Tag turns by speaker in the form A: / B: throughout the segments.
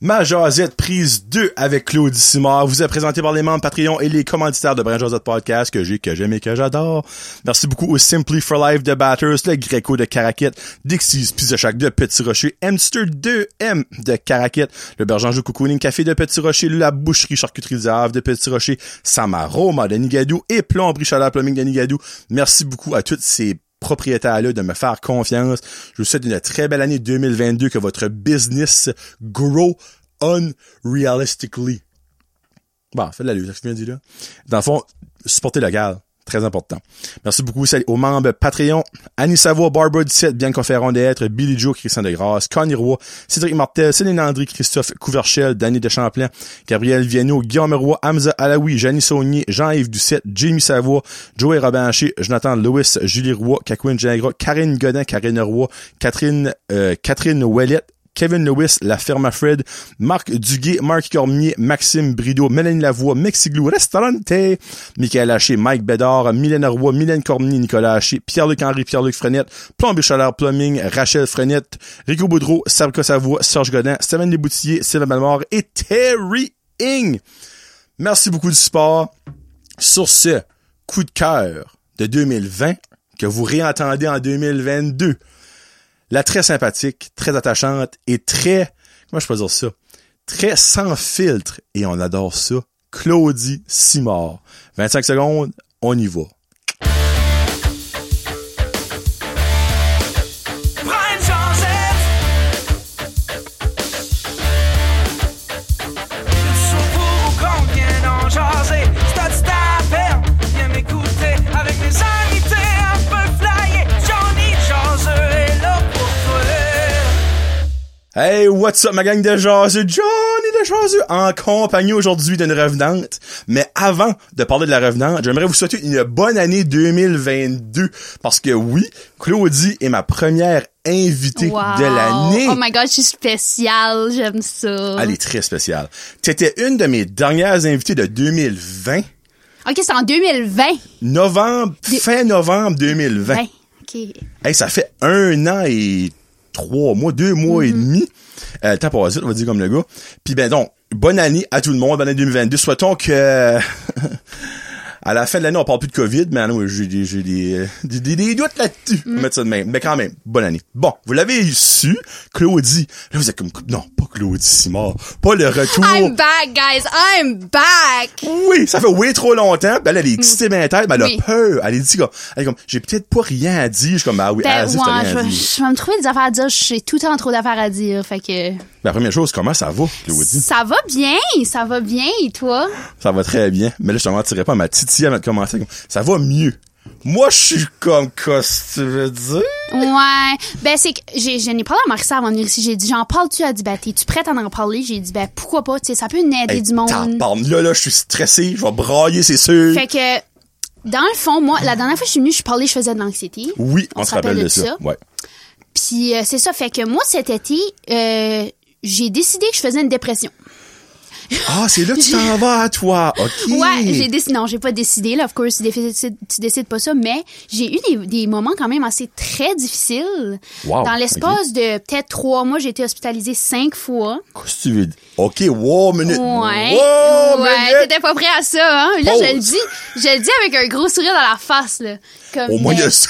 A: Ma Josette prise 2 avec Claudie Simard vous est présenté par les membres Patreon et les commanditaires de Brin Josette Podcast que j'ai, que j'aime et que j'adore. Merci beaucoup au Simply for Life de Batters, le Greco de Caraquette, Dixie's Pizza Shack de Petit Rocher, Hamster 2M de Caraquette, le Bergeange Cocooning Café de Petit Rocher, la Boucherie Charcuterie des Havres de Petit Rocher, Samaroma de Nigadou et Plomberie Chaleur Plumbing de Nigadou. Merci beaucoup à toutes ces propriétaire-là de me faire confiance. Je vous souhaite une très belle année 2022, que votre business grow unrealistically. Bon, faites de la lutte, c'est ce que je viens de dire là. Dans le fond, supportez local. Très important. Merci beaucoup salut aux membres Patreon, Annie Savoie, Barbara Dissette, Bianca Ferron d'être, Billy Joe, Christian Degrasse, Connie Roy, Cédric Martel, Céline Landry, Christophe Couverchel, Danny Deschamplain, Gabriel Viano, Guillaume Roy, Hamza Alaoui, Janie Saunier, Jean-Yves Ducette, Jamie Savoie, Joey Robincher, Jonathan Lewis, Julie Roy, Kakwin Jagra, Karine Godin, Karine Roy, Catherine, euh, Catherine Ouellette, Kevin Lewis, La Ferme à Fred, Marc Duguay, Marc Cormier, Maxime Brideau, Mélanie Lavoie, Mexiglou Restaurante, Michael Haché, Mike Bédard, Mylène Roy, Mylène Cormier, Nicolas Haché, Pierre-Luc Henry, Pierre-Luc Frenette, Plombier Chaleur Plumbing, Rachel Frenette, Rico Boudreau, Sarko Savoie, Serge Godin, Stéphane Desboutilliers, Sylvain Malmore et Terry Ing. Merci beaucoup du sport. Sur ce, coup de cœur de 2020 que vous réentendez en 2022 la très sympathique, très attachante et très, comment je peux dire ça, très sans filtre, et on adore ça, Claudie Simard. 25 secondes, on y va.
B: Brian Joseph. Toujours pour ou contre, viens en jaser. C'est du temps à perdre, viens m'écouter. Avec mes invités un peu flyés, Johnny Jaseux est là pour toi.
A: Hey, what's up ma gang de jaseux? Johnny de jaseux en compagnie aujourd'hui d'une revenante. Mais avant de parler de la revenante, j'aimerais vous souhaiter une bonne année 2022. Parce que oui, Claudie est ma première invitée
C: Wow.
A: de l'année.
C: Oh my god, je suis spéciale, j'aime ça.
A: Elle est très spéciale. T'étais une de mes dernières invitées de 2020.
C: Ok, c'est en 2020.
A: Novembre, fin novembre 2020.
C: Ben, ok.
A: Hey, ça fait un an et trois mois, deux mois et demi. Euh, le temps passe vite, on va dire comme le gars. Puis ben donc, bonne année à tout le monde, bonne année 2022. Souhaitons que... À la fin de l'année, on parle plus de COVID, mais non, j'ai des, j'ai des, euh, des, des, des doutes là-dessus. On va mettre ça de même. Mais quand même, bonne année. Bon, vous l'avez su, Claudie. Là, vous êtes comme, non, pas Claudie Simard. Pas le retour.
C: I'm back, guys, I'm back.
A: Oui, ça fait oui trop longtemps. Ben, elle, elle est excitée dans la tête, ben, elle
C: Mm. Oui.
A: a peur. Elle est dit comme, elle est comme, j'ai peut-être pas rien à dire. Je suis comme, ah oui,
C: Ben,
A: elle dit, t'as
C: ouais, je,
A: rien à
C: vais-
A: dire.
C: je vais me trouver des affaires à dire, j'ai tout le temps trop d'affaires à dire, fait que...
A: Ben, La première chose, comment ça va, Claudie?
C: Ça va bien, ça va bien, et toi?
A: Ça va très bien. Mais là, je te mentirais pas, ma titi avant de commencer. comme, Ça va mieux. Moi, je suis comme, qu'est-ce que tu veux dire?
C: Ouais. Ben, c'est que j'ai, je n'ai parlé à Marissa avant de venir ici. J'ai dit, j'en parle-tu? Elle a dit, ben, t'es-tu prête à en parler? J'ai dit, ben, pourquoi pas? Tu sais, ça peut nous aider
A: Hey,
C: du
A: t'en
C: monde.
A: parles. Là, là, je suis stressé. Je vais brailler, c'est sûr.
C: Fait que, dans le fond, moi, la dernière fois que je suis venue, je parlais, je faisais de l'anxiété.
A: Oui, on, se rappelle de ça. Ouais.
C: Puis, euh, c'est ça. Fait que moi, cet été, euh, j'ai décidé que je faisais une dépression.
A: Ah, c'est là que tu t'en vas, à toi. OK.
C: Ouais, j'ai décidé. Non, j'ai pas décidé, là. Of course, tu décides, tu décides pas ça, mais j'ai eu des, des moments quand même assez très difficiles.
A: Wow,
C: Dans l'espace de peut-être trois mois, j'ai été hospitalisée cinq fois.
A: Qu'est-ce que tu veux dire? OK, wow, minute.
C: Ouais.
A: Eh, Wow,
C: ouais,
A: minute.
C: t'étais pas prêt à ça, hein? Là,
A: Pause.
C: je le dis, je le dis avec un gros sourire dans la face, là. Comme,
A: Au moins,
C: mais,
A: il y a ça.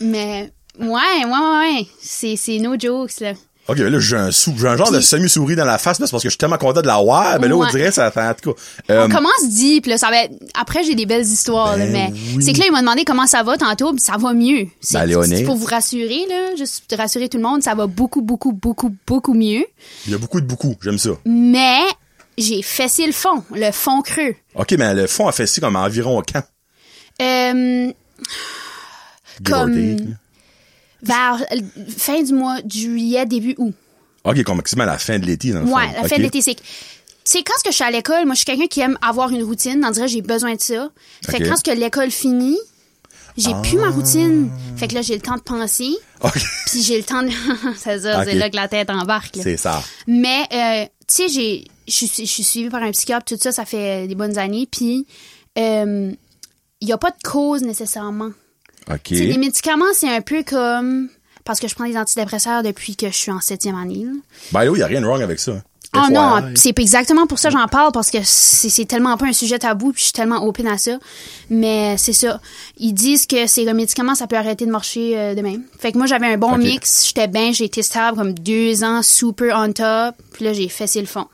C: mais, ouais, ouais, ouais, ouais. C'est, c'est no jokes, là.
A: Ok, ben là, j'ai un, sou- j'ai un genre de semi-souris dans la face, mais c'est parce que je suis tellement content de la voir, mais là, on
C: Ouais.
A: dirait, ça fait, en tout cas, euh,
C: On commence deep, là. Ça va être- après, j'ai des belles histoires, là,
A: Ben
C: mais
A: oui.
C: c'est que là, il m'a demandé comment ça va tantôt, puis ça va mieux. C'est,
A: Ben, Léonie.
C: c'est pour vous rassurer, là. Juste rassurer tout le monde, ça va beaucoup, beaucoup, beaucoup, beaucoup mieux.
A: il y a beaucoup de beaucoup, j'aime ça.
C: Mais, j'ai fessé le fond, le fond creux.
A: Ok, mais le fond a fait si comme environ quand?
C: Euh,
A: Give or
C: Comme-
A: take, là.
C: vers euh, fin du mois de juillet, début août.
A: Ok, comme maximum à la fin de l'été, dans le fond.
C: Ouais, la fin
A: Ok.
C: de l'été, c'est que- Tu sais, quand ce que je suis à l'école, moi, je suis quelqu'un qui aime avoir une routine. On dirait, j'ai besoin de ça. Fait
A: Ok. Ah.
C: que quand ce que l'école finit, j'ai plus ma routine. Fait que là, j'ai le temps de penser,
A: Ok,
C: puis j'ai le temps de... c'est ça,
A: Ok.
C: c'est là que la tête embarque. là.
A: c'est ça.
C: Mais, euh, tu sais, j'ai... Je suis- je suis suivie par un psychiatre, tout ça, ça fait euh, des bonnes années. Puis, euh, il n'y a pas de cause nécessairement.
A: Ok.
C: Tu sais, les médicaments, c'est un peu comme... Parce que je prends des antidépresseurs depuis que je suis en septième année. là.
A: Ben, là, il y a rien de wrong avec ça. hein.
C: Oh non,
A: FYI.
C: c'est exactement pour ça que j'en parle parce que c'est c'est tellement pas un sujet tabou puis je suis tellement open à ça. Mais c'est ça. Ils disent que c'est un médicament, ça peut arrêter de marcher euh, demain. Fait que moi, j'avais un bon
A: Ok.
C: mix. J'étais bien, j'ai été stable comme deux ans, super on top. Puis là, j'ai fessé le fond.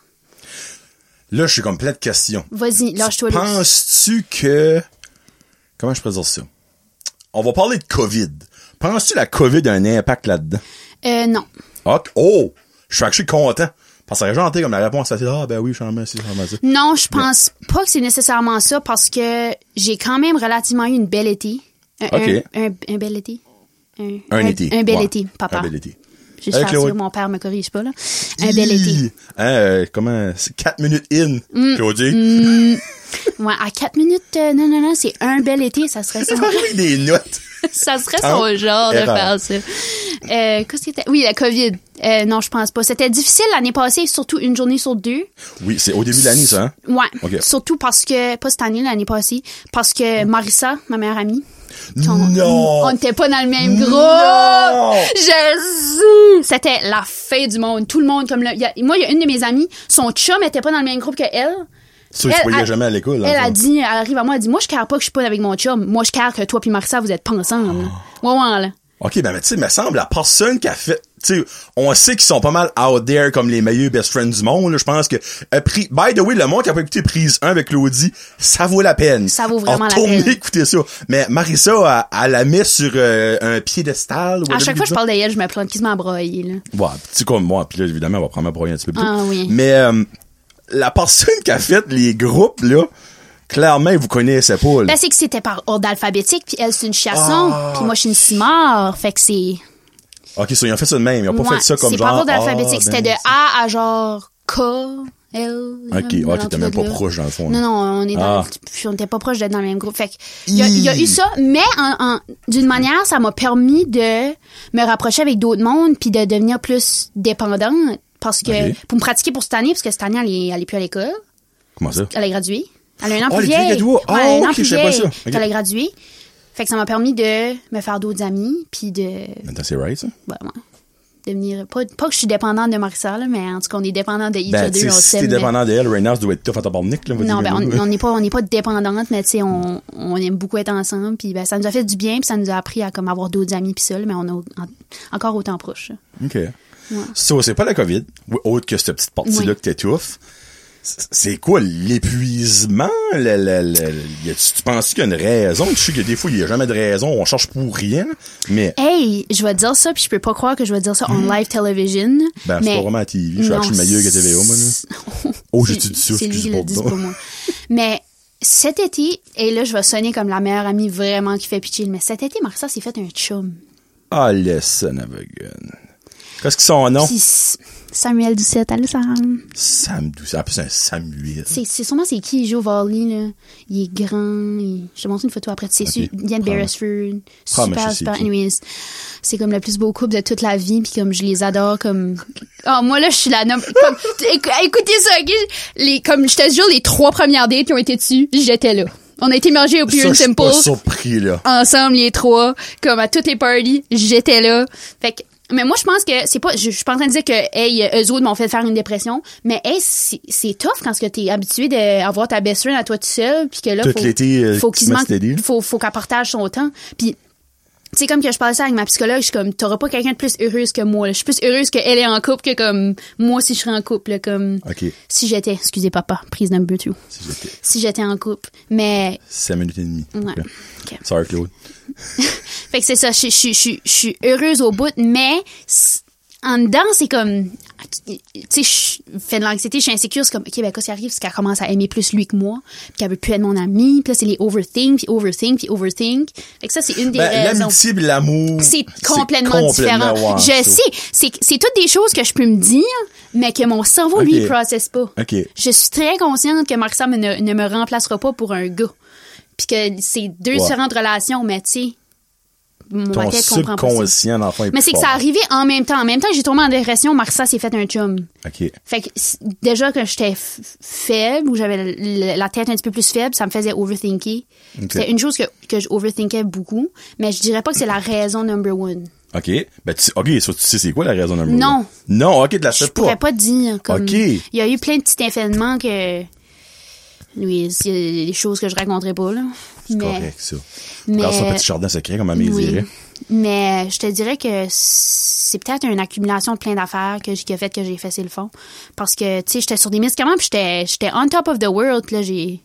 A: Là, je suis comme plein de questions.
C: Vas-y, lâche-toi là.
A: Penses-tu que. Comment je peux dire ça? On va parler de COVID. Penses-tu que la COVID a un impact là-dedans?
C: Euh, non.
A: Ok. Oh! Je suis, je suis content. Parce que ça aurait gentil comme la réponse à ça. Ah, ben oui, je suis en main, si, je suis en main, si.
C: Non, je pense pas que c'est nécessairement ça parce que j'ai quand même relativement eu une belle été. Un,
A: Ok.
C: un, un- un bel été. Un,
A: Un
C: un-
A: été.
C: Un bel
A: Ouais.
C: été, papa.
A: Un bel été.
C: Je
A: Hey,
C: suis
A: Chloé.
C: sûre, mon père me corrige pas, là. Un bel été. Mm.
A: Hi! Hein, euh, comment? C'est 4 minutes in, Claudie.
C: Ouais, à 4 minutes, euh, non, non, non, c'est un bel été, ça serait son,
A: C'est pas lui des notes.
C: ça serait son
A: Ah,
C: genre
A: erreur.
C: de faire ça. Euh, Qu'est-ce que c'était? Oui, la COVID. Euh, non, je pense pas. C'était difficile l'année passée, surtout une journée sur deux.
A: Oui, c'est au début de l'année, ça, hein?
C: Ouais.
A: Ok.
C: Surtout parce que, pas cette année, l'année passée, parce que Marissa, ma meilleure amie, ton-
A: Non!
C: on n'était pas dans le même groupe.
A: Non!
C: Je sais. C'était la fin du monde. Tout le monde, comme là. il y a- moi, il y a une de mes amies, son chum était pas dans le même groupe que elle.
A: Sûr que tu
C: Elle,
A: voyais
C: elle-
A: jamais à l'école. hein, dans le
C: Elle a
A: fond.
C: dit, elle arrive à moi, elle dit, moi, je care pas que je suis pas avec mon chum. Moi, je care que toi puis Marissa, vous êtes pas ensemble. là.
A: Ah.
C: Ouais, ouais, là.
A: OK, ben, mais tu sais, me semble, la personne qui a fait, tu sais, on sait qu'ils sont pas mal out there comme les meilleurs best friends du monde, là, je pense que, euh, pri- by the way, le monde qui a pas écouté prise 1 avec Claudie, ça vaut la peine.
C: Ça vaut vraiment la
A: Retournez
C: peine.
A: écouter ça. Mais Marissa, elle, elle la met sur euh, un piédestal.
C: À chaque fois que je parle d'elle, je me plante quasiment à broyer, là.
A: Ouais, petit comme moi, puis là, évidemment, on va prendre ma broyer un petit peu plus tôt.
C: Ah oui.
A: Mais, euh, la personne qui a fait les groupes, là, clairement, vous connaissez pas, là.
C: Ben, c'est que c'était par ordre alphabétique, puis elle, c'est une chasson,
A: Ah.
C: puis moi, je suis une cimare. Fait que c'est.
A: OK, so, ils ont fait ça de même, ils ont pas
C: Ouais,
A: fait ça comme
C: C'est
A: genre...
C: par ordre
A: ah,
C: alphabétique.
A: ben,
C: c'était de A à genre K, L.
A: OK,
C: dans
A: OK, t'es même pas
C: l'entour de là.
A: proche, dans le fond, là.
C: Non, non, on est dans
A: Ah.
C: le- puis on n'était pas proche d'être dans le même groupe. Fait que il y, a- il y a eu ça, mais en- en- d'une manière, ça m'a permis de me rapprocher avec d'autres mondes puis de devenir plus dépendante parce que
A: Ok.
C: pour me pratiquer pour cette année parce que cette année elle est, elle est plus à l'école,
A: Comment ça?
C: elle est graduée. Elle a un an
A: Oh, elle
C: plus
A: est plus
C: vieille.
A: graduée. Ah,
C: Ouais, elle a un an
A: ok,
C: plus
A: je savais pas
C: vieille.
A: ça.
C: Fait
A: Ok.
C: qu'elle a gradué. Fait que ça m'a permis de me faire d'autres amis puis de
A: Attends, c'est right, ça?
C: vraiment Ben, devenir pas, pas que je suis dépendante de Marissa là, mais en tout cas on est dépendant de each
A: Ben, tu
C: other
A: sais,
C: on
A: si
C: s'aime,
A: t'es
C: mais-
A: dépendant d'elle, right now, ça doit être tough à ta barnique, là. on va
C: non
A: dire. Mm.
C: ben on on n'est pas on n'est pas dépendante mais tu sais on, on aime beaucoup être ensemble puis ben ça nous a fait du bien puis ça nous a appris à comme avoir d'autres amis puis seul mais on est au- en- encore autant proches.
A: OK. So, c'est pas la COVID, ou autre que cette petite partie-là
C: Ouais.
A: que t'étouffes. C'est c'est quoi l'épuisement? Le- le- le- le- y a-tu- tu penses qu'il y a une raison? Je sais que des fois, il n'y a jamais de raison, on cherche pour rien, mais
C: Hey, je vais dire ça puis je peux pas croire que je vais dire ça en live television.
A: Mm. ben, c'est
C: mais
A: pas vraiment à TV. Je suis
C: Non,
A: actually meilleur que TVA, moi. là.
C: c'est-
A: Oh,
C: c'est-
A: j'ai-tu dit ça?
C: C'est lui
A: Excuse
C: qui
A: pour
C: le dit, c'est
A: toi.
C: pas moi. Mais cet été, et là, je vais sonner comme la meilleure amie vraiment qui fait pitié, mais cet été, Marissa s'est fait un chum.
A: Ah, le son of a gun. Qu'est-ce que son nom?
C: Puis S- Samuel Doucette, allô Sam?
A: Sam Doucet. En plus, c'est un Samuel.
C: C'est c'est sûrement c'est qui, Joe Varley, là. Il est grand, il- je te montre une photo après. C'est
A: Ok,
C: sûr, Ian
A: prends-le.
C: Beresford,
A: Prends, mais je
C: super,
A: sais
C: super,
A: qui.
C: anyways. C'est comme le plus beau couple de toute la vie, puis comme je les adore, comme... Oh, moi, là, je suis la nomme... Comme... éc- Écoutez ça, ok? Les, comme, je te jure, les trois premières dates qui ont été dessus, j'étais là. On a été mangés au Pure
A: Ça,
C: and
A: je suis
C: Simple,
A: pas surpris, là.
C: ensemble, les trois, comme à toutes les parties, j'étais là. Fait que, mais moi, je pense que c'est pas, je, je suis pas en train de dire que, hey, euh, eux autres m'ont fait faire une dépression, mais hey, c'est c'est tough quand ce que t'es habitué d'avoir ta best friend à toi tout seul, puis que là,
A: Tout
C: faut,
A: l'été, euh,
C: faut
A: tu
C: qu'il
A: te
C: se
A: mets
C: manque-
A: steady.
C: faut, faut qu'elle partage son temps. Puis, tu sais, comme que je parlais ça avec ma psychologue, je suis comme, t'auras pas quelqu'un de plus heureuse que moi, là. Je suis plus heureuse qu'elle est en couple que comme, moi, si je serais en couple, là, comme,
A: OK.
C: si j'étais, excusez papa, prise number two,
A: Si j'étais
C: si j'étais en couple. Mais,
A: 5 minutes et demie.
C: Ouais.
A: Ok.
C: Ok.
A: Sorry, Claude.
C: Fait que c'est ça, je, je, je, je suis heureuse au bout, mais c- en dedans, c'est comme. Tu sais, je fais de l'anxiété, je suis insécure, c'est comme, OK, ben, qu'est-ce qui arrive? C'est qu'elle commence à aimer plus lui que moi, puis qu'elle veut plus être mon amie, puis là, c'est les overthink, puis overthink, puis overthink. Fait que ça, c'est une des
A: Ben,
C: raisons.
A: l'amitié et l'amour.
C: C'est complètement, différent.
A: ouais, ça.
C: je sais, c'est c'est toutes des choses que je peux me dire, mais que mon cerveau, lui,
A: Ok.
C: ne processe pas.
A: Ok.
C: Je suis très consciente que Marc Sam ne, ne me remplacera pas pour un gars. Puis que c'est deux
A: Ouais.
C: différentes relations, mais tu sais, mon
A: Ton
C: tête comprend pas ça.
A: subconscient, enfant.
C: Mais c'est que ça arrivait en même temps. En même temps, j'ai tombé en dépression, Marissa s'est fait un chum.
A: OK.
C: Fait que c- déjà que j'étais f- faible ou j'avais l- l- la tête un petit peu plus faible, ça me faisait overthinker. C'était une chose que, que je overthinkais beaucoup, mais je dirais pas que c'est la raison number one.
A: OK. Ben, tu, OK, so, tu sais c'est quoi la raison number
C: Non.
A: one? Non, OK, de la
C: Je
A: sais
C: pourrais
A: Ah, pas.
C: pas dire. Comme,
A: Ok.
C: Il y a eu plein de petits événements que. Oui, il y a des choses que je raconterai pas, là. Mais,
A: Correct, ça.
C: mais,
A: Regarde son petit jardin secret, comme elle me
C: oui.
A: dirait.
C: mais euh, je te dirais que c'est peut-être une accumulation de plein d'affaires que j'ai- qui a fait que j'ai fessé le fond. Parce que, tu sais, j'étais sur des médicaments, puis j'étais j'étais on top of the world, puis là, j'ai.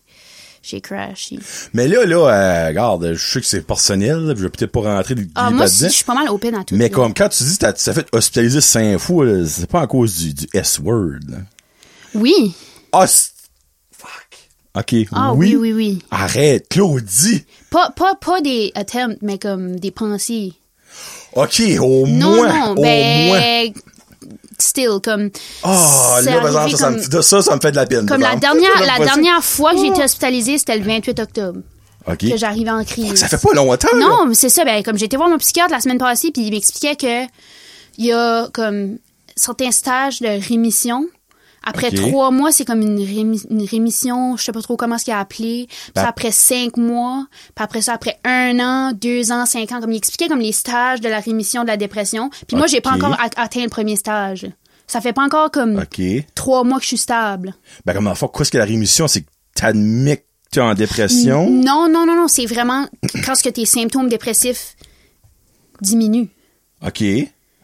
C: J'ai crash.
A: Mais là, là, euh, regarde, je sais que c'est personnel, là, puis je vais peut-être pas rentrer du-
C: Ah,
A: du-
C: moi, si,
A: là-dedans.
C: je suis pas mal open à tout.
A: Mais
C: là.
A: comme quand tu dis que tu t'as fait hospitaliser cinq fois, là, c'est pas à cause du, du S-word. là.
C: Oui.
A: Ah, c'est- fuck. OK,
C: Ah,
A: oui.
C: oui, oui, oui.
A: Arrête, Claudie.
C: Pas, pas, pas des attempts, mais comme des pensées.
A: OK, au
C: Non,
A: moins,
C: non,
A: au moins.
C: ben. Still, comme.
A: Ah,
C: c'est
A: là, par exemple,
C: arrivé
A: ça, ça, me-
C: comme-
A: ça, ça, me fait de la peine.
C: Comme
A: par
C: la
A: exemple.
C: dernière,
A: Là,
C: la
A: voici-
C: dernière fois que j'ai été hospitalisée, c'était le 28 octobre.
A: OK.
C: Que j'arrivais en crise.
A: Ça fait pas longtemps, là.
C: Non, mais c'est ça. Ben, comme j'ai été voir mon psychiatre la semaine passée, puis il m'expliquait que il y a comme certains stages de rémission. Après
A: Ok.
C: trois mois, c'est comme une, rémi- une rémission, je sais pas trop comment ce qu'il a appelé. Puis
A: Ben-
C: ça, après cinq mois, puis après ça, après un an, deux ans, cinq ans, comme il expliquait comme les stages de la rémission de la dépression. Puis moi, j'ai pas
A: Ok.
C: encore a- atteint le premier stage. Ça fait pas encore comme
A: OK.
C: trois mois que je suis stable.
A: Ben, comme dans le fond, qu'est-ce que la rémission? C'est que t'admets que t'es en dépression.
C: Non, non, non, non, c'est vraiment quand ce que tes symptômes dépressifs diminuent.
A: OK.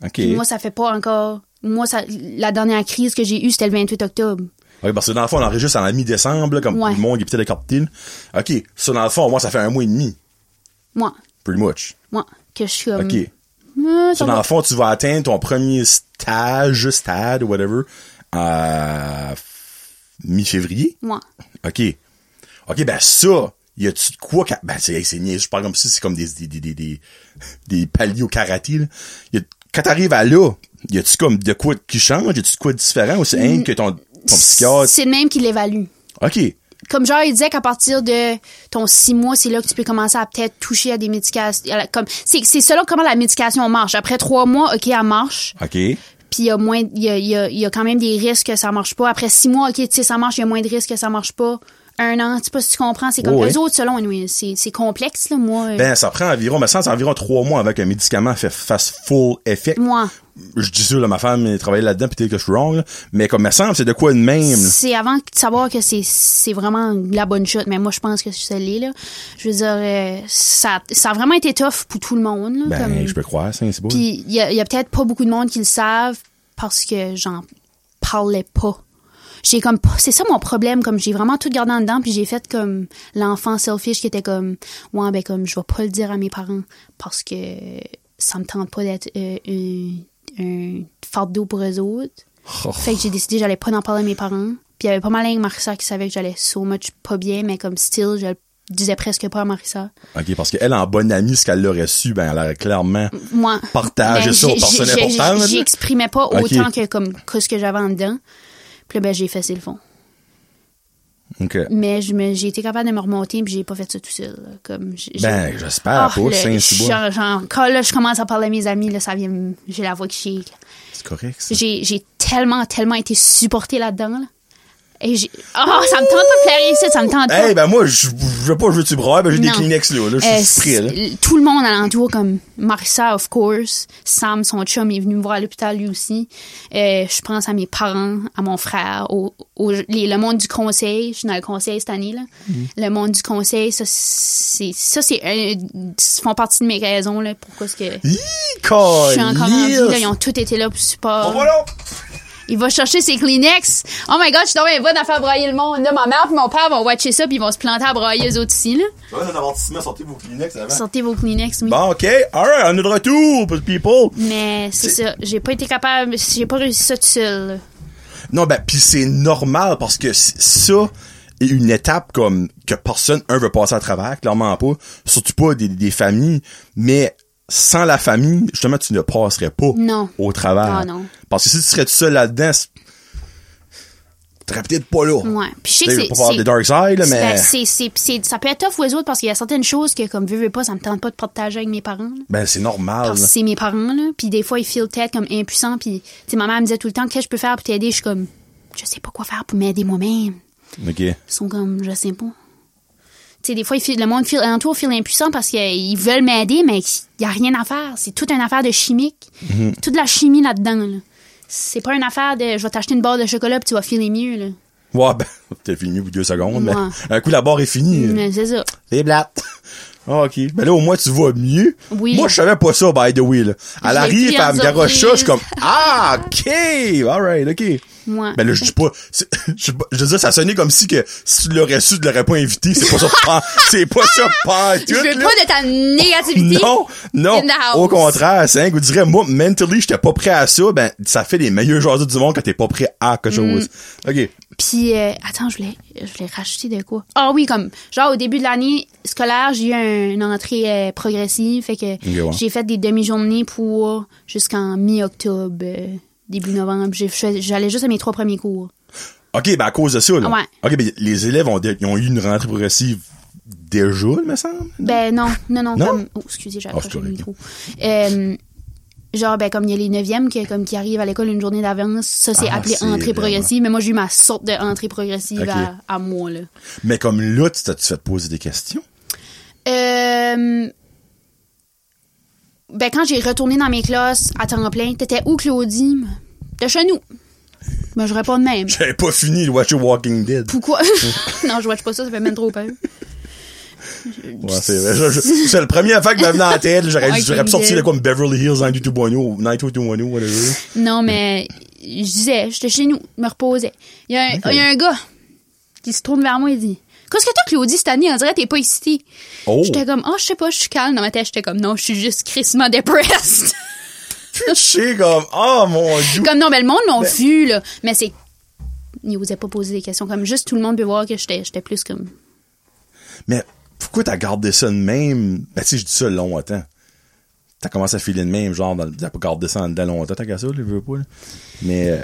A: OK.
C: Puis Moi, ça fait pas encore. Moi, ça, la dernière crise que j'ai eue, c'était le 28 octobre.
A: Oui, parce que dans le fond, on enregistre en la mi-décembre, là, comme
C: Ouais.
A: le monde est peut-être décortile. OK. Ça, dans le fond, moi, ça fait un mois et demi,
C: Moi,
A: pretty much.
C: moi, que je suis comme.
A: OK.
C: Ah, ça
A: Ça, dans
C: va.
A: le fond, tu vas atteindre ton premier stage, stade, whatever, à mi-février.
C: Moi.
A: OK. OK, ben ça, y a-tu de quoi... qu'a- Ben, c'est c'est niaiseux, je parle comme ça, c'est comme des, des, des, des, des, des paliers au karaté, là. Y a- quand t'arrives à là, y a-tu comme de quoi qui change? Y a-tu de quoi de différent? Ou c'est un que ton, ton psychiatre...
C: C'est le même qui l'évalue.
A: OK.
C: Comme genre, il disait qu'à partir de ton six mois, c'est là que tu peux commencer à peut-être toucher à des médications. à la- Comme, c'est, c'est selon comment la médication marche. Après trois mois, OK, elle marche.
A: OK.
C: Puis il y a moins, il y a, il y a- il y a quand même des risques que ça marche pas. Après six mois, OK, tu sais, ça marche, il y a moins de risques que ça marche pas. Un an, tu sais pas si tu comprends. C'est comme
A: Ouais,
C: eux
A: ouais.
C: autres, selon, anyway, c'est, c'est complexe, là, moi. euh,
A: Ben, ça prend environ, me semble, c'est environ trois mois avec un médicament fait face full effect.
C: moi.
A: Je dis ça, là, ma femme elle travaillait là-dedans, peut-être que je suis wrong, là. mais comme me semble, c'est de quoi de même. là.
C: C'est avant de savoir que c'est, c'est vraiment la bonne chute. Mais moi, je pense que c'est l'est, là. Je veux dire, euh, ça, ça a vraiment été tough pour tout le monde. Là,
A: Ben,
C: comme-
A: je peux croire, ça, c'est beau.
C: Puis il y a, il y a peut-être pas beaucoup de monde qui le savent parce que j'en parlais pas. J'ai comme pas- c'est ça mon problème comme j'ai vraiment tout gardé en dedans puis j'ai fait comme l'enfant selfish qui était comme ouais ben comme je vais pas le dire à mes parents parce que ça me tente pas d'être euh, un, un fardeau pour eux autres.
A: Oh.
C: Fait que j'ai décidé que j'allais pas en parler à mes parents. Puis il y avait pas mal de Marissa qui savait que j'allais so much pas bien mais comme still je le disais presque pas à Marissa.
A: OK, parce qu'elle, en bonne amie, ce qu'elle l'aurait su, ben, elle aurait clairement
C: moi
A: partagé
C: ben,
A: ça aux
C: j'ai-
A: personnes
C: j'ai- j'ai-
A: importantes. là.
C: J'exprimais pas
A: Ok.
C: autant que comme que ce que j'avais en dedans. Puis là, ben, j'ai effacé le fond.
A: OK.
C: Mais je me- j'ai été capable de me remonter, puis j'ai pas fait ça tout seul. là. Comme j'ai-
A: Ben,
C: j'ai-
A: j'espère
C: Ah,
A: pas,
C: le-
A: saint
C: genre- genre, Quand là, je commence à parler à mes amis, là, ça vient. me- J'ai la voix qui chic.
A: C'est correct, ça.
C: J'ai j'ai tellement, tellement été supportée là-dedans. là. Et j'ai. Oh, ça me tente pas de faire ici, ça me tente pas.
A: Eh ben moi, je je veux pas jouer du bras, ben j'ai des
C: Non.
A: Kleenex là, là,
C: Euh,
A: je suis prêt, là.
C: c'est- Tout le monde alentour, comme Marissa, of course, Sam, son chum, est venu me voir à l'hôpital lui aussi. Euh, je pense à mes parents, à mon frère, au, au- les- le monde du conseil. Je suis dans le conseil cette année. Là.
A: Mm.
C: Le monde du conseil, ça, c'est, ça, c'est un- ils font partie de mes raisons. Là, pourquoi est-ce que
A: Hi,
C: je suis encore en vie?
A: calice.
C: là. ils ont tous été là pour support.
A: Bon, Oh, voilà.
C: Il va chercher ses Kleenex. Oh my god, je suis tombée bonne à faire brailler le monde. Là, ma mère et mon père vont watcher ça puis ils vont se planter à brailler eux autres ici. Là.
A: Tu vois, un avertissement, sortez vos Kleenex avant.
C: Sortez vos Kleenex, oui.
A: Bon, OK. All right, on est de retour, people.
C: Mais c'est ça, j'ai pas été capable, j'ai pas réussi ça tout seul.
A: Non, ben, puis c'est normal parce que c- ça est une étape comme que personne, un, veut passer à travers, clairement pas. Surtout pas des, des familles. Mais sans la famille, justement, tu ne passerais pas
C: Non.
A: au travers.
C: Ah, non.
A: Parce que si tu serais tout seul là-dedans, c'est- tu serais peut-être pas là.
C: Ouais. Puis je sais
A: Tu sais, je
C: que c'est.
A: veux pas parler
C: c'est-
A: des dark side, là,
C: c'est-
A: mais.
C: c'est- c'est- c'est- ça peut être tough aux autres parce qu'il y a certaines choses que, comme, veux, veux pas, ça me tente pas de partager avec mes parents. là.
A: Ben, c'est normal.
C: Parce que c'est mes parents, là. Puis des fois, ils filent peut-être comme impuissants. Puis, tu sais, ma mère me disait tout le temps, qu'est-ce que je peux faire pour t'aider? Je suis comme, je sais pas quoi faire pour m'aider moi-même.
A: OK.
C: Ils sont comme, je sais pas. sais, des fois, il feel- le monde feel, alentour feel impuissant parce qu'ils veulent m'aider, mais il n'y a rien à faire. C'est toute une affaire de chimique. Toute la chimie là-dedans. Là. C'est pas une affaire de je vais t'acheter une barre de chocolat puis tu vas filer mieux. Là.
A: Ouais, ben, t'as fini au bout de deux secondes,
C: Ouais.
A: mais un coup, la barre est finie.
C: Mais C'est ça.
A: C'est blatte. Ah, OK. Mais là, au moins, tu vois mieux.
C: Oui.
A: Moi, je savais pas ça, by the way, là. Elle
C: l'ai
A: arrive,
C: pris
A: elle
C: en
A: me garoche ça, je suis
C: surprise.
A: comme, ah, OK! Alright, OK.
C: Ouais.
A: Ben là, je dis pas, c'est- je dis pas- je veux dire, ça sonnait comme si que, si tu l'aurais su, tu l'aurais pas invité, c'est pas ça, pan- c'est pas ça, pas
C: Je veux pas de ta négativité.
A: non, non.
C: in the house.
A: Au contraire, c'est un que vous direz, moi, mentally, j'étais pas prêt à ça. Ben, ça fait les meilleurs joueurs du monde quand t'es pas prêt à quelque
C: Mm.
A: chose. OK.
C: Puis, euh, attends, je voulais, je voulais racheter de quoi? Ah oui, comme, genre, au début de l'année scolaire, j'ai eu un- une entrée euh, progressive. Fait que
A: Ok, ouais.
C: j'ai fait des demi-journées pour jusqu'en mi-octobre, euh, début novembre. J'ai- J'allais juste à mes trois premiers cours.
A: OK, ben, à cause de ça, là.
C: Ouais.
A: OK, ben, les élèves ont, dé- ils ont eu une rentrée progressive déjà, il me semble.
C: Ben non, non, non.
A: Non?
C: Comme... Oh, excusez, j'ai
A: Ah, c'est
C: accroché
A: correct.
C: le micro. Euh, genre, ben comme il y a les neuvièmes qui, comme, qui arrivent à l'école une journée d'avance, ça c'est
A: Ah,
C: appelé
A: c'est
C: entrée
A: vraiment-
C: progressive. Mais moi, j'ai eu ma sorte d'entrée progressive
A: Ok.
C: à, à moi, là.
A: Mais comme là, tu t'as-tu fait poser des questions?
C: Euh, ben, quand j'ai retourné dans mes classes à temps plein, t'étais où, Claudie? De chez nous. Ben, je réponds de même.
A: J'avais pas fini de watcher Walking Dead.
C: Pourquoi? non, je watch pas ça, ça fait même trop peur.
A: Ouais, c'est vrai. Je- je- C'est le premier affaire qui m'a venu en tête. là. J'aurais dû-
C: Walking
A: j'aurais pu sortir
C: Dead.
A: de quoi, comme Beverly Hills 90210 ou 90210, oh, whatever.
C: Non, mais je disais, j'étais chez nous, je me reposais. Il y, a un, il y a un gars qui se tourne vers moi et dit Qu'est-ce que toi, Claudie, cette année On dirait que t'es pas excitée.
A: Oh.
C: J'étais comme Oh, je sais pas, je suis calme dans ma tête. J'étais comme Non, je suis juste crissement depressed.
A: Je sais, comme, oh mon dieu.
C: comme non, mais le monde l'ont vu, là. Mais c'est. Ils osaient pas poser des questions. Comme juste tout le monde peut voir que j'étais j'étais plus comme.
A: Mais pourquoi t'as gardé ça de même? Ben, tu sais, je dis ça longtemps. T'as commencé à filer de même, genre, dans- t'as pas gardé ça en dedans longtemps, t'as qu'à ça, là, je veux pas, là. Mais, euh,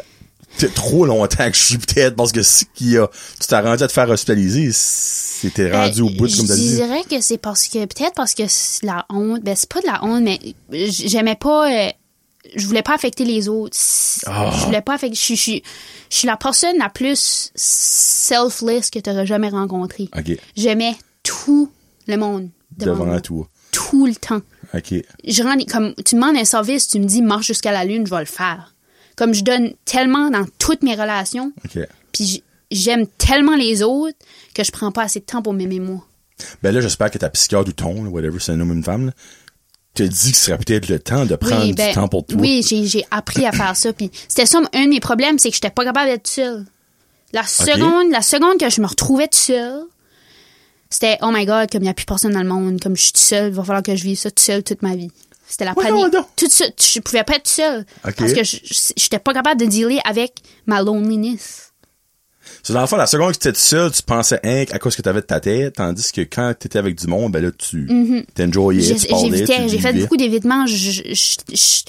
A: c'est trop longtemps que je suis peut-être, parce que si qu'il a, tu t'es rendu à te faire hospitaliser, c'était rendu au bout,
C: Euh,
A: comme t'as
C: Je
A: dit.
C: dirais que c'est parce que peut-être parce que c'est la honte, ben c'est pas de la honte, mais j- j'aimais pas, euh, je voulais pas affecter les autres.
A: Ah.
C: Je voulais pas affecter. Je suis- je suis, je suis la personne la plus selfless que t'aurais jamais rencontrée.
A: Ok.
C: J'aimais tout le monde devant,
A: Devant
C: moi.
A: toi.
C: tout le temps
A: Ok.
C: je rends, comme tu me demandes un service, tu me dis marche jusqu'à la lune, je vais le faire. Comme je donne tellement dans toutes mes relations,
A: Ok.
C: puis j- j'aime tellement les autres que je prends pas assez de temps pour m'aimer moi.
A: Ben là, j'espère que ta psychiatre ou ton, là, whatever, c'est un homme ou une femme, là, te dit que ce serait peut-être le temps de prendre
C: ben,
A: du temps pour toi.
C: Oui, j'ai, j'ai appris à faire ça. Puis c'était ça un de mes problèmes, c'est que j'étais pas capable d'être seule. La seconde, la seconde que je me retrouvais toute seule, c'était oh my god, comme il n'y a plus personne dans le monde, comme je suis toute seule, il va falloir que je vive ça toute seule toute ma vie. C'était la
A: Ouais,
C: panique.
A: non, non.
C: Toute seule, je pouvais pas être seule
A: Ok.
C: parce que je, je- j'étais pas capable de dealer avec ma loneliness.
A: C'est dans le fond, la seconde que t'étais tout seul, tu pensais hein, à cause que t'avais de ta tête, tandis que quand t'étais avec du monde, ben là, tu t'enjoyais,
C: Mhm. J'ai-
A: tu parlais, tu
C: J'évitais, j'ai fait
A: vivais.
C: beaucoup d'évitements, je, je- je- je-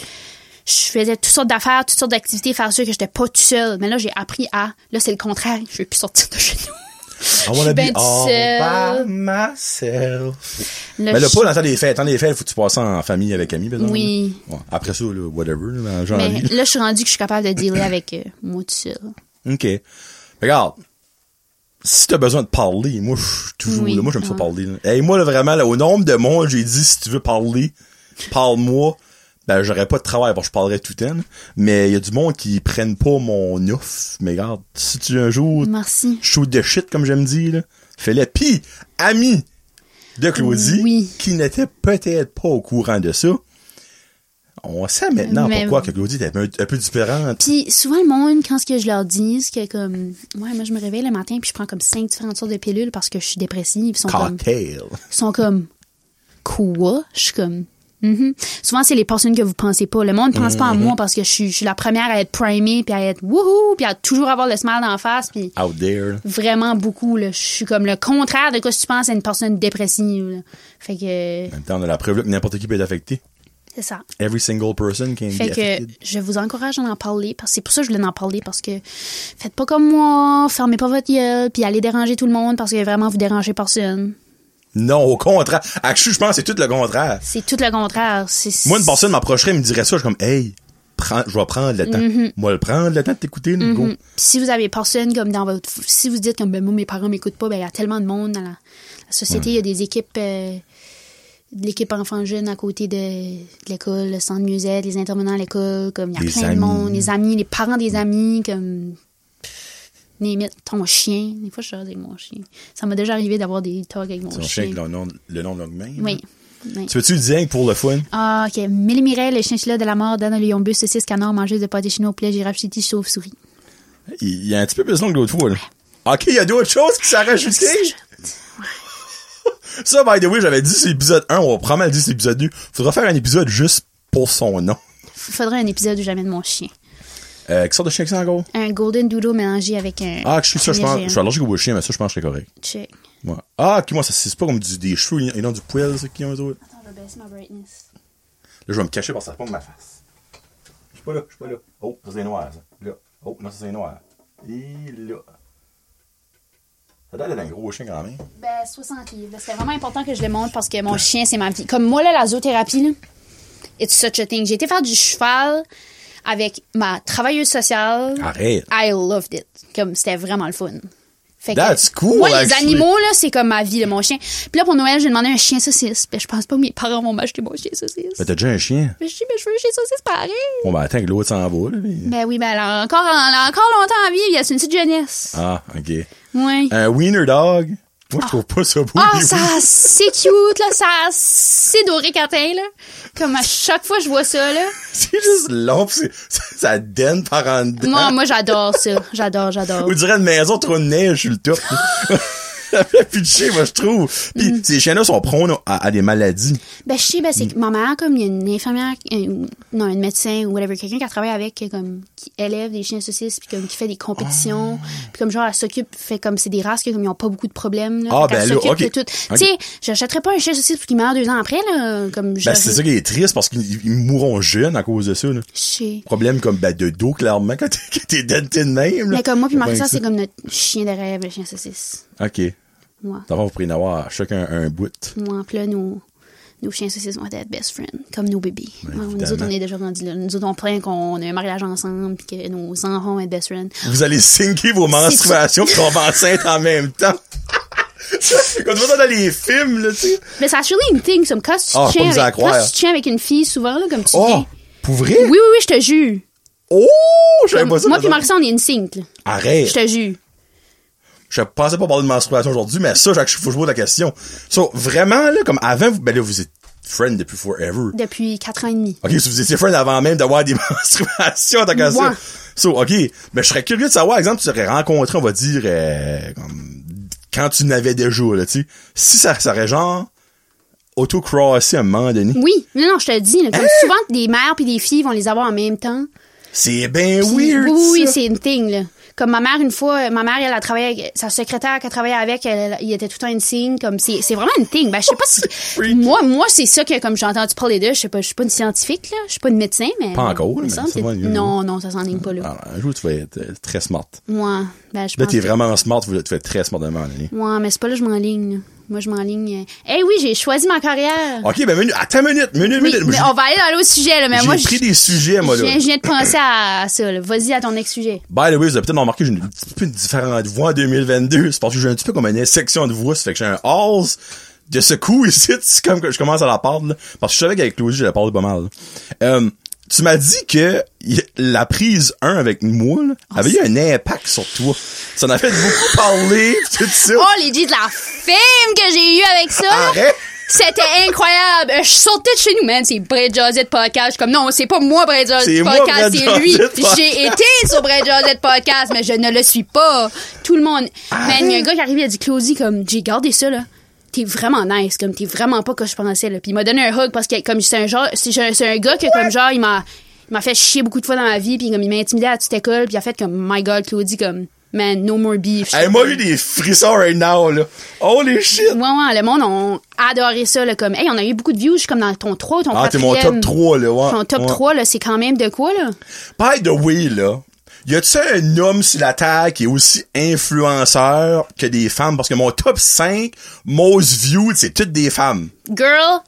C: je faisais toutes sortes d'affaires, toutes sortes d'activités, faire sûr que j'étais pas toute seule. Mais là, j'ai appris à, là, c'est le contraire, je veux plus sortir de chez nous.
A: I wanna
C: suis
A: be
C: ben tout
A: all
C: seul.
A: by myself.
C: Là,
A: Oh, bah. Mais Ben là,
C: je-
A: pas dans le temps des fêtes. Dans les fêtes, faut que tu passes ça en famille avec amis, par exemple,
C: Oui.
A: là. Ouais. Après ça, là, whatever, là, en janvier.
C: mais là, je suis rendue que je suis capable de dealer avec euh, moi tout seul.
A: OK. Regarde. Si t'as besoin de parler, moi, je suis toujours
C: Oui,
A: là. Moi, j'aime ça
C: ouais.
A: parler. là. Et moi, là, vraiment, là, au nombre de mois, j'ai dit, si tu veux parler, parle-moi. Ben, j'aurais pas de travail, bon, je parlerais tout le temps. là. Mais il y a du monde qui prennent pas mon offre. Mais regarde, si tu un jour,
C: Mm. Merci.
A: shoot de shit, comme j'aime dire, là, fais-le. Pis, ami de Claudie,
C: Oui.
A: qui n'était peut-être pas au courant de ça, on sait maintenant
C: Mais-
A: pourquoi que Claudie était un, un peu différente.
C: Puis souvent, le monde, quand ce que je leur dis, c'est que comme, ouais, moi, je me réveille le matin puis je prends comme cinq différentes sortes de pilules parce que je suis dépressive. Ils sont comme,
A: Cocktail.
C: ils sont comme, quoi? Je suis comme, Mhm. Souvent, c'est les personnes que vous pensez pas. Le monde pense pas
A: Mm-hmm.
C: à moi parce que je suis, je suis la première à être primée puis à être wouhou puis à toujours avoir le smile d'en face puis
A: Out there. là.
C: vraiment beaucoup, là. Je suis comme le contraire de quoi tu penses à une personne dépressive, là. Fait que,
A: En même temps, on a la preuve là que n'importe qui peut être affecté.
C: c'est ça.
A: Every single person can
C: Fait
A: be
C: que
A: affected.
C: je vous encourage à en parler parce que c'est pour ça que je voulais en parler parce que faites pas comme moi, fermez pas votre gueule puis allez déranger tout le monde parce que vraiment vous dérangez personne.
A: Non, au contraire. Actually, je pense que c'est tout le contraire.
C: C'est tout le contraire. C'est
A: Moi, une personne m'approcherait et me dirait ça, je suis comme, hey, prends, je vais prendre le temps.
C: Mm-hmm.
A: Moi, le prendre le temps de t'écouter, nous,
C: Mm.
A: go.
C: Puis si vous avez personne comme dans votre si vous dites comme ben moi mes parents m'écoutent pas ben il y a tellement de monde dans la, la société, il y a des équipes, euh, de l'équipe enfant jeune à côté de, de l'école, le centre musette, les intervenants à l'école, comme il y a
A: Les
C: plein
A: amis.
C: de monde, les amis, les parents des amis, comme limite ton chien. Des fois, je sors avec mon chien. Ça m'a déjà arrivé d'avoir des talks avec mon
A: Son chien
C: chien.
A: avec le nom, le nom de l'homme.
C: oui. oui.
A: Tu veux-tu le dire pour le fun?
C: Ah, ok. Mille Mireille, le chinchilla de la mort, Dan le lion bleu, saucisse, canard, mangeuse de pâté chino, plaie, girafe, chiti, chauve-souris.
A: Il il y a un petit peu plus long que l'autre fois, là. OK, il y a d'autres choses qui s'arrêtent
C: s'ajoute.
A: Ça, by the way, j'avais dit c'est l'épisode 1, on va probablement dire c'est l'épisode 2. Faudra faire un épisode juste pour son nom.
C: Faudrait un épisode où j'amène mon chien.
A: Euh, quelle sorte de chien que c'est encore?
C: Un golden doodle mélangé avec un.
A: Ah, je suis ça, je pense. Je suis
C: suis
A: allergique au chien, mais ça, je pense que c'est correct.
C: Check.
A: Ouais. Ah, ok, moi, ça, c'est pas comme du, des cheveux et non du poil, ça, qui ont eux autres.
C: Attends, je vais baisser ma brightness.
A: Là, je vais me cacher parce que ça pompe ma face. Je suis pas là, je suis pas là. Oh, ça c'est noir, ça. Là. Oh, non, ça c'est noir. Et là. Ça doit être un gros chien quand même.
C: Ben, 60 livres. C'était vraiment important que je le montre parce que mon chien, c'est ma vie. Comme moi, là, la zoothérapie, là, it's such a thing. J'ai été faire du cheval avec ma travailleuse sociale.
A: Arrête.
C: I loved it. Comme, c'était vraiment le fun. Fait
A: That's cool,
C: Moi, les
A: actually.
C: animaux, là, c'est comme ma vie, là, mon chien. Puis là, pour Noël, j'ai demandé un chien saucisse. Ben, je pense pas que mes parents vont m'acheter mon chien saucisse.
A: Ben, t'as déjà un chien.
C: Mais je dis, mais je veux un chien saucisse pareil.
A: Bon, ben, attends que l'autre s'en va, là. puis-
C: Ben oui, ben alors, encore, elle a encore longtemps à vivre. elle, C'est une petite jeunesse.
A: Ah, Euh, ok.
C: Ouais.
A: Un wiener dog. Moi, je trouve pas ça beau.
C: Ah,
A: les
C: ça, c'est cute, là. Ça, c'est doré catin, là. Comme à chaque fois que je vois ça, là.
A: C'est juste long, pis c'est- ça, ça denne par en dedans.
C: Moi, moi, j'adore ça. J'adore, j'adore.
A: On dirait une maison trop de neige sur le top. Ça fait plus de chien, moi, je trouve. Puis
C: Mm.
A: ces chiens-là sont prônes à, à des maladies.
C: Ben, je sais, ben, c'est que
A: Hmm.
C: ma mère, comme, il y a une infirmière, euh, non, une médecin ou whatever, quelqu'un qui a travaillé avec, qui est comme, qui élève des chiens saucisses, puis comme, qui fait des
A: Ah.
C: compétitions, puis comme, genre, elle s'occupe, fait comme, c'est des races, que, comme, ils ont pas beaucoup de problèmes, là.
A: Ah,
C: Fait qu'elle
A: ben là,
C: s'occupe
A: ok.
C: de tout. Tu sais, j'achèterais pas un chien saucisse pour qu'il meure deux ans après, là, comme, je.
A: Ben, c'est ça qui est triste parce qu'ils ils mourront jeunes à cause de ça. Là.
C: Je sais.
A: Problème comme ben, de dos, clairement, quand t'es- quand t'es denté de même. Là.
C: Mais comme moi, puis
A: Ben,
C: Marissa, c'est comme notre chien de rêve, le chien saucisse.
A: OK.
C: Moi.
A: D'abord, vous pourrez en avoir chacun un bout.
C: Moi, puis là, nos, nos chiens saucisses vont être best friends, comme nos bébés. Ouais, nous
A: Ben, évidemment.
C: autres, on est déjà rendus là. Nous autres, on plaint qu'on a un mariage ensemble, puis que nos enfants vont être best friends.
A: Vous allez sinker vos menstruations pis tomber enceinte en même temps. Quand tu vois ça dans les films, là, tu sais.
C: Mais ça a surely une thing, comme quand tu
A: Ah,
C: te tiens
A: pas mis à
C: avec,
A: croire.
C: quand tu te tiens avec une fille, souvent, là, comme tu
A: Oh!
C: viens-
A: Pour vrai?
C: Oui, oui, oui, je te jure.
A: Oh! J'avais pas ça.
C: Moi,
A: dans
C: puis
A: un-
C: Marissa, on est une sync, là. Je
A: Arrête.
C: te jure.
A: Je pensais pas parler de menstruation aujourd'hui, mais ça, Jacques, faut que je pose la question. So, vraiment, là, comme avant, vous, ben là, vous êtes friend depuis forever.
C: Depuis 4 ans et demi.
A: OK, si vous étiez friend avant même d'avoir des menstruations, t'as qu'à ça.
C: Ouais.
A: So, OK. Mais je serais curieux de savoir, exemple, tu serais rencontré, on va dire, euh, comme, quand tu n'avais déjà, là, tu sais. Si ça, ça aurait genre, autocrossé à un moment donné.
C: Oui, non, non, je te le dis, là, comme
A: Hein?
C: souvent, des mères puis des filles vont les avoir en même temps.
A: C'est ben
C: Puis,
A: weird.
C: Oui, oui,
A: ça.
C: c'est une thing, là. Comme ma mère, une fois, euh, ma mère, elle a travaillé avec, sa secrétaire qu'elle travaillait avec, elle, elle- il était tout le temps une signe. Comme, c'est, c'est vraiment une thing. Ben, je sais pas
A: freaky.
C: si, moi, moi, c'est ça que, comme j'ai entendu parler d'eux, je sais pas, je suis pas une scientifique, là. Je suis pas une médecin, mais.
A: Pas encore,
C: il me
A: mais
C: semble
A: ça
C: que-
A: va mieux.
C: Non, non, ça s'enligne pas, là.
A: Alors, Ah, un jour, tu vas être euh, très smart.
C: Moi, ben, je
A: Là,
C: pense.
A: t'es
C: que-
A: vraiment smart, tu vas être très smart à un moment donné.
C: Moi, mais c'est pas là, que je m'enligne, là. Moi, je m'enligne. Eh hey, oui, j'ai choisi ma carrière.
A: OK, ben, menu, attends une minute, minute,
C: Mm. Oui,
A: minute.
C: mais
A: J'ai-
C: on va aller dans l'autre sujet, là. Mais Ben, moi,
A: J'ai pris
C: je,
A: des sujets, moi,
C: je
A: là.
C: viens, je viens de penser à ça, là. Vas-y à ton next sujet.
A: By the way, vous avez peut-être remarqué, j'ai une un petit peu une différente voix en 2022. C'est parce que j'ai un petit peu comme une section de voix, ça fait que j'ai un hausse de ce coup ici. C'est comme que je commence à la parler, là. Parce que je savais qu'avec Claudie, je la parle pas mal. là. Euh, tu m'as dit que y- la prise 1 avec moi là,
C: Oh,
A: avait eu un impact sur toi. Ça en a fait beaucoup parler, pis tout ça.
C: Oh, les de la fame que j'ai eue avec ça, là.
A: Arrête!
C: C'était incroyable. Je suis sortie de chez nous, man. C'est Brad Josette Podcast. Je suis comme, non, c'est pas moi, Brad
A: C'est
C: Josette
A: moi, Brad
C: Podcast, c'est lui.
A: Josette Podcast.
C: J'ai été sur Brad Josette Podcast, mais je ne le suis pas. Tout le monde. Man, il y a un gars qui arrive, il a dit, Claudie, comme, j'ai gardé ça, là. T'es vraiment nice, comme, t'es vraiment pas que je pensais, là. Puis il m'a donné un hug parce que, comme, c'est un genre, c'est un, c'est un gars que, comme, genre, il m'a, il m'a fait chier beaucoup de fois dans ma vie, puis comme, il m'a intimidé à la petite école, puis il a fait comme, my god, Claudie, comme, man, no more beef.
A: Hey, moi, j'ai des frissons right now, là. Holy shit!
C: Ouais, ouais, le monde ont adoré ça, là, comme, hey, on a eu beaucoup de views, je suis comme dans ton 3 ou ton 4
A: Ah, t'es mon top 3, là, ouais.
C: Ton top
A: Ouais.
C: 3, là, c'est quand même de quoi, là?
A: By the way, là, y a-tu un homme sur la Terre qui est aussi influenceur que des femmes? Parce que mon top 5 most viewed, c'est toutes des femmes.
C: Girl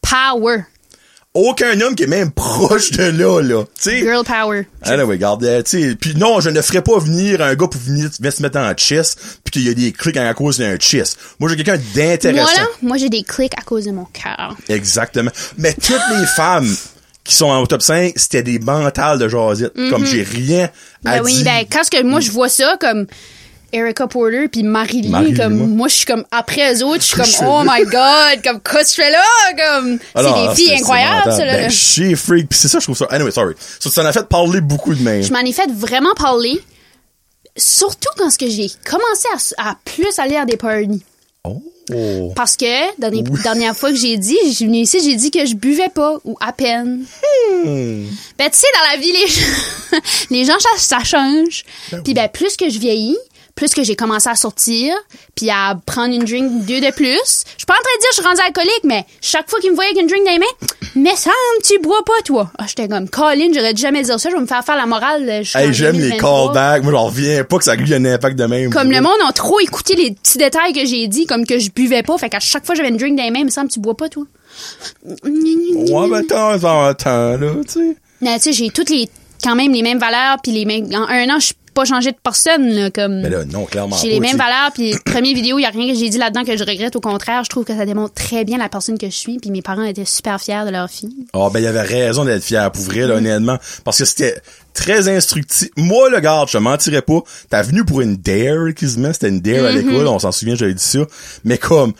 C: power.
A: aucun homme qui est même proche de là, là. Tu sais.
C: Girl power.
A: Ah non, regarde, euh, tu sais, puis non, je ne ferais pas venir un gars pour venir venir se mettre en chiss, puis qu'il y a des clics à cause d'un chiss. Moi, j'ai quelqu'un d'intéressant.
C: Moi, là, moi, j'ai des clics à cause de mon
A: Ah,
C: cœur.
A: Exactement. Mais toutes les femmes qui sont en top 5, c'était des mentales de jasette. Comme j'ai rien à
C: Mhm. Ben oui,
A: dire.
C: ben, quand ce que
A: Mm.
C: moi, je vois ça comme Erica Porter puis Marie-Lee,
A: Marie-Lee,
C: comme,
A: moi.
C: moi, je suis comme, après eux autres, je suis
A: Je sais.
C: comme, oh my god, comme, qu'est-ce que je fais là? Comme, c'est
A: Alors,
C: des filles
A: Ah c'est
C: incroyables,
A: mental.
C: ça, là.
A: Ben, chier, freak. Puis c'est ça, je trouve ça. Anyway, sorry. Ça, ça en a fait parler beaucoup de même.
C: je m'en ai fait vraiment parler, surtout quand ce que j'ai commencé à s- à, plus aller à des parties.
A: Oh.
C: Parce que, dans les
A: Oui.
C: dernières fois que j'ai dit, je suis venue ici, j'ai dit que je buvais pas, ou à peine.
A: Hmm.
C: Ben, tu sais, dans la vie, les gens, les gens ça, ça change. Puis, ben, plus que je vieillis, plus que j'ai commencé à sortir, puis à prendre une drink, deux de plus. Je suis pas en train de dire que je suis rendue alcoolique, mais chaque fois qu'ils me voyaient avec une drink dans les mains, mais Sam, tu bois pas, toi. Ah, j'étais comme, Colin, j'aurais dû jamais dire ça, je vais me faire faire la morale. euh, je suis en
A: Hey, j'aime les
C: 2023.
A: callbacks. Moi, j'en reviens pas que ça a eu un impact de même.
C: Comme le monde a trop écouté les petits détails que j'ai dit, comme que je buvais pas, fait qu'à chaque fois j'avais une drink dans les mains, il me semble tu bois pas toi.
A: Ouais, ben, de temps en temps, là, tu sais.
C: Mais tu sais, j'ai toutes les quand même les mêmes valeurs puis les mêmes en un an, je suis pas changé de personne là comme
A: Mais Ben là, non, clairement. pas,
C: j'ai les
A: tu sais.
C: mêmes valeurs puis première vidéo, il y a rien que j'ai dit là-dedans que je regrette, au contraire, je trouve que ça démontre très bien la personne que je suis puis mes parents étaient super fiers de leur fille.
A: Ah ben il avait raison d'être fier pour
C: Mm.
A: vrai là, honnêtement parce que c'était très instructif. Moi le garde, je te mentirais pas, t'as venu pour une dare qui se met, c'était une
C: Mm-hmm.
A: dare à l'école, on s'en souvient, j'avais dit ça, mais comme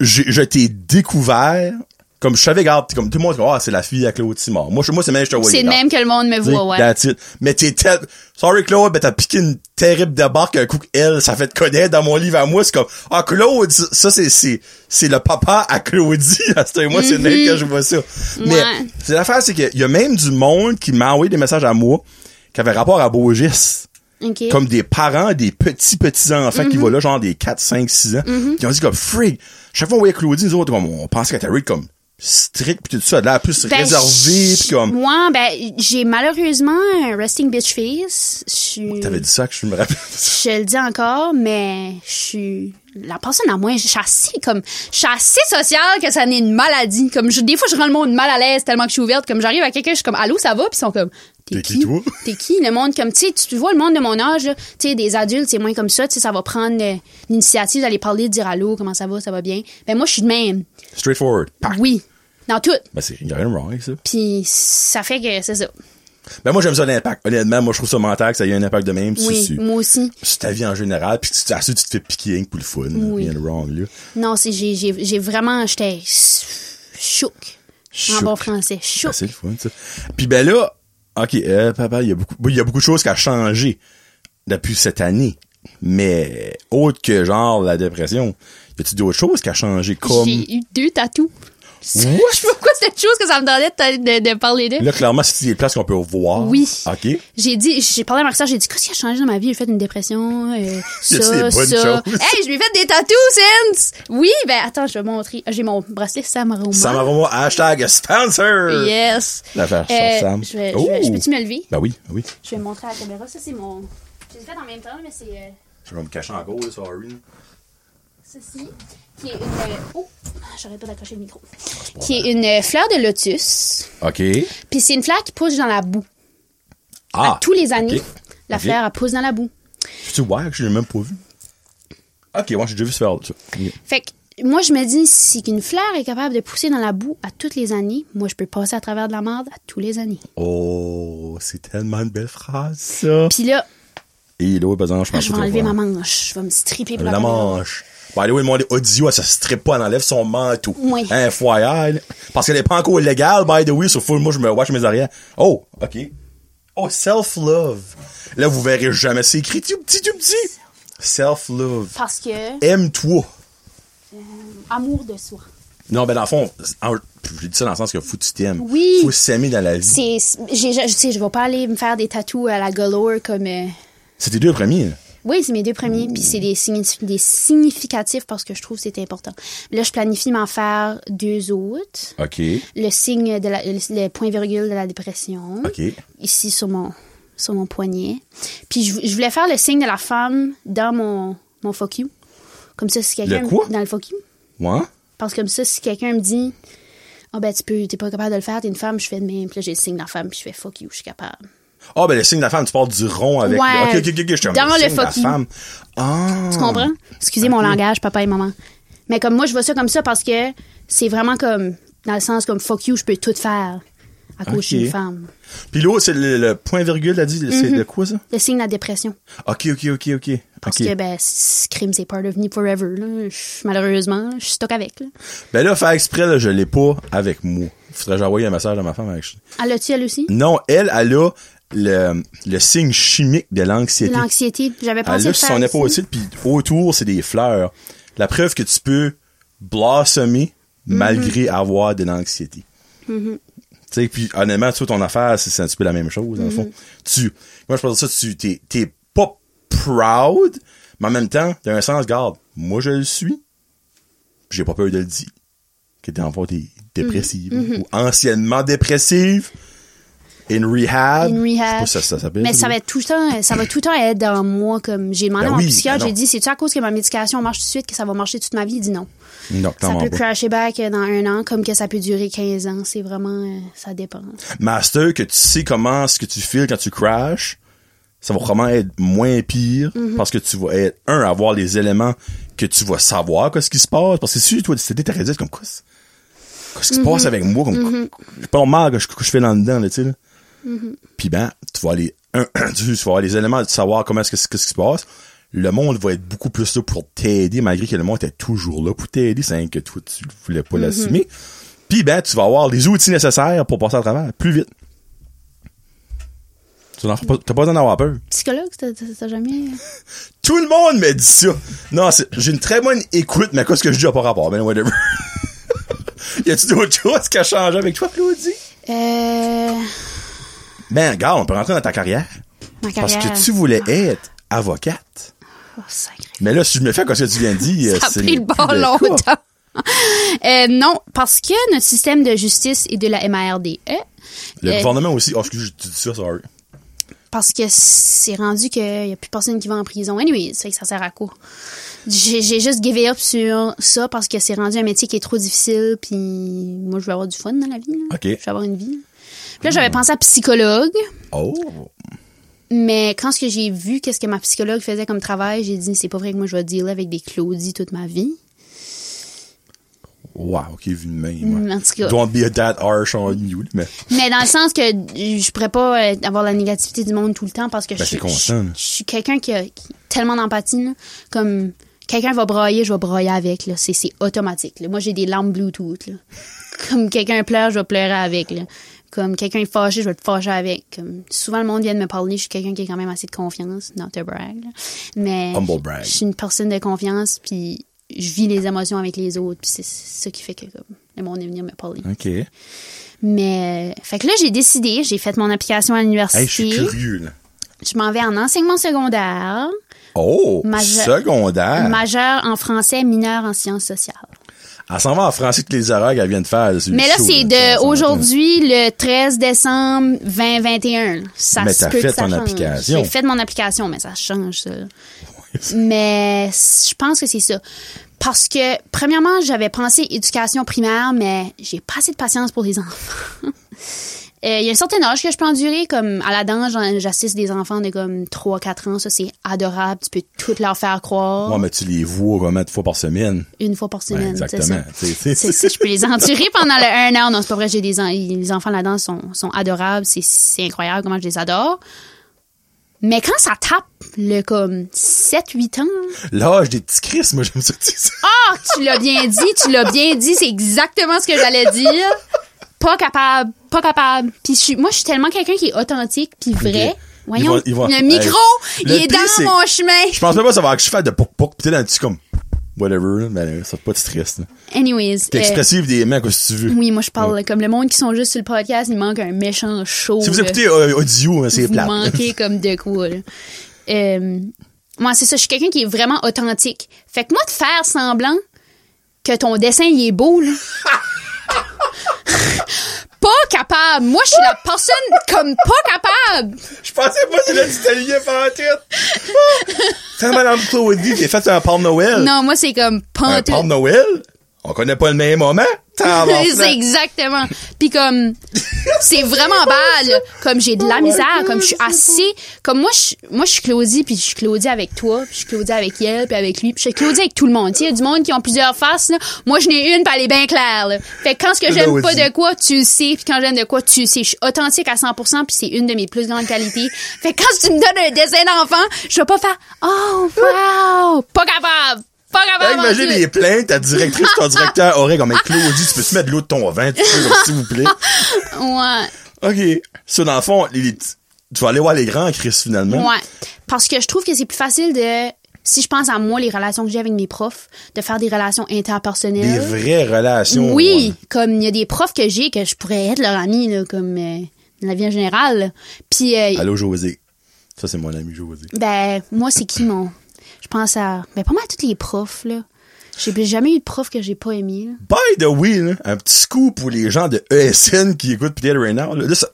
A: j'ai- je t'ai découvert comme je savais garde, t'es comme tout le monde dit, ah c'est la fille à Claude Simard. Moi je moi c'est même je te voyais.
C: C'est de
A: garde.
C: même que le monde me
A: Tu sais,
C: voit, ouais.
A: that's it. Mais t'es tel... Sorry, Claude, mais t'as piqué une terrible débarque un coup que elle, ça fait te connaître dans mon livre à moi. C'est comme, ah, Claude, ça, c'est, c'est, c'est le papa à Claudie. À ce- moi, c'est même que je vois ça. Mais, c'est l'affaire, c'est qu'il y a même du monde qui m'a envoyé des messages à moi qui avaient rapport à Beaugis.
C: OK. Mhm.
A: Comme des parents, des petits, petits enfants qui vont là, genre des 4, 5, 6 ans, qui ont dit comme, freak, chaque fois on voyait Claudie, nous autres, on, on pensait qu'elle était really comme strict pis tout ça, elle a l'air plus
C: Ben,
A: réservée
C: j-
A: pis comme,
C: Moi, ben, j'ai malheureusement un resting bitch face. Je suis-
A: t'avais dit ça que je me rappelle.
C: Je le dis encore, mais je suis la personne à moins. Je suis assez, comme, je suis assez sociale que ça n'est une maladie. Comme, je, des fois, je rends le monde mal à l'aise tellement que je suis ouverte. Comme, j'arrive à quelqu'un, je suis comme, allô, ça va? Puis ils sont comme,
A: T'es
C: t'es
A: qui,
C: qui?
A: toi?
C: T'es qui? Le monde, comme, tu sais, tu vois, le monde de mon âge, là, tu sais, des adultes, c'est moins comme ça. Tu sais, ça va prendre euh, l'initiative d'aller parler, de dire allô, comment ça va, ça va bien. Ben, moi, je suis de même.
A: Straightforward. Pac.
C: Oui. Dans tout.
A: Ben, c'est, y a rien de wrong avec ça.
C: Puis, ça fait que c'est ça.
A: Ben, moi, j'aime ça l'impact. Honnêtement, moi, je trouve ça mental que ça ait un impact de même. sur-
C: Oui,
A: sur,
C: moi aussi.
A: sur ta vie en général, puis tu, à ça, tu te fais piquer rien que pour le fun. là.
C: Oui.
A: Rien de wrong, là.
C: Non, c'est j'ai j'ai j'ai vraiment j'étais chouk. En
A: Chouk.
C: bon français,
A: Ben,
C: chouk.
A: c'est le fun, ça. Puis ben là, OK, euh, papa, il y, a beaucoup, il y a beaucoup de choses qui a changé depuis cette année. Mais autre que genre la dépression, y a-tu d'autres choses qui a changé comme...
C: J'ai eu deux tatous. Je sais pas pourquoi c'est quelque chose que ça me donnait de, de- de parler d'eux.
A: Là, clairement, c'est des places qu'on peut voir.
C: Oui.
A: OK. Y
C: J'ai dit, j'ai parlé à ma soeur, j'ai dit, qu'est-ce qui a changé dans ma vie? J'ai fait une dépression, euh,
A: Y a-t-il des
C: ça,
A: bonnes
C: ça.
A: choses?
C: Hey, je lui ai fait des tatous, since! Oui, ben, attends, je vais montrer. J'ai mon bracelet Samaroma.
A: Ça m'a vraiment hashtag sponsor.
C: Yes.
A: L'affaire sur
C: Euh,
A: Sam.
C: Je, vais- je
A: Oh.
C: vais- je peux-tu me lever?
A: Ben oui, ben oui.
C: Je vais le montrer à la caméra. Ça, c'est mon. Je l'ai fait en même temps, mais c'est euh,
A: Je vais me cacher en gros, là, sorry. là.
C: ceci, qui est une. euh, Oh, j'arrête pas d'accrocher le micro. Qui est une euh, fleur de lotus.
A: OK.
C: Puis c'est une fleur qui pousse dans la boue.
A: Ah!
C: Tous les années,
A: ok.
C: la
A: Ok.
C: fleur, elle pousse dans la boue.
A: Tu vois que je l'ai même pas vu. Ok, moi j'ai déjà vu ce faire ça. Ok.
C: Fait que moi, je me dis, si une fleur est capable de pousser dans la boue à toutes les années, moi, je peux passer à travers de la merde à tous les années.
A: Oh, c'est tellement une belle phrase, ça.
C: Puis là,
A: Et là, par exemple, Ah, je pense
C: Ah, je vais
A: que
C: enlever
A: tu vas
C: ma
A: voir.
C: manche. Je vais me stripper pour la,
A: La
C: caméra.
A: manche. Bah, allez, oui, mon audio, elle se strippe pas, elle enlève son manteau.
C: Oui.
A: Un foyer, là. Parce qu'elle est pas encore légale, by the way, sur full, moi, je me watch mes arrières. Oh, ok. Oh, self-love. Là, vous verrez jamais, c'est écrit tout petit, tout petit. Self-love.
C: Parce que,
A: Aime-toi.
C: amour de soi.
A: Non, ben dans le fond, en- je dis ça dans le sens que faut que tu t'aimes.
C: Oui.
A: Faut s'aimer dans la vie.
C: C'est, j'ai- je, je sais, je vais pas aller me faire des tatous à la galore comme. euh,
A: C'est tes deux premiers. là.
C: Oui, c'est mes deux premiers, puis c'est des, signifi- des significatifs parce que je trouve que c'est important. Là, je planifie m'en faire deux autres.
A: OK.
C: le signe de la, le, le point virgule de la dépression
A: OK.
C: ici sur mon sur mon poignet puis je, vou- je voulais faire le signe de la femme dans mon mon fuck you comme ça si quelqu'un
A: Le quoi?
C: dans le fuck you
A: Moi?
C: parce que comme ça si quelqu'un me dit Ah, ben, tu peux, t'es pas capable de le faire, t'es une femme, je fais de même. Puis là, j'ai le signe de la femme, puis je fais fuck you, je suis capable.
A: Ah, ben, le signe de la femme, tu parles du rond avec.
C: Ouais,
A: Ok, ok, ok, ok, je suis comme,
C: dans le
A: signe de la
C: fuck you.
A: femme. Ah.
C: Tu comprends? Excusez mon langage, papa et maman. Mais comme moi, je vois ça comme ça parce que c'est vraiment comme, dans le sens comme fuck you, je peux tout faire à cause que je suis
A: Ok.
C: une femme.
A: Puis l'autre, c'est le, le point virgule, t'as dit,
C: Mhm.
A: c'est de quoi ça?
C: Le signe de la dépression.
A: Ok, ok, ok, ok.
C: Parce
A: Ok.
C: que, ben, c- crime, c'est part of me forever, là. Je- Malheureusement, je suis stock avec, là.
A: Ben là, faire exprès, là, je l'ai pas avec moi. Faudrait que j'envoie un message à ma femme avec.
C: Ah, l'as-tu, elle aussi?
A: Non, elle, elle a le, le signe chimique de l'anxiété.
C: L'anxiété. J'avais
A: Elle
C: pensé
A: a
C: le
A: sur
C: faire.
A: son
C: aussi.
A: épaule puis autour, c'est des fleurs. La preuve que tu peux blossomer
C: Mhm.
A: malgré avoir de l'anxiété. Tu sais, puis honnêtement, toi, ton affaire, c'est c'est un petit peu la même chose, dans le
C: Mhm.
A: fond. Tu, moi, je pense que ça, tu, t'es, t'es pas proud, mais en même temps, t'as un sens, garde, moi, je le suis, puis j'ai pas peur de le dire. Que t'es encore t'es dépressive,
C: Mhm.
A: ou anciennement dépressive, in rehab.
C: In
A: Je sais pas
C: rehab.
A: si ça, ça s'appelle.
C: Mais ça
A: là.
C: va être tout le temps, ça va tout le temps être dans moi, comme j'ai demandé
A: Ben
C: à mon
A: oui,
C: psychiatre,
A: ben non.
C: j'ai dit, c'est-tu à cause que ma médication marche tout de suite que ça va marcher toute ma vie? Il dit non.
A: Non,
C: Ça
A: clairement
C: peut
A: pas.
C: crasher back dans un an, comme que ça peut durer 15 ans. C'est vraiment, euh, ça dépend.
A: master que tu sais comment ce que tu files quand tu crashes, ça va vraiment être moins pire parce que tu vas être un avoir les éléments que tu vas savoir qu'est-ce qui se passe parce que si toi tu t'étais t'aurais dit comme quoi c'est- qu'est-ce qui se passe avec moi comme c'est pas normal que je, que je fais dans dedans là, tu sais là. Puis ben tu vas aller un, tu vas avoir les éléments de savoir comment est-ce que qu'est-ce qui se passe. Le monde va être beaucoup plus là pour t'aider malgré que le monde était toujours là pour t'aider, c'est rien que toi tu voulais pas l'assumer. Puis ben, tu vas avoir les outils nécessaires pour passer à travers plus vite. Tu n'en- T'as pas t'as pas besoin d'avoir peur.
C: Psychologue, t'as- t'as t'as jamais.
A: Tout le monde me dit ça. Non, c'est- j'ai une très bonne écoute, mais qu'est-ce que je dis à pas rapport? Ben, whatever. y a-tu d'autres choses qui a changé avec toi, Claudie?
C: Euh,
A: Ben, regarde, on peut rentrer dans ta carrière.
C: ma
A: Parce
C: carrière.
A: que tu voulais être avocate.
C: Oh, sacré.
A: Mais là, si je me fais comme ce que tu viens de dire, euh,
C: Ça a
A: c'est
C: pris le bord
A: plus le cas.
C: longtemps. Euh, non, parce que notre système de justice et de la MRDE,
A: Le
C: Euh,
A: gouvernement aussi. Oh, excuse, tu dis ça, sorry.
C: parce que c'est rendu qu'il n'y a plus personne qui va en prison. Anyway, ça fait que ça sert à quoi? J'ai j'ai juste givé up sur ça parce que c'est rendu un métier qui est trop difficile, puis moi, je veux avoir du fun dans la vie. là.
A: OK.
C: Je veux avoir une vie. Puis là, j'avais pensé à psychologue,
A: Oh.
C: mais quand ce que j'ai vu qu'est-ce que ma psychologue faisait comme travail, j'ai dit, c'est pas vrai que moi, je vais dealer avec des Claudie toute ma vie.
A: Wow, OK, vu de même. ouais.
C: Mm, En tout cas.
A: Don't be that harsh on you, mais...
C: Mais dans le sens que je pourrais pas euh, avoir la négativité du monde tout le temps parce que
A: Ben,
C: je,
A: c'est
C: suis-
A: constant,
C: je-
A: là.
C: je suis quelqu'un qui a, qui a tellement d'empathie. là. Comme quelqu'un va brailler, je vais brailler avec. là. C'est c'est automatique. là. Moi, j'ai des lampes Bluetooth. là. Comme quelqu'un pleure, je vais pleurer avec. là. Comme quelqu'un est fâché, je vais te fâcher avec. Comme souvent, le monde vient de me parler. Je suis quelqu'un qui est quand même assez de confiance. Not a brag. là. Mais
A: Humble brag.
C: je suis une personne de confiance. Puis je vis les émotions avec les autres. Puis c'est c'est ça qui fait que comme, le monde est venu me parler.
A: OK. Hey,
C: Mais, euh, fait que là, j'ai décidé, j'ai fait mon application à l'université.
A: je suis curieux, là.
C: Je m'en vais en enseignement secondaire,
A: Oh,
C: Maje-
A: secondaire.
C: majeur en français, mineur en sciences sociales.
A: Elle s'en va en français toutes les erreurs qu'elle vient de faire.
C: Mais là,
A: chaud,
C: c'est
A: ça,
C: de
A: ça,
C: aujourd'hui, le 13 décembre 2021. Ça
A: Mais
C: se
A: t'as
C: peut
A: fait
C: que ça
A: ton
C: change.
A: application.
C: J'ai fait mon application, mais ça change, ça. mais je pense que c'est ça. Parce que, premièrement, j'avais pensé éducation primaire, mais j'ai pas assez de patience pour les enfants. Euh, Il y a un certain âge que je peux endurer, comme à la danse, j'en- j'assiste des enfants de comme 3-4 ans, ça c'est adorable, tu peux tout leur faire croire
A: Ouais, mais tu les vois combien de fois par semaine?
C: une fois par semaine.
A: Ouais,
C: c'est
A: exactement.
C: ça.
A: C'est- c'est-
C: C'est ça, je peux les endurer pendant le un an. Non, c'est pas vrai, j'ai des en- les enfants là-dedans sont, sont adorables, c'est- c'est incroyable comment je les adore. Mais quand ça tape le comme 7-8 ans,
A: L'âge des petits Chris, moi, j'aime ça que tu dis ça.
C: ah, tu l'as bien dit, tu l'as bien dit, c'est exactement ce que j'allais dire. Pas capable, pas capable. Puis je suis, moi, je suis tellement quelqu'un qui est authentique puis vrai.
A: Ok.
C: Voyons,
A: Il va- il va-
C: le micro,
A: Hey.
C: il
A: Le
C: est
A: pire, c'est-
C: dans mon chemin.
A: Je pense même pas savoir que je fais de poc poc, pis t'es dans le petit comme, whatever, là, mais euh, ça fait pas de stress, là.
C: Anyways.
A: T'es
C: euh,
A: expressive des mecs, si tu veux.
C: oui, moi, je parle comme le monde qui sont juste sur le podcast, il manque un méchant show.
A: Si vous
C: là.
A: écoutez euh, audio, hein, c'est
C: vous
A: plat.
C: manquez comme de quoi. là. Euh, moi, c'est ça. Je suis quelqu'un qui est vraiment authentique. Fait que moi, de faire semblant que ton dessin, il est beau, là. pas capable. Moi, je suis la personne comme pas capable.
A: Je pensais pas que c'était l'italien par tête. T'as madame Claudie, t'es fait un Père Noël.
C: Non, moi, c'est comme
A: Euh, Un
C: pantoute.
A: Père Noël? On connaît pas le même moment.
C: c'est exactement. Puis comme c'est vraiment bad, là. comme j'ai de la misère, comme je suis assez comme moi je moi je suis Claudie puis je suis Claudie avec toi, puis je suis Claudie avec elle puis avec lui, puis je suis Claudie avec tout le monde. Il y a du monde qui ont plusieurs faces là. Moi je n'ai une, puis elle est bien claire. là. Fait que quand ce que
A: Ben
C: j'aime
A: oui.
C: pas de quoi, tu le sais, puis quand j'aime de quoi, tu le sais. Je suis authentique à 100% puis c'est une de mes plus grandes qualités. Fait que quand tu me donnes un dessin d'enfant, je vais pas faire "Oh wow, pas capable." Pas
A: Hey,
C: capable. en
A: imagine
C: tout.
A: les plaintes, ta directrice, ton directeur aurait comme Hey, Claudie, tu peux-tu mettre de l'eau de ton vin, tu peux, comme, s'il vous plaît?
C: Ouais.
A: OK. Ça, dans le fond, les- les petits- tu vas aller voir les grands, Chris, finalement.
C: Ouais. Parce que je trouve que c'est plus facile de. Si je pense à moi, les relations que j'ai avec mes profs, de faire des relations
A: Des
C: interpersonnelles.
A: vraies relations.
C: oui, comme il y a des profs que j'ai que je pourrais être leur ami, là, comme euh, dans la vie en général. là. Puis, euh,
A: ouais. Allô, José. Ça, c'est mon ami José.
C: ben, moi, c'est qui mon. Je pense à. Ben, pas mal tous les profs, là. J'ai jamais eu de prof que j'ai pas aimé. là.
A: By the way, là, un petit scoop pour les gens de ESN qui écoutent peut-être right now. Là, là, ça,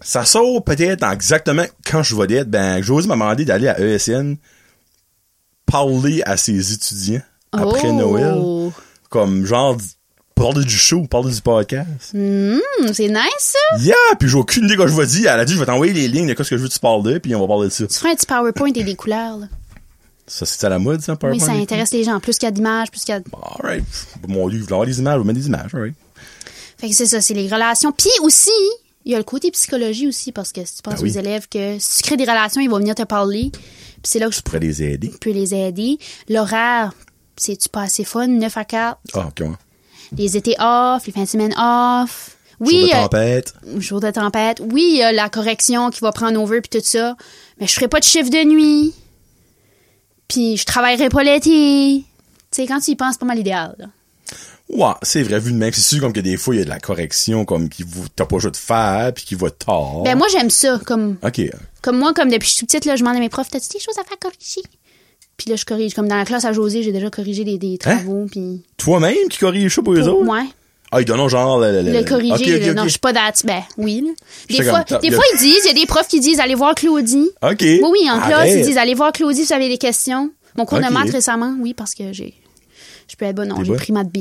A: ça sort peut-être en exactement quand je vais l'être. Ben, José m'a demandé d'aller à ESN parler à ses étudiants après
C: Oh!
A: Noël. Comme genre, parler du show, parler du podcast.
C: Hmm, c'est nice, ça.
A: Yeah! Puis j'ai aucune idée de quoi je vais dire. Elle a dit, je vais t'envoyer les lignes de quoi ce que je veux que tu parles de, puis on va parler de ça.
C: Tu feras un petit PowerPoint et des couleurs, là.
A: Ça, c'est à la mode, ça,
C: Oui,
A: PowerPoint?
C: ça intéresse les gens. Plus qu'il y a d'images, plus qu'il y a.
A: Alright. Mon dieu, je vais avoir des images, je vais mettre des images, alright.
C: Fait que c'est ça, c'est les relations. Puis aussi, il y a le côté psychologie aussi, parce que si tu penses
A: Ben oui.
C: aux élèves que si tu crées des relations, ils vont venir te parler. Puis c'est là que je
A: Pour les aider.
C: peux les aider. L'horaire, c'est-tu pas assez fun? 9 à 4,
A: Ah, comment?
C: les étés off, les fins de semaine off.
A: Jour
C: Oui,
A: de
C: euh,
A: tempête.
C: jour de tempête. Oui, il y a la correction qui va prendre over puis tout ça. Mais je ferai pas de chiffre de nuit. Puis je travaillerai pas l'été. Tu sais, quand tu y penses, c'est pas mal idéal. là.
A: Ouais, c'est vrai, vu de même. C'est sûr comme que des fois, il y a de la correction, comme qui vous t'as pas le choix de faire, puis qui va tard.
C: Ben moi, j'aime ça, comme
A: OK.
C: Comme moi, comme depuis que je suis petite, là, je demande à mes profs, t'as-tu des choses à faire corriger? Puis là, je corrige. Comme dans la classe à José, j'ai déjà corrigé des, des travaux, puis...
A: Toi-même qui corrige ça pour Hein? eux
C: Pour
A: autres?
C: moi,
A: Ah, ils donnent genre le,
C: le corriger,
A: OK, OK,
C: là,
A: OK.
C: non, je suis pas date. Ben, oui, là. Des
A: J'étais
C: fois,
A: comme,
C: des
A: le-
C: fois, ils disent, il y a des profs qui disent, allez voir Claudie.
A: OK.
C: Oui, oui, en classe,
A: Arrête.
C: ils disent, allez voir Claudie si vous avez des questions. Mon cours
A: Ok.
C: de maths récemment, oui, parce que j'ai... Je peux être bonne, non,
A: T'es
C: j'ai
A: bonne?
C: pris maths B.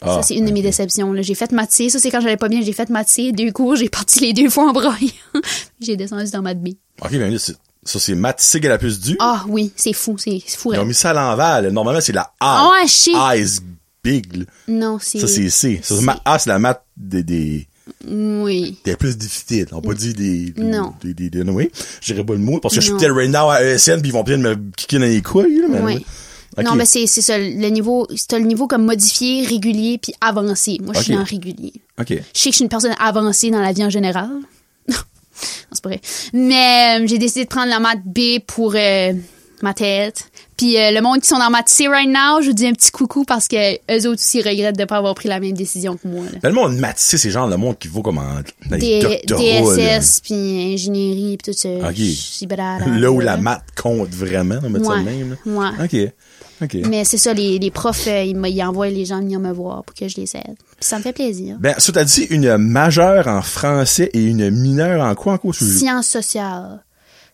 A: Ah,
C: ça, c'est une de mes déceptions. là. J'ai fait maths C. Ça, c'est quand j'allais pas bien. J'ai fait maths C, deux cours. J'ai parti les deux fois en braille. j'ai descendu dans maths B.
A: OK, ben, là, c'est- ça, c'est Matt Sig à la puce du.
C: Ah oui, c'est fou. C'est c'est fou.
A: Ils
C: raide.
A: ont mis ça à l'envers, là. Normalement, c'est la A.
C: Ah ouais, shit.
A: Eyes big, là.
C: Non, c'est...
A: Ça, c'est C. Ça, c'est ma- A, c'est la maths des, des,
C: Oui.
A: des plus difficiles. On peut dire des, des,
C: Mm. Non.
A: des, des, des- oui. Je dirais pas le mot parce que je suis
C: Non.
A: peut-être right now à ESN puis ils vont peut-être me kicker dans les couilles, là, mais.
C: Oui.
A: Ben Ok.
C: Non, mais c'est c'est ça. Le niveau, c'est le niveau comme modifié, régulier, puis avancé. Moi, je suis
A: Ok.
C: dans régulier.
A: OK.
C: Je sais que je suis une personne avancée dans la vie en général. non, c'est pas vrai. Mais euh, j'ai décidé de prendre la maths B pour euh, ma tête. Puis euh, le monde qui sont dans maths C right now, je vous dis un petit coucou parce que eux autres aussi regrettent de pas avoir pris la même décision que moi. là.
A: Mais le monde maths, c'est ces gens, le monde qui vaut comme en, dans les
C: D-
A: doctorats, là.
C: DSS, puis ingénierie, puis tout ça.
A: Ok.
C: Cyberara,
A: Là où la
C: là.
A: maths compte vraiment, on va mettre ça de
C: Ouais,
A: même, là. OK. OK.
C: Mais c'est ça, les, les profs, euh, ils, me- ils envoient les gens venir me voir pour que je les aide. Puis ça me fait plaisir.
A: Ben, ça t'as dit une majeure en français et une mineure en quoi, en quoi, tu
C: Sciences sociales.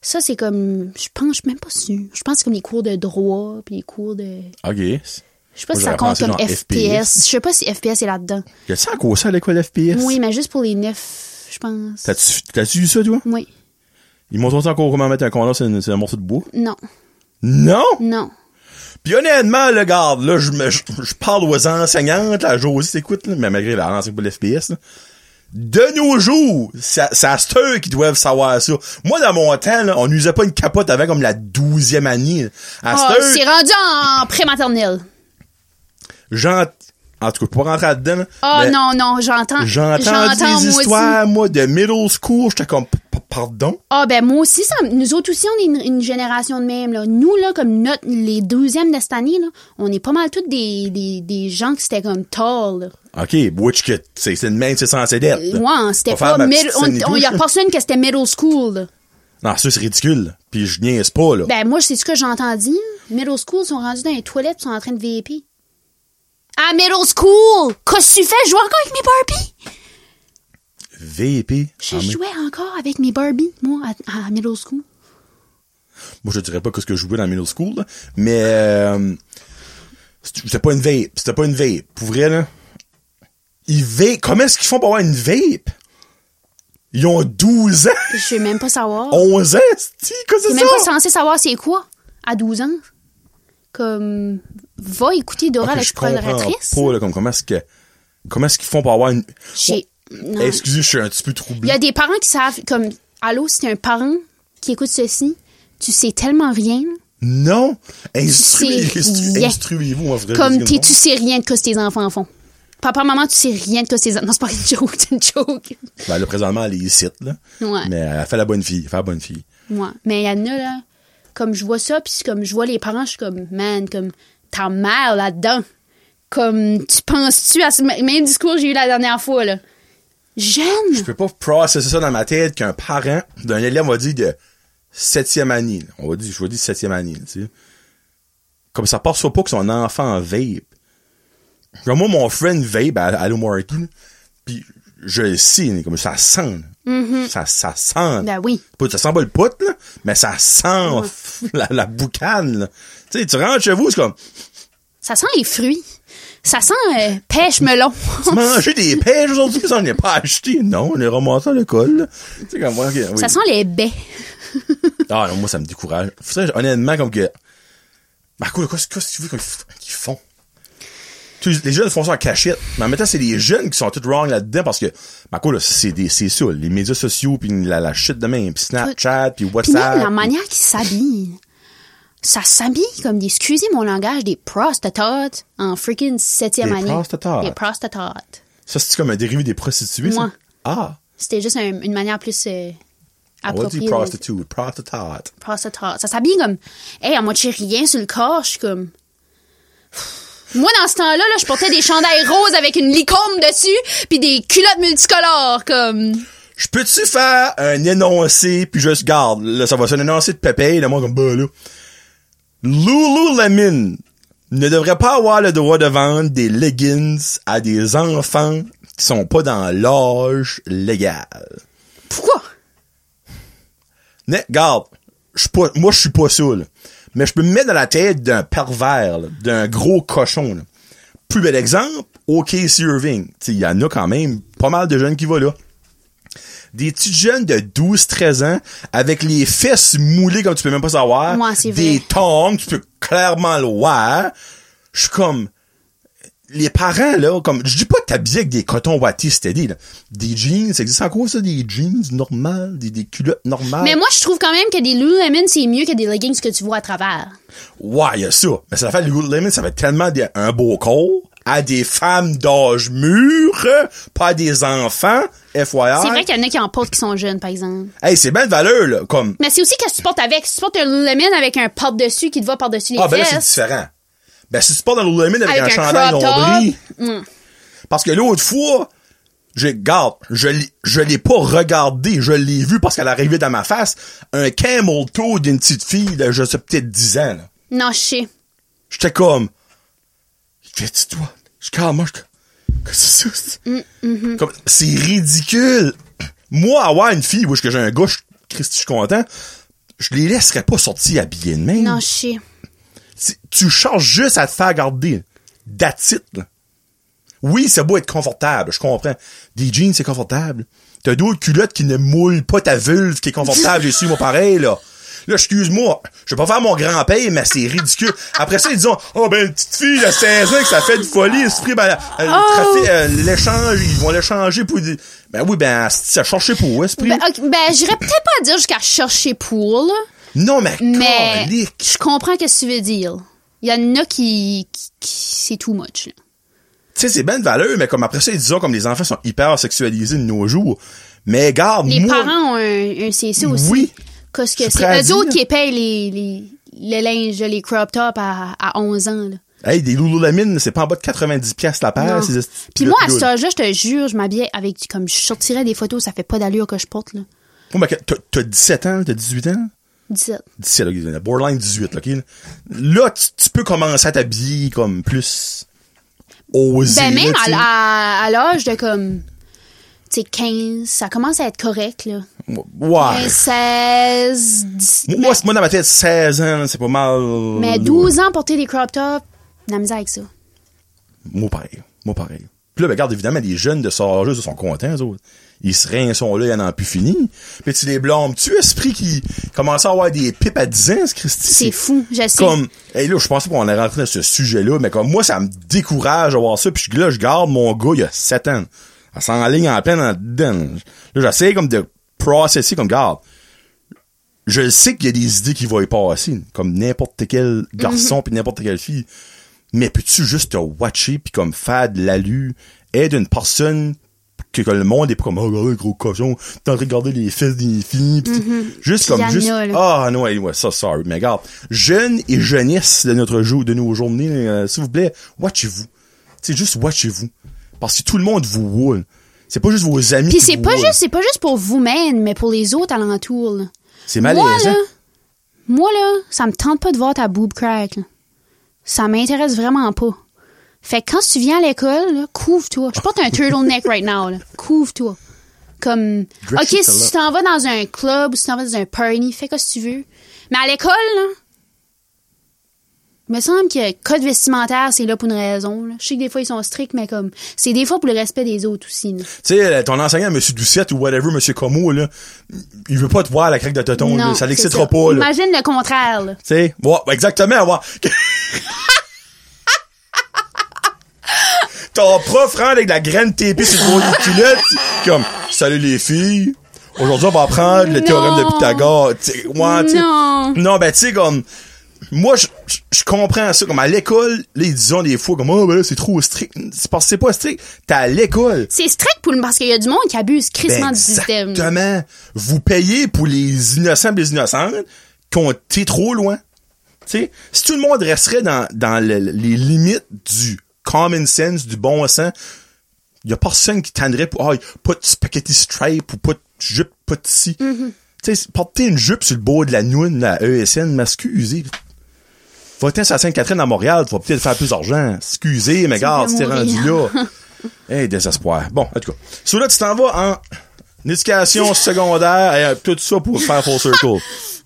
C: Ça, c'est comme. Je pense, je suis même pas sûre. Je pense que c'est comme les cours de droit, puis les cours de.
A: OK.
C: Je sais
A: Moi,
C: pas si ça
A: j'aurais
C: compte
A: pensé
C: comme
A: genre
C: FPS.
A: FPS.
C: Je sais pas si FPS est là-dedans.
A: Y a-tu encore ça à l'école FPS?
C: Oui, mais juste pour les neuf, je pense.
A: T'as-tu, t'as-tu vu ça, toi?
C: Oui.
A: Ils montrent encore comment mettre un condom sur, une- sur un morceau de bois?
C: Non.
A: Non!
C: Non.
A: Puis honnêtement, le garde, là, je, me- je, je parle aux enseignantes, la Josie t'écoute, là, mais malgré la enseigne pour l'FPS, là. De nos jours, ça- c'est à c'est eux qui doivent savoir ça. Moi, dans mon temps, là, on n'usait pas une capote avant comme la douzième année. là. À
C: Ah,
A: cette
C: c'est
A: heure,
C: rendu en prématernelle.
A: j'en... En tout cas, pour rentrer là-dedans, là,
C: Ah
A: mais
C: non, non, j'entends.
A: Ben, J'entends
C: moi aussi.
A: des histoires, moi, de middle school, j'étais comme, p- p- pardon?
C: Ah ben moi aussi, ça, nous autres aussi, on est une, une génération de même. Là. Nous, là, comme notre, les deuxièmes de cette année, là, on est pas mal tous des, des, des gens qui c'était comme tall. là.
A: OK, which que, c'est c'est le même, c'est censé être. là.
C: Ouais, hein, c'était
A: Ben, Va faire
C: pas...
A: ma petite Oh.
C: middle-
A: scène et
C: on-
A: tout.
C: Il y a personne que c'était middle school. là.
A: Non, ça, c'est ridicule. là. Puis je niaise pas, là.
C: Ben moi, c'est ce que j'ai entendu. hein. Middle school sont rendus dans les toilettes sont en train de VIP. Ah, middle school! Qu'est-ce que tu fais? Je joue encore avec mes Barbies!
A: VP.
C: Je
A: Ah, mais-
C: jouais encore avec mes Barbies, moi, à, à middle school.
A: Moi, je dirais pas que ce que je jouais dans middle school, là, mais euh, c'était pas une vape. C'était pas une vape. Pour vrai, là, Ils vapent. Comment est-ce qu'ils font pour avoir une vape? Ils ont 12 ans,
C: Je vais même pas savoir.
A: 11 ans, c'est quoi
C: T'es
A: c'est
C: même pas
A: ça?
C: censé savoir c'est quoi à 12 ans. Comme, va écouter Dora
A: Ok, je comprends
C: l'exploratrice.
A: pas, là, comme, comment est-ce que, comment est-ce qu'ils font pour avoir une... Eh,
C: J'ai- non.
A: Excusez, je suis un petit peu
C: Il
A: troublé.
C: y a des parents qui savent, comme, allô, si t'es un parent qui écoute ceci, tu sais tellement rien.
A: Non! Instruis-
C: sais
A: instru-
C: rien.
A: Instruis-vous, moi, frère.
C: Comme, t'es- tu sais rien de ce que tes enfants font. Papa, maman, tu sais rien de ce que tes enfants... Non, c'est pas une joke, c'est une joke.
A: Ben, là, présentement, elle est ici, là.
C: Ouais.
A: Mais elle fait la bonne fille, elle fait la bonne fille.
C: Moi. Mais il y en a, là, comme je vois ça, puis comme je vois les parents, je suis comme, man, comme, ta mère là-dedans. Comme, tu penses-tu à ce m- même discours que j'ai eu la dernière fois, là? Jeune!
A: Je peux pas processer ça dans ma tête qu'un parent d'un élève, on va dire, de septième année, là. on va dire, je vais dire septième année, là, tu sais. Comme ça passe pas que son enfant vape. Comme moi, mon friend vape à, à l'Omarky, là, pis je le sais, là, comme ça sent, là. ça, ça sent.
C: Mm-hmm. Ben oui.
A: Pas- Ça sent pas le poutre, là, mais ça sent la, la boucane, là. Tu sais, tu rentres chez vous, c'est comme,
C: Ça sent les fruits. Ça sent euh, pêche melon.
A: tu manges des pêches aujourd'hui, ça, on n'est pas acheté. Non, on est remonté à l'école, là. Tu sais, comme, moi,
C: Ça sent les baies.
A: Ah non, moi ça me décourage. Faut ça, honnêtement, comme que. Marco, quoi, c'est- quoi, c'est que tu veux qu'on f- qu'ils font? Tous- les jeunes font ça en cachette. Mais en même temps, c'est les jeunes qui sont tous wrong là-dedans parce que, Marco, là, c'est des, c'est ça, les médias sociaux, puis la, la chute de même, puis Snapchat, puis
C: Puis
A: WhatsApp.
C: même la
A: puis-
C: manière qu'ils s'habillent. Ça s'habille comme des, excusez mon langage, des prostates en freaking septième
A: Des
C: année.
A: prostates.
C: Des prostates.
A: Ça, c'est comme un dérivé des prostituées, ça?
C: Moi.
A: Ah!
C: C'était juste un- une manière plus euh,
A: On va
C: appropriée.
A: dire
C: de-
A: prostitute, prostitute.
C: prostatate. Ça s'habille comme, hey, à moitié rien sur le corps, je suis comme. Moi, dans ce temps-là, là, je portais des chandails roses avec une licorne dessus, puis des culottes multicolores, comme.
A: Je peux-tu faire un énoncé, puis juste garde, là, ça va c'est un énoncé de Pépé, le monde comme, bah, là. Lululemon ne devrait pas avoir le droit de vendre des leggings à des enfants qui sont pas dans l'âge légal.
C: Pourquoi?
A: Mais, garde, je suis pas, moi, je suis pas ça, là. Mais je peux me mettre dans la tête d'un pervers, là, d'un gros cochon, là. Plus bel exemple, OK Irving. Tu sais, Il y en a quand même pas mal de jeunes qui vont là. Des petits jeunes de 12-13 ans avec les fesses moulées comme tu peux même pas savoir.
C: Ouais, c'est vrai.
A: des tongs, tu peux clairement le voir. Je suis comme... Les parents, là, comme... Je dis pas de t'habiller avec des cotons wattis steady, là. Des jeans, ça existe encore, ça, des jeans normales, des, des culottes normales.
C: Mais moi, je trouve quand même que des Lululemon, c'est mieux que des leggings que tu vois à travers.
A: Ah Ouais, y a ça. Mais ça fait le Lululemon, ça fait tellement des- un beau corps à des femmes d'âge mûr, pas à des enfants, FYI.
C: C'est vrai qu'il y en a qui en portent qui sont jeunes, par exemple.
A: Hey, c'est belle valeur, là, comme...
C: Mais c'est aussi qu'est-ce que tu portes avec. Si tu portes un Lululemon avec un porte-dessus qui te va par-dessus les
A: Ah, ben là, c'est
C: fesses.
A: différent. Ben, si tu pars dans le Lululemon avec,
C: Avec
A: un,
C: un
A: chandail
C: crop top. Mm.
A: nombril... Parce que l'autre fois, je garde, je l'ai- je l'ai pas regardé, je l'ai vu parce qu'elle arrivait dans ma face, un camel toe d'une petite fille de, je sais, peut-être 10 ans, là.
C: non, je sais.
A: J'étais comme. Fais-tu toi? Je calme, je. Qu'est-ce que c'est ça? Comme, c'est ridicule! Moi, avoir une fille, où est-ce que j'ai un gars, je, Christ, je suis content, je les laisserais pas sortir habillés de même.
C: Non, je sais.
A: Tu- Tu changes juste à te faire garder. Datit, là. Oui, c'est beau être confortable, je comprends. Des jeans, c'est confortable. T'as d'autres culottes qui ne moulent pas ta vulve, qui est confortable, j'ai su, moi, pareil, là. Là, excuse-moi, je vais pas faire mon grand-père, mais c'est ridicule. Après ça, ils disent, oh, ben, une petite fille de 16 ans, que ça fait de folie, esprit, ben, euh, le trafic, euh, l'échange, ils vont l'échanger pour... des- Ben oui, ben, ça cherche pour, esprit.
C: Ben, ok, ben j'irais peut-être pas à dire jusqu'à chercher pour, là.
A: non, mais,
C: Mais
A: calique.
C: je comprends ce que tu veux dire. Il y en a qui, qui, qui- c'est too much. là.
A: tu sais, c'est ben de valeur, mais comme après ça, disons, comme les enfants sont hyper sexualisés de nos jours. Mais garde,
C: Les
A: moi,
C: parents ont un, un CC aussi.
A: Oui.
C: Qu'est-ce
A: Je
C: que
A: suis
C: c'est?
A: prêt à
C: Eux
A: dire.
C: autres qui payent les, les, les linges, les crop tops à, à 11 ans. Là.
A: hey, des Lululemon, c'est pas en bas de 90 pièces la paire.
C: Non.
A: Ah, c'est des-
C: Puis moi, à
A: des-
C: cet âge-là, je te jure, je m'habillais avec, du- comme je sortirais des photos, ça fait pas d'allure que je porte, là.
A: Oh, mais que- t'as- T'as 17 ans, t'as 18 ans?
C: 17.
A: 17, là, ok, borderline 18, là, ok? Là, tu, tu peux commencer à t'habiller comme plus osé.
C: Ben,
A: là,
C: même
A: tu sais.
C: à, à- à l'âge de comme, tu sais, 15, ça commence à être correct, là.
A: Ouais.
C: 15, 16, 17.
A: Moi, moi, c'est- moi, dans ma tête, 16 ans, c'est pas mal.
C: Mais 12 ans porter des crop tops, de la misère avec ça.
A: Moi, pareil. Moi, pareil. Puis là, ben, regarde, évidemment, les jeunes de Sargeuse sont contents, eux autres. Ils se rincent, sont là, il en a plus fini. Puis tu les blâmes. Tu esprit qui commence à avoir des pipes à 10 ans, ce Christy.
C: C'est fou, je sais.
A: Comme, et là, je pensais qu'on allait rentrer dans ce sujet-là, mais comme moi, ça me décourage à voir ça. Puis là, je garde mon gars, il y a 7 ans. Elle s'enligne en pleine en dedans. Là, j'essaie comme de processer, comme, garde, je le sais qu'il y a des idées qui vont y passer, comme n'importe quel
C: Mhm.
A: garçon puis n'importe quelle fille. Mais peux-tu juste te watcher puis comme faire de l'alu, être une personne que, que le monde est pas comme oh regarde le gros cochon, t'es en train de regarder les fesses des filles, pis juste
C: Mhm. Puis
A: comme
C: y en
A: juste
C: a, là.
A: ah non ouais, ouais, ça sorry mais regarde jeune et jeunesse de notre jour de nos journées euh, s'il vous plaît watchez-vous, c'est juste watchez-vous parce que tout le monde vous woule. C'est pas juste vos amis.
C: Puis
A: qui
C: c'est
A: vous
C: pas
A: woulent.
C: juste, c'est pas juste pour vous-même, mais pour les autres alentours. là.
A: C'est hein.
C: Moi
A: malaisant.
C: là, moi là, ça me tente pas de voir ta boob crack. là. Ça m'intéresse vraiment pas. Fait que quand tu viens à l'école, là, couvre-toi. Je porte un turtleneck right now. là. Couvre-toi. Comme,
A: Dress
C: ok,
A: yourself
C: si tu t'en vas dans un club ou si tu t'en vas dans un party, fais quoi si tu veux. Mais à l'école, là, il me semble que code vestimentaire, c'est là pour une raison. là. Je sais que des fois, ils sont stricts, mais comme, c'est des fois pour le respect des autres aussi. là.
A: Tu sais, euh, ton enseignant, M. Doucette ou whatever, M. Como, là, il veut pas te voir la craque de tonton, là.
C: Non,
A: ça
C: c'est
A: l'excitera pas, là.
C: Imagine le contraire, là.
A: Tu sais, ouais, ouais, exactement, ouais. ton prof rentre avec de la graine TP sur le gros culotte, comme, salut les filles, aujourd'hui on va apprendre le
C: Non.
A: théorème de Pythagore. Tu sais, ouais, tu sais.
C: Non.
A: Non, ben, tu sais, comme, moi, je, je- je comprends ça. Comme à l'école, les disons des fois, comme, oh, ben là, c'est trop strict. C'est parce que c'est pas strict. T'es à l'école.
C: C'est strict pour le- parce qu'il y a du monde qui abuse crissement
A: Ben,
C: du système.
A: Exactement. Vous payez pour les innocents et les innocentes qui ont été trop loin. Tu sais, si tout le monde resterait dans, dans le- les limites du common sense, du bon sens, il y a personne qui tannerait pour ah, pas de spaghetti stripe ou pas de jupe, pas de ci. Tu sais, porter une jupe sur le bord de la noune, la ESN, m'excuser. Va-t'en sur la Sainte-Catherine à Montréal, tu vas peut-être faire plus d'argent. Excusez, mais gars,
C: vas
A: tu t'es rendu
C: mourir.
A: là. Eh, désespoir. Bon, en tout cas. Sur là, tu t'en vas en éducation secondaire et euh, tout ça pour faire full circle.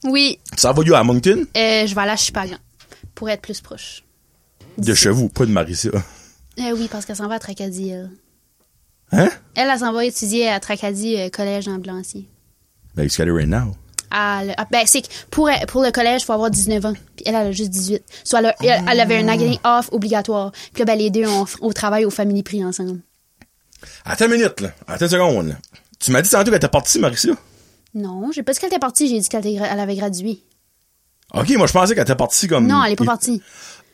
C: Oui,
A: Ça va, you, à Moncton?
C: euh, je vais aller à Chupagan pour être plus proche.
A: De chez vous, pas de Marissa.
C: Euh, oui, parce qu'elle s'en va à Tracadie. Elle,
A: Hein?
C: elle, elle s'en va étudier à Tracadie euh, Collège en Blancier.
A: Ben, it's gotta right now.
C: Ah, le- ah, ben, c'est que pour, pour le collège, il faut avoir 19 ans. Puis elle, elle a juste 18. Soit elle, a- elle, elle avait un
A: Ah.
C: année off obligatoire. Puis là, ben, les deux, ont, au travail, au family prix ensemble.
A: Attends une minute, là. Attends une seconde, là. Tu m'as dit tantôt qu'elle était partie, Marissa.
C: Non, j'ai pas dit qu'elle était partie, j'ai dit qu'elle était gra- elle avait gradué.
A: Ok, moi, je pensais qu'elle était partie comme.
C: Non, elle est pas partie.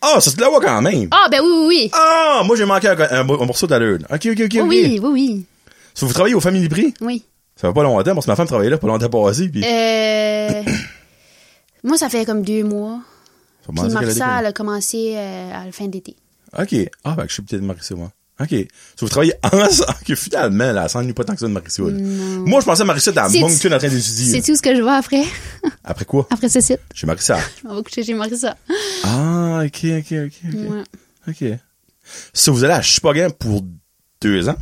A: Ah, ça se la voit quand même.
C: Ah, ben oui, oui, oui.
A: Ah, moi, j'ai manqué un, un, un morceau d'allure. là. Ok, ok, ok. ok.
C: Oui, oui, oui.
A: Si vous travaillez au Family Prix,
C: Oui.
A: ça fait pas longtemps, parce que ma femme travaillait là pas longtemps passé, puis.
C: Euh, moi, ça fait comme deux mois.
A: Faut
C: Puis
A: penser qu'elle a des-
C: Marissa, elle a commencé euh, à la fin d'été.
A: OK. Ah, ben, je suis peut-être Marisou, moi. OK. Si vous travaillez ensemble, que finalement, là, ça n'est pas tant que ça de Marisou. Moi, je pensais à Marisou dans
C: C'est-
A: Moncton en train d'étudier.
C: C'est-tu où ce que je vais après?
A: Après quoi?
C: après ce site.
A: J'ai Marisou.
C: On va coucher chez Marissa.
A: Ah, OK, OK, OK, OK.
C: Ouais.
A: OK. Ça, vous allez à Chupagan pour deux ans?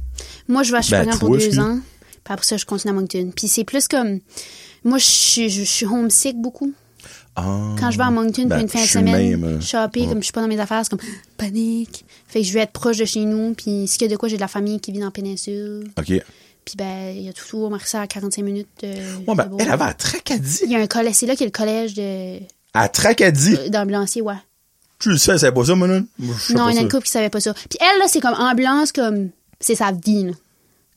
C: Moi, je vais à Chicago
A: Ben, toi,
C: pour deux
A: excuse.
C: ans. Puis après ça, je continue à Moncton. Puis c'est plus comme... Moi, je, suis- je, je suis homesick beaucoup.
A: Ah.
C: Quand je vais à Moncton
A: Ben,
C: pour une fin de
A: je suis
C: semaine,
A: même, euh,
C: shopper, comme je suis pas dans mes affaires, c'est comme panique. Fait que je veux être proche de chez nous. Puis s'il y a de quoi, j'ai de la famille qui vit dans la péninsule.
A: OK. Ouais,
C: Puis ben, il y a toujours Marissa à 45 minutes. euh, de
A: ben,
C: Beauport.
A: elle avait à
C: Il
A: Tracadie.
C: y a un collège, c'est là qu'il y a le collège de
A: À Tracadie.
C: euh, d'ambulancier, ouais.
A: Tu le sais, elle savait pas ça, moi, là? Moi, je sais
C: Non,
A: pas
C: il y en a
A: ça.
C: une couple qui savait pas ça. Puis elle, là, c'est comme ambulance, comme c'est sa vie, là.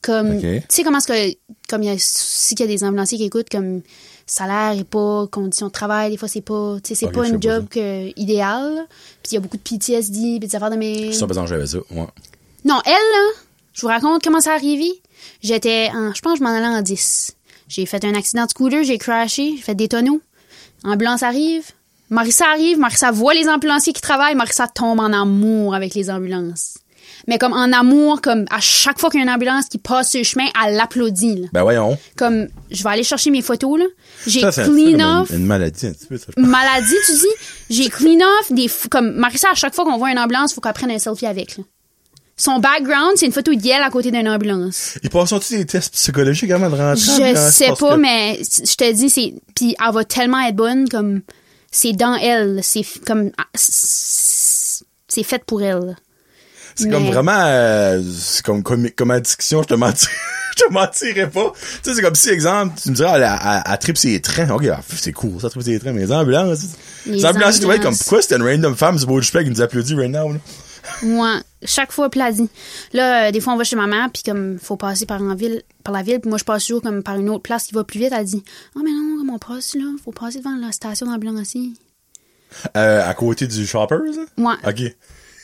C: Comme,
A: Ok.
C: tu sais comment est-ce que, comme il y a, si qu'il y a des ambulanciers qui écoutent, comme salaire et pas, conditions de travail, des fois c'est pas, tu sais, c'est
A: Ok,
C: pas
A: je sais
C: une
A: pas
C: job que, idéale. Puis il y a beaucoup de PTSD, puis des affaires de mes.
A: Ça, besoin que j'avais ça, ouais.
C: Non, elle, là, je vous raconte comment ça est arrivé. J'étais en, je pense que je m'en allais en 10. J'ai fait un accident de scooter, j'ai crashé, j'ai fait des tonneaux. Ambulance arrive. Marissa arrive, Marissa voit les ambulanciers qui travaillent, Marissa tombe en amour avec les ambulances. Mais comme en amour, comme à chaque fois qu'il y a une ambulance qui passe sur le chemin, elle l'applaudit. là.
A: Ben, voyons.
C: Comme, je vais aller chercher mes photos, là. J'ai
A: Ça, c'est un- c'est
C: clean
A: comme
C: off
A: une, une maladie, un petit peu, ça. je pense.
C: maladie, tu dis, j'ai clean off des f- comme Marissa à chaque fois qu'on voit une ambulance, faut qu'elle prenne un selfie avec. là. Son background, c'est une photo d'elle à côté d'une ambulance.
A: Ils passent-tu des tests psychologiques avant de rentrer?
C: Je
A: Comment ça
C: sais
A: passe
C: pas,
A: que-
C: mais je te dis c'est puis elle va tellement être bonne comme c'est dans elle, c'est f- comme ah, c'est c'est fait pour elle.
A: C'est comme
C: Mais-
A: vraiment, euh, c'est comme, comme, comme addiction, je te mentir, je te mentirais pas. Tu sais, c'est comme si, exemple, tu me dirais, ah, elle, elle, elle tripe ses trains. Ok, ah, c'est cool, ça tripe ses trains, mais les ambulances.
C: Les
A: Les ambulances, tu dois être comme,
C: ambulances.
A: pourquoi c'était une random femme sur Beau qui nous applaudit right now, là?
C: Moi, chaque fois, plasie. Là, euh, des fois, on va chez ma mère, puis comme, faut passer par, en ville, par la ville, puis moi, je passe toujours comme par une autre place qui va plus vite. Elle dit, oh, mais non, comme on passe, là, faut passer devant la station d'ambulance aussi.
A: Euh, à côté du Shoppers, là?
C: Moi,
A: Ok.
C: je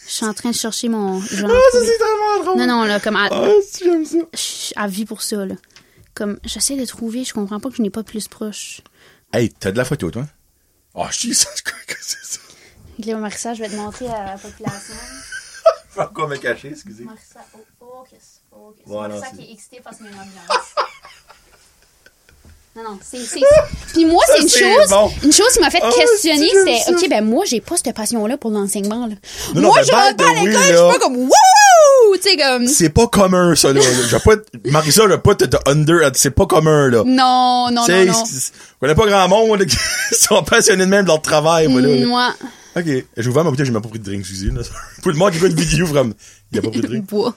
C: suis en train de chercher mon. je vais
A: Ah,
C: en
A: ça,
C: trouver.
A: c'est tellement drôle!
C: non, non, là, comme, à,
A: Ah, si j'aime ça.
C: je- à vie pour ça, là. Comme, j'essaie de trouver, je comprends pas que je n'ai pas plus proche.
A: Hey, t'as de la photo, toi? Ah, oh, je suis ça, que c'est ça.
C: Avec le Marissa, je vais te montrer à la population.
A: Je vais encore me cacher, excusez.
C: Marissa, oh, focus, focus.
A: Ouais, non,
C: Marissa
A: c'est-
C: qui est excitée face à une ambulance. Non, non, c'est. c'est- Puis moi,
A: Ça,
C: c'est une
A: c'est
C: chose,
A: bon.
C: une chose qui m'a fait
A: Ah,
C: questionner,
A: si, j'aime
C: c'était,
A: ça.
C: OK, ben moi, j'ai pas cette passion-là pour l'enseignement, là.
A: Non, non,
C: moi,
A: ben,
C: je rentre
A: by
C: pas à
A: the way,
C: l'école, je suis
A: là-
C: pas comme, wouhou! Tu sais, comme,
A: C'est pas commun, ça, là. Je vais pas, te- Marissa, je vais pas te, te under, euh, c'est pas commun, là.
C: non, non,
A: Tu
C: non,
A: sais,
C: non.
A: c'est- Je connais pas grand monde qui sont passionnés de même de leur travail, moi, là.
C: Moi,
A: Ok. J'ai ouvert ma bouteille, j'ai même pas pris de drink, excusez, là. Pour le monde qui écoute une vidéo, from, il a pas pris de
C: je
A: drink.
C: bois.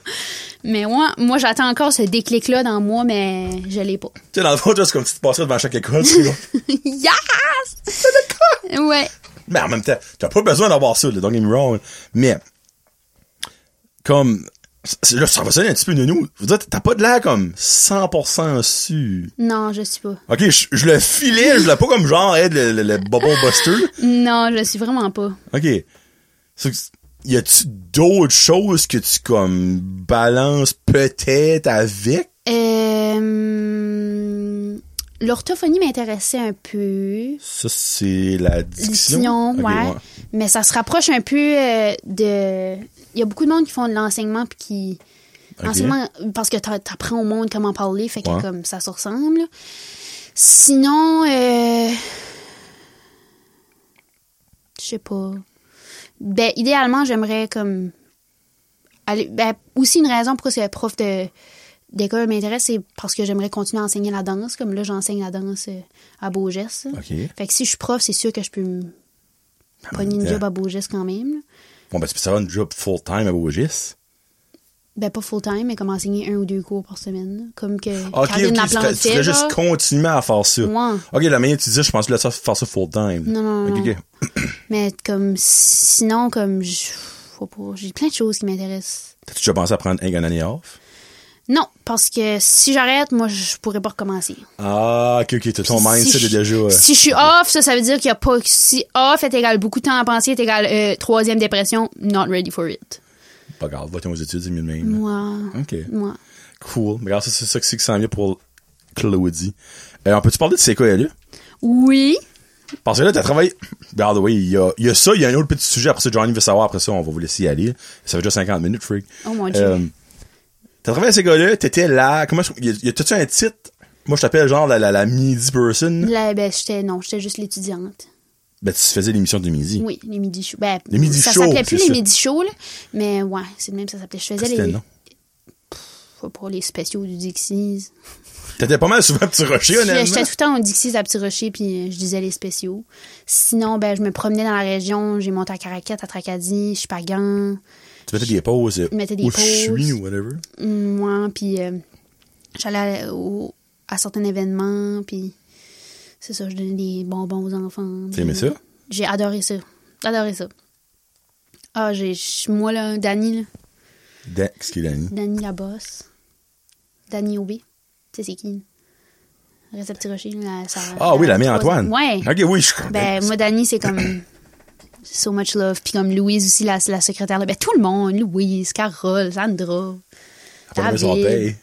C: Mais moi, moi, j'attends encore ce déclic-là dans moi, mais je l'ai pas.
A: Tu sais, dans le fond, toi, c'est comme si tu passerais devant chaque école, c'est bon.
C: yes! Ouais.
A: Mais en même temps, t'as pas besoin d'avoir ça, là, don't get me wrong. Mais, comme, c'est- là, ça va sonner un petit peu nounou. Je veux dire, t'as pas de l'air comme 100% sûr.
C: Non, je suis pas.
A: Ok, je, je le filais, je l'ai pas comme genre, hey, le, le, le bubble buster.
C: Non, je suis vraiment pas.
A: Ok. So, y a-tu d'autres choses que tu, comme, balances peut-être avec?
C: Euh, L'orthophonie m'intéressait un peu.
A: Ça, c'est la diction.
C: Diction,
A: Ok,
C: ouais. Mais ça se rapproche un peu euh, de. Il y a beaucoup de monde qui font de l'enseignement puis qui.
A: Ok.
C: L'enseignement, parce que t'a- t'apprends au monde comment parler, fait que
A: Ouais.
C: comme ça se ressemble. Sinon, euh, je sais pas. Ben, idéalement, j'aimerais comme aller. Ben, aussi une raison pourquoi c'est prof de d'école m'intéresse, c'est parce que j'aimerais continuer à enseigner la danse. Comme là, j'enseigne la danse euh, à Beaugest. là.
A: Ok.
C: Fait que si je suis prof, c'est sûr que je peux me pogner une
A: temps.
C: job à Beaugest quand même. là.
A: Bon, ben, tu peux savoir une job full-time à Bogis.
C: Ben, pas full-time, mais comme enseigner un ou deux cours par semaine. là. Comme que
A: Ok, ok,
C: Karine
A: tu
C: Laplante
A: ferais, tu ferais
C: fait,
A: juste
C: genre.
A: continuer à faire ça.
C: Ouais.
A: Ok, la manière que tu dis, je pense que tu laisses faire ça full-time.
C: Non, non, non.
A: Ok, ok.
C: Mais comme, sinon, comme, je faut pas. J'ai plein de choses qui m'intéressent.
A: T'as-tu déjà pensé à prendre une année off?
C: Non, parce que si j'arrête, moi, je pourrais pas recommencer.
A: Ah, ok, ok, t'as ton mindset
C: si
A: est
C: je-
A: déjà. euh,
C: Si je suis off, ça, ça veut dire qu'il y a pas. Si off est égal beaucoup de temps à penser, est égal euh, troisième dépression, not ready for it.
A: Pas grave, va-t'en aux études, c'est mieux de même.
C: Moi.
A: Ok.
C: Moi.
A: Cool. Mais Regarde, ça, c'est ça que c'est qui s'en vient pour Claudie. Euh, on peut-tu parler de quoi là?
C: Oui.
A: Parce que là, t'as travaillé. By the way, il y a, il y a ça, il y a un autre petit sujet. Après ça, Johnny veut savoir. Après ça, on va vous laisser y aller. Ça fait déjà 50 minutes, freak. Euh,
C: Oh, mon Dieu.
A: t'as travaillé à ces gars-là, t'étais là. Comment je- y a- y a tu un titre? Moi, je t'appelle genre la, la, la midi person.
C: Là, ben, j'étais. Non, j'étais juste l'étudiante.
A: Ben, tu faisais l'émission du midi.
C: Oui, les midi shows. Ben,
A: Les midi
C: ça
A: shows,
C: s'appelait plus
A: c'est
C: les
A: ça.
C: midi shows, là, mais ouais, c'est le même ça s'appelait. Je faisais
A: C'était
C: les,
A: non.
C: pas pour les spéciaux du Dixie's.
A: T'étais pas mal souvent à Petit Rocher,
C: J'étais j'étais
A: honnêtement.
C: tout le temps au Dixie's à Petit Rocher, puis euh, je disais les spéciaux. Sinon, ben, je me promenais dans la région. J'ai monté à Caracat, à Tracadie, Chupagan,
A: Tu mettais des pauses. euh,
C: Je mettais des
A: où je suis
C: pauses.
A: ou whatever.
C: moi, puis euh, j'allais à, au- à certains événements, puis c'est ça, je donnais des bonbons aux enfants.
A: T'as aimé ça?
C: J'ai adoré ça. Adoré ça. Ah, j'ai. Moi, là, Dani, là.
A: Dan- Qu'est-ce qu'il a dit?
C: Danny Labosse. Danny Aubé. Tu sais, c'est qui? Reste à Petit Rocher. La, sa-
A: Ah oui, la mère Antoine.
C: Ouais.
A: Ok, oui, je comprends.
C: Ben, moi, Danny, c'est comme. So much love. Puis comme Louise aussi, la, la secrétaire. là. Ben, tout le monde. Louise, Carole, Sandra.
A: Après, ils ont
C: David.
A: payé.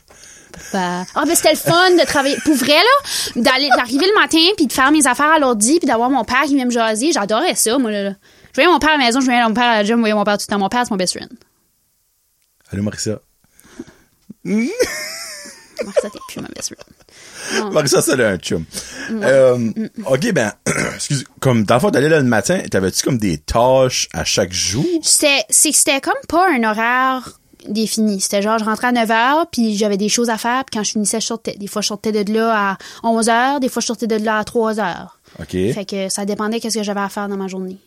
C: Ben, Ah, ben, c'était le fun de travailler. Pour vrai, là, d'aller, d'arriver le matin, puis de faire mes affaires à l'ordi, puis d'avoir mon père qui vient me jaser. J'adorais ça, moi, là. là. Je voyais mon père à la maison, je voyais mon père à la gym, je voyais mon père tout le temps. Mon père, c'est mon best friend.
A: Allô, Marissa.
C: Marissa, t'es plus ma best friend.
A: Marissa, c'est un chum. Euh, ok, ben, excuse, comme dans le fond, t'allais là le matin, t'avais-tu comme des tâches à chaque jour?
C: C'était, c'est que c'était comme pas un horaire défini. C'était genre, je rentrais à 9 h, puis j'avais des choses à faire, puis quand je finissais, je sortais. Des fois, je sortais de là à 11 h, des fois, je sortais de là à 3 h.
A: Ok.
C: Fait que ça dépendait qu'est-ce que j'avais à faire dans ma journée.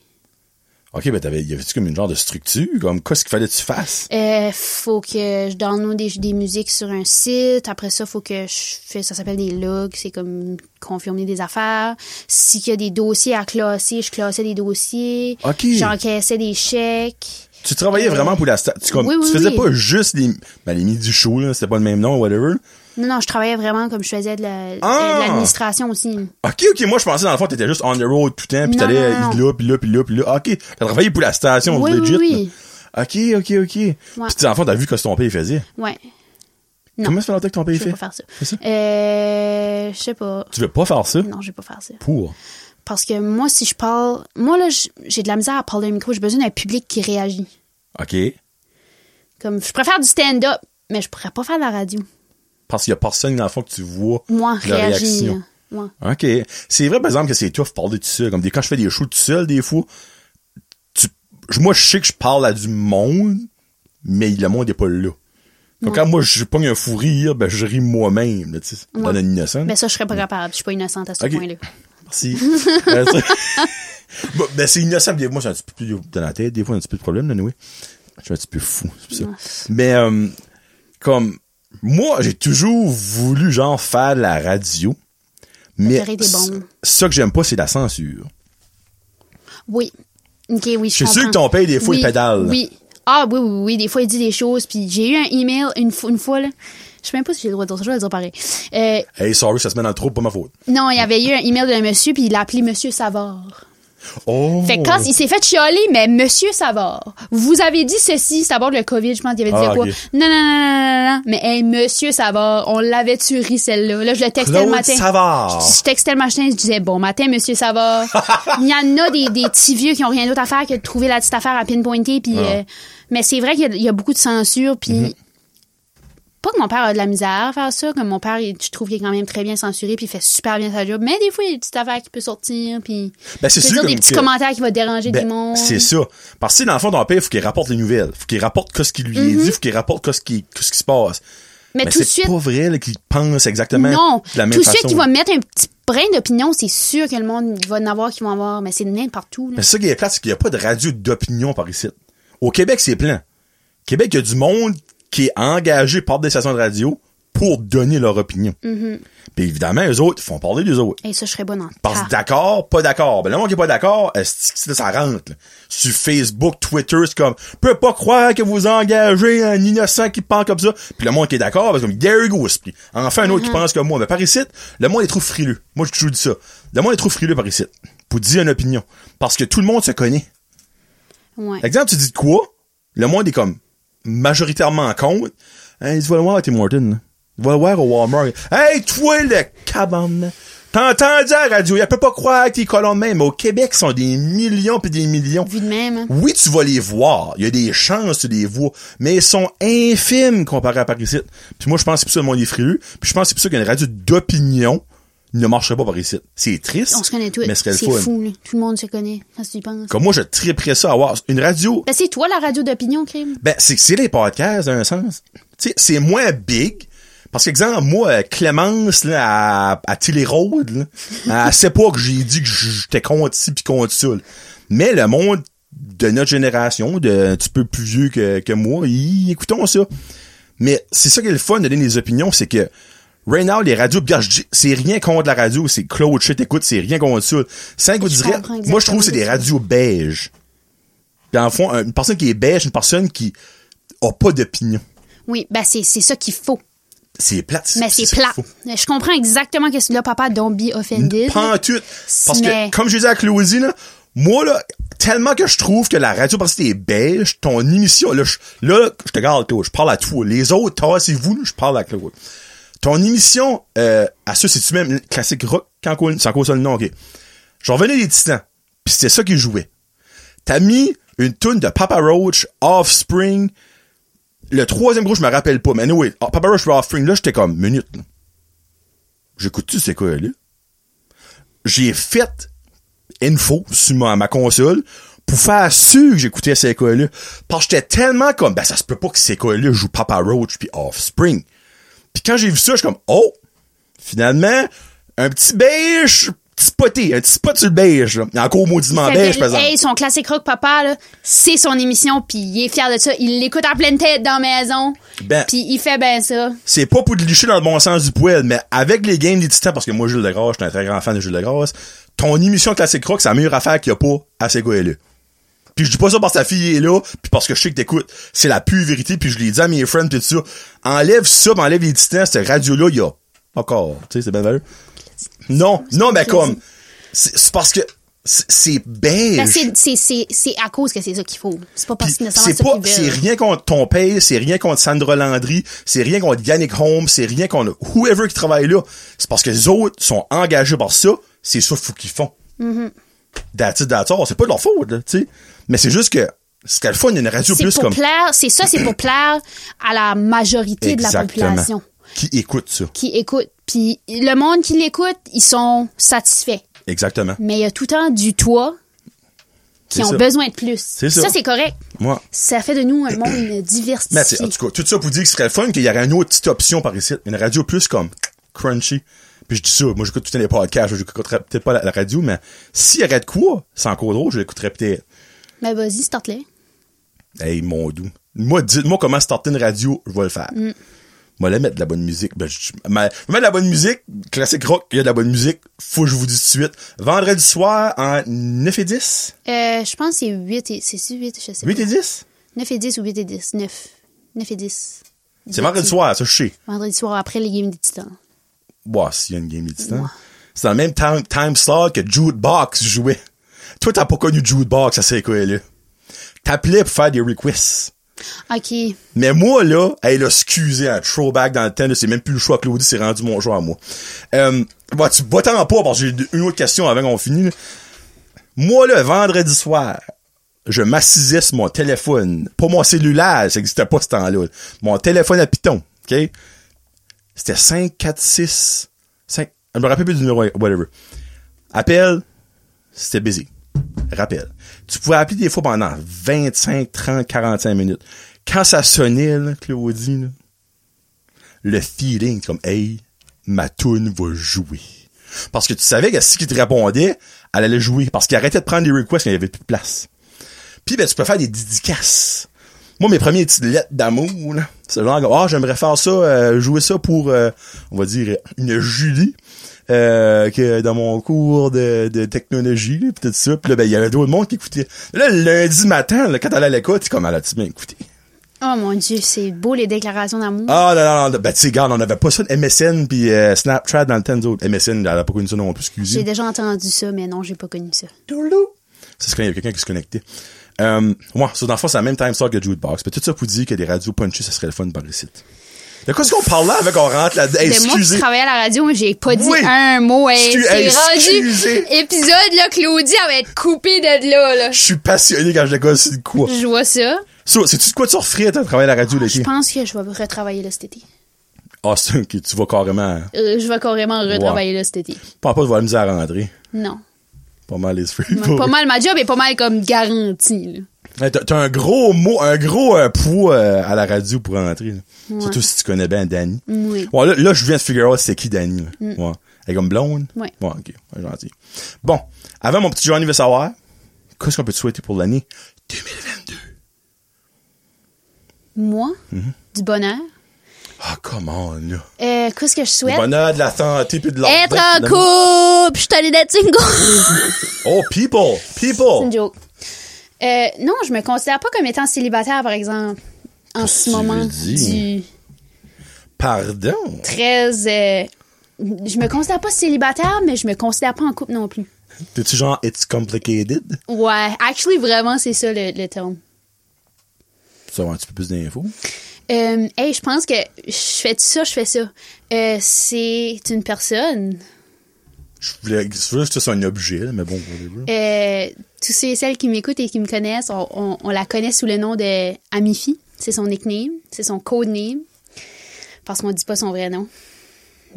A: OK, ben, t'avais, y avait-tu comme une genre de structure? Comme, qu'est-ce qu'il fallait que tu fasses?
C: Euh, faut que je download des, des musiques sur un site. Après ça, faut que je fais, ça s'appelle des logs. C'est comme confirmer des affaires. S'il y a des dossiers à classer, je classais des dossiers.
A: OK.
C: J'encaissais des chèques.
A: Tu travaillais
C: Euh,
A: vraiment pour la sta- tu, comme,
C: oui, oui,
A: tu faisais
C: oui.
A: pas juste les, ben, les minutes du show, là, c'était pas le même nom, whatever.
C: Non, non, je travaillais vraiment comme je faisais de la-
A: Ah!
C: de l'administration aussi.
A: OK, OK, moi, je pensais, dans le fond, t'étais juste on the road tout le temps, pis
C: Non,
A: t'allais
C: non,
A: euh,
C: non.
A: là, pis là, pis là, pis là. OK, t'as travaillé pour la station,
C: Oui, oui,
A: legit.
C: oui.
A: là. OK, OK, OK. Pis dans le fond, t'as vu que ton père faisait.
C: Ouais. Non.
A: Comment ça fait longtemps que ton père
C: Je vais
A: fait?
C: pas faire ça.
A: C'est ça?
C: Euh, je sais pas.
A: Tu veux pas faire ça?
C: Non, je vais pas faire ça.
A: Pour.
C: Parce que moi, si je parle. Moi, là, j- j'ai de la misère à parler d'un micro. J'ai besoin d'un public qui réagit.
A: OK.
C: Comme, je préfère du stand-up, mais je pourrais pas faire de la radio.
A: Parce qu'il y a personne, dans le fond, que tu vois
C: Moi,
A: la
C: réagir.
A: réaction.
C: Moi.
A: OK. C'est vrai, par exemple, que c'est tough parler tout seul. Comme des, quand je fais des shows tout seul, des fois, tu- je- moi, je sais que je parle à du monde, mais le monde n'est pas là. Comme quand moi, je pogne un fou rire, ben, je ris moi-même, là, tu sais.
C: Ouais.
A: Dans une innocence.
C: Mais ça, je serais pas capable. Je suis pas innocente à ce
A: Ok.
C: point-là.
A: Merci. Euh, ça- Bon, ben, c'est innocent. Des fois, c'est un petit peu plus dans la tête. Des fois, un petit peu de problème, là, anyway. Je suis un petit peu fou, c'est pour ça. Mais, euh, comme, moi, j'ai toujours voulu, genre, faire de la radio. Mais,
C: théorie des bombes.
A: ça que j'aime pas, c'est la censure.
C: Oui. Ok, oui, je
A: suis sûr
C: comprends.
A: que ton père, des fois, il
C: Oui,
A: pédale.
C: Oui. Ah, oui, oui, oui. Des fois, il dit des choses. Puis j'ai eu un email une, fois- une fois, là. Je sais même pas si j'ai le droit de dire ça. Je vais le dire pareil. Euh,
A: Hey, sorry, ça se met dans le trou, pas ma faute.
C: non, il y avait eu un email d'un monsieur, puis il l'a appelé Monsieur Savard.
A: Oh!
C: Fait que quand il s'est fait chialer, mais Monsieur Savard, vous avez dit ceci, c'est à bord de le COVID, je pense qu'il avait dit
A: Ah,
C: quoi.
A: ok.
C: Non, non, non, non, non, non, mais hey, Monsieur Savard, on l'avait tué celle-là. Là, je le textais le
A: Claude
C: matin.
A: Savard.
C: Je, je textais le matin, je disais bon matin, Monsieur Savard. Il y en a des, des petits vieux qui ont rien d'autre à faire que de trouver la petite affaire à pinpointer. Puis,
A: Ah.
C: euh, mais c'est vrai qu'il y a- il y, a beaucoup de censure, puis.
A: Mm-hmm.
C: Pas que mon père a de la misère à faire ça, comme mon père, il- je trouve qu'il est quand même très bien censuré, puis il fait super bien sa job. Mais des fois, il y a des petites affaires qui peut sortir, puis
A: Ben, c'est
C: je veux
A: sûr
C: dire, des
A: comme
C: petits
A: que-
C: commentaires qui vont déranger
A: Ben,
C: du monde.
A: C'est ça. Parce que, dans le fond, ton père, il faut qu'il rapporte les nouvelles. faut qu'il rapporte que ce qu'il lui est dit. faut qu'il rapporte que ce qui, que ce qui se passe.
C: Mhm. Mais
A: Mais
C: tout de
A: c'est
C: suite,
A: pas vrai là, qu'il pense exactement
C: non.
A: de la même
C: tout de
A: façon.
C: suite, qui va mettre un petit brin d'opinion, c'est sûr que le monde il va en avoir, qui vont avoir, mais c'est n'importe où. là.
A: Mais c'est ça qui est plate, c'est qu'il n'y a pas de radio d'opinion par ici. Au Québec, c'est plein. Québec, il y a du monde qui est engagé par des stations de radio pour donner leur opinion. Puis évidemment, eux autres, ils font parler des autres.
C: Et ça, je serais bonne en
A: Parce
C: tarte.
A: que d'accord, pas d'accord. Ben, le monde qui est pas d'accord, est-ce que ça rentre, là. Sur Facebook, Twitter, c'est comme, peut pas croire que vous engagez un innocent qui parle comme ça. Puis le monde qui est d'accord, ben, c'est comme, there you go, esprit. Enfin, un autre qui pense comme moi. Mais par ici, le monde est trop frileux. Moi, je toujours dis ça. Le monde est trop frileux par ici. Pour dire une opinion. Parce que tout le monde se connaît.
C: Ouais.
A: Exemple, tu dis de quoi? Le monde est comme majoritairement en compte. Hein, il dit, va le voir à Tim Hortons, là. Va le voir au Walmart. Hey, toi, le cabane. T'as entendu à la radio. Il peut pas croire que t'es colons de même. Mais au Québec, ils sont des millions puis des millions.
C: Vu de même. hein.
A: Oui, tu vas les voir. Il y a des chances que tu les vois. Mais ils sont infimes comparés à Paris. Puis moi, je pense que c'est pour ça que le monde est frileux. Puis je pense que c'est pour ça qu'une radio d'opinion ne marcherait pas par ici. C'est triste.
C: On se connaît tous.
A: Mais ce serait le
C: C'est
A: fun.
C: fou, là. Tout le monde se connaît, quand tu y penses.
A: Comme moi, je triperais ça à avoir une radio
C: Ben, c'est toi, la radio d'opinion, Crime.
A: Ben, c'est que c'est les podcasts, d'un sens. Tu sais, c'est moins big. Parce qu'exemple, moi, euh, Clémence, là, à, à Tillérode, là, elle sait pas que j'ai dit que j'étais contre ci pis contre ça. là. Mais le monde de notre génération, de un petit peu plus vieux que, que moi, y, écoutons ça. Mais c'est ça qui est le fun de donner des opinions, c'est que right now, les radios, regarde, je dis- c'est rien contre la radio, c'est Claude shit, écoute, c'est rien contre ça. Cinq ou dix
C: comprends
A: ra- Moi, je trouve que c'est des
C: exactement.
A: radios beiges. Dans le fond, une personne qui est beige, une personne qui a pas d'opinion.
C: Oui, ben, c'est, c'est ça qu'il faut.
A: C'est plate.
C: Mais c'est
A: ça
C: plat.
A: qu'il faut.
C: Je comprends exactement que c'est là, papa, don't be offended.
A: Prends tout. Parce
C: Mais-
A: que, comme je disais à Claudie, là, moi, là, tellement que je trouve que la radio, parce que t'es beige, ton émission, là, je, là, je te garde, Claude, je parle à toi. Les autres, tassez-vous, là, je parle à Claude. Ton émission, euh, à ça, c'est-tu même classique rock, quand on- c'est encore ça le nom, ok. J'en revenais des titans, puis c'était ça qui jouait. T'as mis une toune de Papa Roach, Offspring, le troisième groupe, je me rappelle pas, mais anyway, ah, Papa Roach, puis Offspring, là, j'étais comme, minute, là. J'écoute-tu, c'est quoi, là? j'ai fait info sur ma, ma console pour faire sûr que j'écoutais ces là Parce que j'étais tellement comme, ben ça se peut pas que ces là joue Papa Roach puis Offspring. Puis quand j'ai vu ça, je suis comme, oh, finalement, un petit beige, petit poté, un petit spot sur le beige, là. Il est encore mauditement
C: Fait
A: beige,
C: que,
A: par exemple.
C: hey, son classique rock papa, là, c'est son émission, puis il est fier de ça. Il l'écoute en pleine tête dans la maison,
A: Ben.
C: puis il fait ben ça.
A: c'est pas pour de licher dans le bon sens du poil, mais avec les games des titans, parce que moi, Jules Degrasse, je suis un très grand fan de Jules Degrasse, ton émission classique rock, c'est la meilleure affaire qu'il y a pas à ces gars-là. Puis je dis pas ça parce que ta fille est là, puis parce que je sais que t'écoutes. C'est la pure vérité, puis je l'ai dit à mes friends, puis tout ça. Enlève ça, puis enlève les titans, cette radio-là, il y a encore. Tu sais, c'est bien valeur. Non, non, mais comme, c'est c'est parce que c'est- c'est beige.
C: Ben, c'est- c'est- c'est c'est à cause que c'est ça qu'il faut. C'est pas parce
A: Puis
C: que nécessairement
A: c'est
C: ça
A: pas
C: qu'ils
A: c'est
C: veulent.
A: rien contre ton père, c'est rien contre Sandra Landry, c'est rien contre Yannick Holmes, c'est rien contre whoever qui travaille là. C'est parce que les autres sont engagés par ça, c'est ça faut qu'ils font.
C: Mm-hmm.
A: That's it, that's all. C'est pas de leur faute, là, tu sais. Mais c'est juste que ce qu'elle font, il y a une radio
C: C'est
A: plus
C: pour
A: comme
C: plaire, c'est ça, c'est pour plaire à la majorité de la
A: Exactement.
C: population
A: qui écoute ça.
C: qui écoute. Puis le monde qui l'écoute, ils sont satisfaits.
A: Exactement.
C: Mais il y a tout le temps du toit qui
A: C'est
C: ont
A: ça.
C: besoin de plus. Ça,
A: ça.
C: c'est correct.
A: Moi.
C: Ça fait de nous un monde diversifié.
A: Mais c'est- en tout cas, tout ça pour dire que ce serait le fun qu'il y aurait une autre petite option par ici. Une radio plus comme crunchy. Puis je dis ça, moi j'écoute tout le temps les podcasts, j'écouterais peut-être pas la, la radio, mais s'il y aurait de quoi, c'est encore drôle, je l'écouterais peut-être.
C: Mais vas-y, start-le.
A: Hey, mon doux. Moi, dites-moi comment starter une radio, je vais le faire. Moi, là, mettre de la bonne musique. Ben, je, ma- je vais mettre de la bonne musique. Classique rock, il y a de la bonne musique. Faut que je vous dise tout de suite. Vendredi soir, en 9 et 10?
C: Euh, je pense que c'est 8 et... C'est-tu 8? Je sais
A: 8 et 10?
C: 9 et 10 ou 8 et 10? 9. 9 et 10.
A: C'est vendredi soir, ça, je sais.
C: Vendredi soir, après les games des titans.
A: Ouais, s'il y a une game des titans. C'est dans le même time, time slot que Jude Box jouait. Toi, t'as pas connu Jude Box, ça c'est quoi, là? T'appelais pour faire des requests.
C: OK.
A: Mais moi, là, elle a excusé un throwback dans le temps, là, c'est même plus le choix que Claudie, c'est rendu mon choix à moi. Euh, bah, tu vas-t'en pas, parce que j'ai une autre question avant qu'on finisse. là. Moi, là, vendredi soir, je m'assisais sur mon téléphone. Pas mon cellulaire, ça n'existait pas ce temps-là. Mon téléphone à piton, OK? C'était 5, 4, 6, 5... Je me rappelle plus du numéro, whatever. Appel, c'était busy. Rappel. Tu pouvais appeler des fois pendant 25, 30, 45 minutes. Quand ça sonnait, là, Claudie, là, le feeling, comme, hey, ma toune va jouer. Parce que tu savais que si qui te répondait, elle allait jouer. Parce qu'il arrêtait de prendre des requests quand il n'y avait plus de place. Puis, ben, tu peux faire des dédicaces. Moi, mes premiers petites lettres d'amour, là, c'est genre, ah, j'aimerais faire ça, euh, jouer ça pour, euh, on va dire, une Julie, euh, que dans mon cours de, de technologie, là, pis tout ça. Puis là, ben, il y avait d'autres monde qui écoutaient. Là, le lundi matin, là, quand t'allais à l'école, t'es comme, ah, là, tu m'as écouté.
C: Oh mon Dieu, c'est beau les déclarations d'amour.
A: Ah, non, non, non, ben, tu sais, regarde, on avait pas ça de MSN puis euh, Snapchat dans le temps d'autres. MSN, elle a pas connu ça non plus,
C: J'ai
A: excusez.
C: déjà entendu ça, mais non, j'ai pas connu ça.
A: C'est quand il y a quelqu'un qui se connectait. Euh, ouais, ça, dans le fond, c'est la même time slot que Jukebox. Mais tout ça pour dire que des radios punchy, ça serait le fun par le site. De quoi est-ce qu'on parle là avec qu'on rentre là hey,
C: Mais moi qui
A: excusez.
C: travaillais à la radio, j'ai pas dit
A: Oui.
C: un mot. Hey,
A: Excu-
C: c'est
A: hey, excusez.
C: rendu épisode là, Claudie, elle va être coupée de là là.
A: Je suis passionné quand je décolle c'est de quoi.
C: Je vois ça.
A: So, c'est-tu de quoi tu referais, toi, de travailler à la radio, les
C: Mm. Ah, Je
A: gars?
C: pense que je vais retravailler là cet été.
A: Ah, c'est un qui tu vas carrément.
C: Euh, je vais carrément retravailler là cet été.
A: Pas pas de voir la misère à rentrer.
C: Non.
A: Pas mal les free.
C: Pas mal ma job est pas mal comme garantie. là.
A: Ouais, T'as t'as un gros mot, un gros euh, poids euh, à la radio pour rentrer. là. Surtout si tu connais bien Danny.
C: Oui. Mm.
A: Ouais, là, là, je viens de figure out c'est qui Danny. là. Ouais. Elle est comme blonde.
C: Ouais.
A: Ouais, ok. Ouais, gentil. Bon. Avant mon petit Johnny veut savoir, qu'est-ce qu'on peut te souhaiter pour l'année 2022?
C: Moi,
A: Mhm.
C: du bonheur.
A: Ah, come on, là.
C: Euh, Qu'est-ce que je
A: Le
C: souhaite?
A: bonheur, de la santé puis de l'ordre.
C: Être en couple! Je suis allée d'être single!
A: Oh, people!
C: C'est une
A: People!
C: joke. Euh, non, je me considère pas comme étant célibataire, par exemple, en ce
A: tu
C: moment
A: le dis?
C: du
A: Pardon.
C: 13. euh, je me considère pas célibataire, mais je me considère pas en couple non plus.
A: T'es-tu genre, it's complicated?
C: Ouais, actually, vraiment, c'est ça le, le terme.
A: Tu avoir un petit peu plus d'infos?
C: Euh, hey, je pense que je fais ça, je fais ça. Euh, c'est une personne.
A: Je voulais, je voulais que ça soit un objet, là, mais bon, whatever.
C: Euh, tous ceux et celles qui m'écoutent et qui me connaissent, on, on- on la connaît sous le nom de Amifi. C'est son nickname, c'est son code name, parce qu'on dit pas son vrai nom.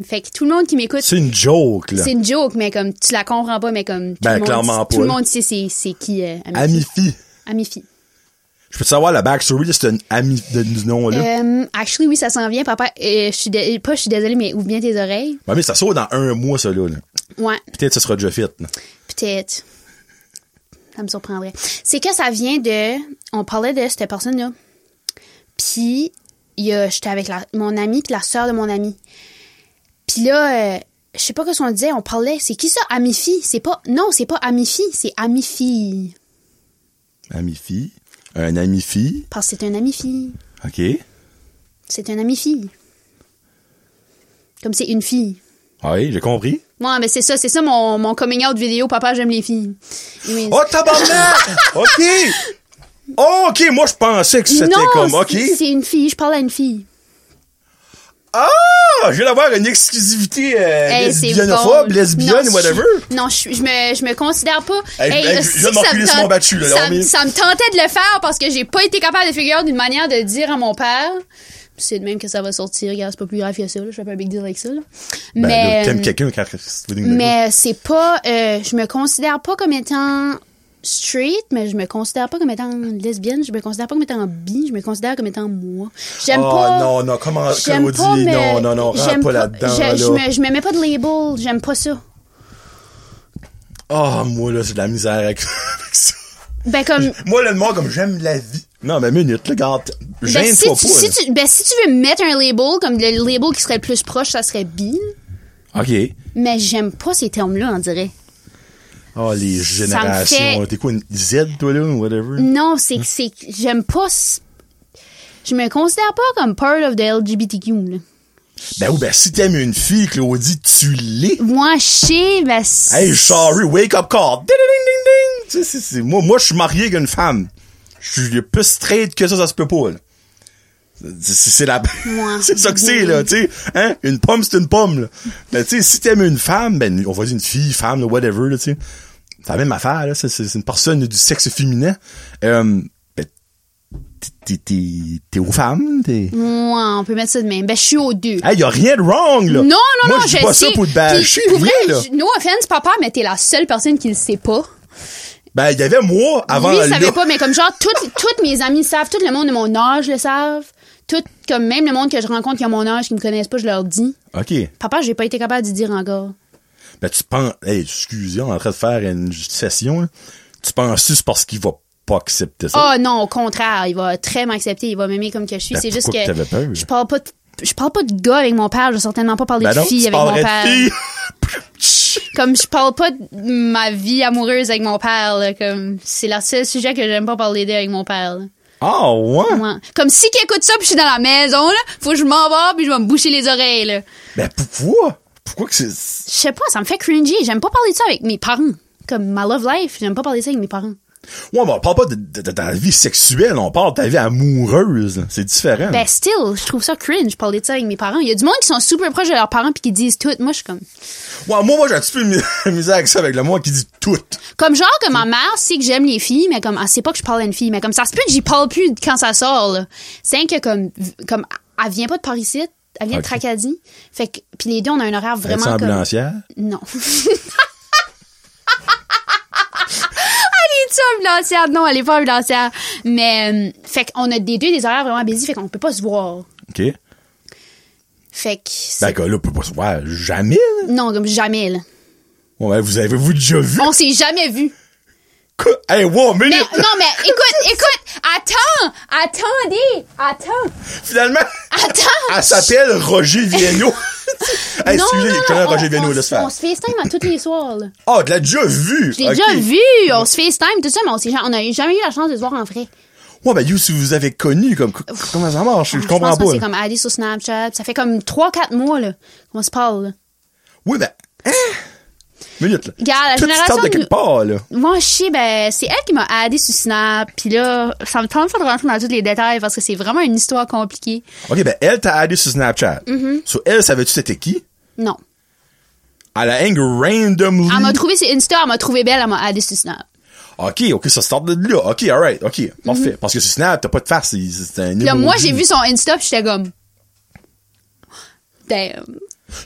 C: Fait que tout le monde qui m'écoute,
A: C'est une joke, là.
C: c'est une joke, mais comme tu la comprends pas, mais comme tout
A: Ben,
C: le monde,
A: clairement
C: tout le
A: pas,
C: monde sait c'est c'est qui euh, Amifi.
A: Amifi.
C: Amifi.
A: Je peux savoir la backstory de cet ami de ce nom-là?
C: Euh, actually, oui, ça s'en vient, papa. Euh, je suis dé- pas, je suis désolée, mais ouvre bien tes oreilles.
A: Ouais, mais ça sort dans un mois, ça, là. là.
C: Ouais,
A: Peut-être que ce sera déjà fait. là.
C: peut-être. Ça me surprendrait. C'est que ça vient de. On parlait de cette personne-là. Puis, il y a- j'étais avec la- mon ami puis la sœur de mon ami. Puis là, euh, je sais pas ce qu'on disait, on parlait. C'est qui ça, Amifi? C'est pas. Non, c'est pas Amifi, c'est Amifi.
A: Ami-fille. Un ami-fille.
C: Parce que c'est un Amifi.
A: OK.
C: C'est un ami-fille. Comme c'est une fille.
A: Ah Oui, j'ai compris.
C: Ouais, mais c'est ça, c'est ça mon, mon coming out vidéo, papa, j'aime les filles. Oui.
A: Oh, tabarnak! OK! Oh, OK, moi, je pensais que c'était
C: non,
A: comme...
C: c'est-
A: OK.
C: c'est une fille, je parle à une fille.
A: Ah! Je vais avoir une exclusivité euh,
C: Hey, Eh, c'est
A: lesbianophobe,
C: bon.
A: lesbienne,
C: Non,
A: whatever.
C: je- non, je, je me, je me considère pas.
A: Hey, hey,
C: euh,
A: je
C: si
A: viens de
C: ça me
A: m'enculer sur
C: tente-
A: mon battu, là,
C: ça,
A: non, mais-
C: ça me tentait de le faire parce que j'ai pas été capable de figurer d'une manière de dire à mon père. C'est de même que ça va sortir, regarde, c'est pas plus grave que ça, là. je fais pas un big deal avec ça. là.
A: Ben,
C: mais. euh,
A: là, t'aimes quelqu'un quand c'est devenu une
C: Mais c'est pas. euh, je me considère pas comme étant straight, mais je me considère pas comme étant lesbienne, je me considère pas comme étant bi, je me considère comme étant moi. J'aime
A: Oh,
C: pas.
A: non, non, comment-
C: j'aime
A: Claudie,
C: pas me-
A: non, non, non, rentre
C: j'aime
A: pas là-dedans,
C: Je, je,
A: là.
C: me, je me mets pas de label, j'aime pas ça.
A: Ah, moi, là, j'ai de la misère avec avec ça.
C: Ben, comme.
A: Moi, là, le mot, comme j'aime la vie. Non, mais minute, là, regarde.
C: Ben si,
A: Gêne-toi
C: tu,
A: pas.
C: si tu, ben, si tu veux mettre un label, comme le label qui serait le plus proche, ça serait bi,
A: là. OK.
C: mais j'aime pas ces termes-là, on dirait.
A: Oh, les générations. hein.
C: fait-
A: T'es quoi, une Z, toi, là, ou whatever?
C: Non, c'est que c'est que j'aime pas. c- Je me considère pas comme part of the LGBTQ, là.
A: Ben oui, ben si t'aimes une fille, Claudie, tu l'es.
C: Moi, je sais, ben. c'est-
A: Hey, sorry, wake up call. Ding, ding, ding, ding. Tu sais, c'est- c'est- Moi, moi je suis marié avec une femme. Je suis plus straight que ça, ça se peut pas, là. C'est c'est la...
C: Ouais.
A: c'est ça que c'est, là, tu sais. Hein? Une pomme, c'est une pomme, là. Mais tu sais, si t'aimes une femme, ben, on va dire une fille, femme, là, whatever, là, tu sais. C'est la même affaire, là. C'est- C'est c'est une personne du sexe féminin. Euh, ben, t'es- t'es- t'es t'es aux femmes, t'es...
C: Ouais, on peut mettre ça de même. Ben, je suis aux deux.
A: Hey, y a rien de wrong, là.
C: non, non,
A: Moi,
C: non,
A: je
C: je
A: dis pas
C: sais.
A: ça pour te
C: Puis,
A: bâcher,
C: pour vrai,
A: rien, là.
C: je- no offense, papa, mais t'es la seule personne qui le sait pas.
A: Ben, il y avait moi avant
C: Lui, il
A: là.
C: savait pas, mais comme genre, toutes, toutes mes amis le savent, tout le monde de mon âge le savent. Tout, comme même le monde que je rencontre qui a mon âge, qui me connaissent pas, je leur dis.
A: OK.
C: Papa, j'ai pas été capable d'y dire encore.
A: Ben, tu penses... Hey, excusez, on est en train de faire une session, là. Tu penses juste parce qu'il va pas accepter ça?
C: Ah non, au contraire, il va très m'accepter, il va m'aimer comme que je suis.
A: Ben,
C: C'est juste
A: pourquoi
C: que
A: que t'avais peur?
C: je parle pas de, je parle pas de gars avec mon père, je vais certainement pas parler
A: ben
C: de
A: non,
C: filles
A: tu
C: avec mon
A: parlerais de
C: père.
A: filles.
C: comme je parle pas de ma vie amoureuse avec mon père, là, comme c'est le seul sujet que j'aime pas parler d'avec mon père. là.
A: Ah, ouais?
C: Ouais. Comme si qui écoute ça puis je suis dans la maison là, faut que je m'en vais puis je vais me boucher les oreilles là.
A: Ben, pourquoi? Pourquoi que c'est...
C: Je sais pas, ça me fait cringy. J'aime pas parler de ça avec mes parents. Comme ma love life, j'aime pas parler de ça avec mes parents.
A: Ouais, ben, on parle pas de, de- de ta vie sexuelle, on parle de ta vie amoureuse. là. C'est différent.
C: Ben still, je trouve ça cringe parler de ça avec mes parents. Il y a du monde qui sont super proches de leurs parents puis qui disent tout. Moi je suis comme
A: Ouais, moi, moi, j'ai un petit peu de mis- misère avec ça, avec le moi qui dit tout.
C: comme genre que ma mère sait que j'aime les filles mais comme elle sait pas que je parle à une fille mais comme ça se peut que j'y parle plus quand ça sort là. C'est rien que comme comme elle vient pas de Paris ici, elle vient
A: Ok.
C: de Tracadie. Fait que puis les deux on a un horaire
A: Vraiment
C: vraiment comme
A: ambulancière?
C: non. Elle est-tu ambulancière? Non, elle est pas ambulancière. Mais, euh, fait qu'on a des deux des horaires vraiment busy, fait qu'on peut pas se voir.
A: OK.
C: Fait que, c'est-
A: Ben, que là, on peut pas se voir jamais, là.
C: non, comme jamais, là.
A: Ouais, ben, vous avez-vous déjà vu?
C: On s'est jamais vu.
A: Quoi? Hey, wow, minute!
C: Mais, non, mais écoute, écoute, attends, attendez, attends,
A: Finalement,
C: attends.
A: elle s'appelle Roger Vienno. Ah, hey,
C: Ah, Non,
A: celui-là,
C: non,
A: il
C: non,
A: connaît
C: on-
A: Roger Vienno,
C: on,
A: laisse
C: se-
A: faire.
C: on se FaceTime à tous les soirs, là.
A: Ah, tu l'as déjà vu!
C: Je l'ai
A: Ok.
C: déjà vu, on se FaceTime, tout ça, mais on s'est ja- on a jamais eu la chance de se voir en vrai.
A: Ouais, ben, you, si vous avez connu, comme, comment ça marche? Je comprends
C: pense que
A: pas.
C: c'est
A: là.
C: comme aller sur Snapchat, ça fait comme 3-4 mois, là, qu'on se parle, là.
A: Oui, ben, hein? Minute, là.
C: Regarde, la
A: Toi, tu
C: génération
A: sortes de
C: de-
A: quelque part, là.
C: Moi, je sais, ben, c'est elle qui m'a aidé sur Snap. Puis là, ça me tente pas de rentrer dans tous les détails parce que c'est vraiment une histoire compliquée.
A: Ok, ben, elle t'a aidé sur Snapchat.
C: Mm-hmm.
A: Sur elle, savais-tu c'était qui?
C: Non.
A: Elle a hang randomly.
C: Elle m'a trouvé sur Insta, elle m'a trouvé belle, elle m'a aidé sur Snap.
A: Ok, ok, ça sort de là. Ok, alright, ok, parfait. Parce que sur Snap, t'as pas de face, c'est c'est un
C: Puis là, Mm-hmm. moi,
A: emoji.
C: j'ai vu son Insta, puis j'étais comme. Damn.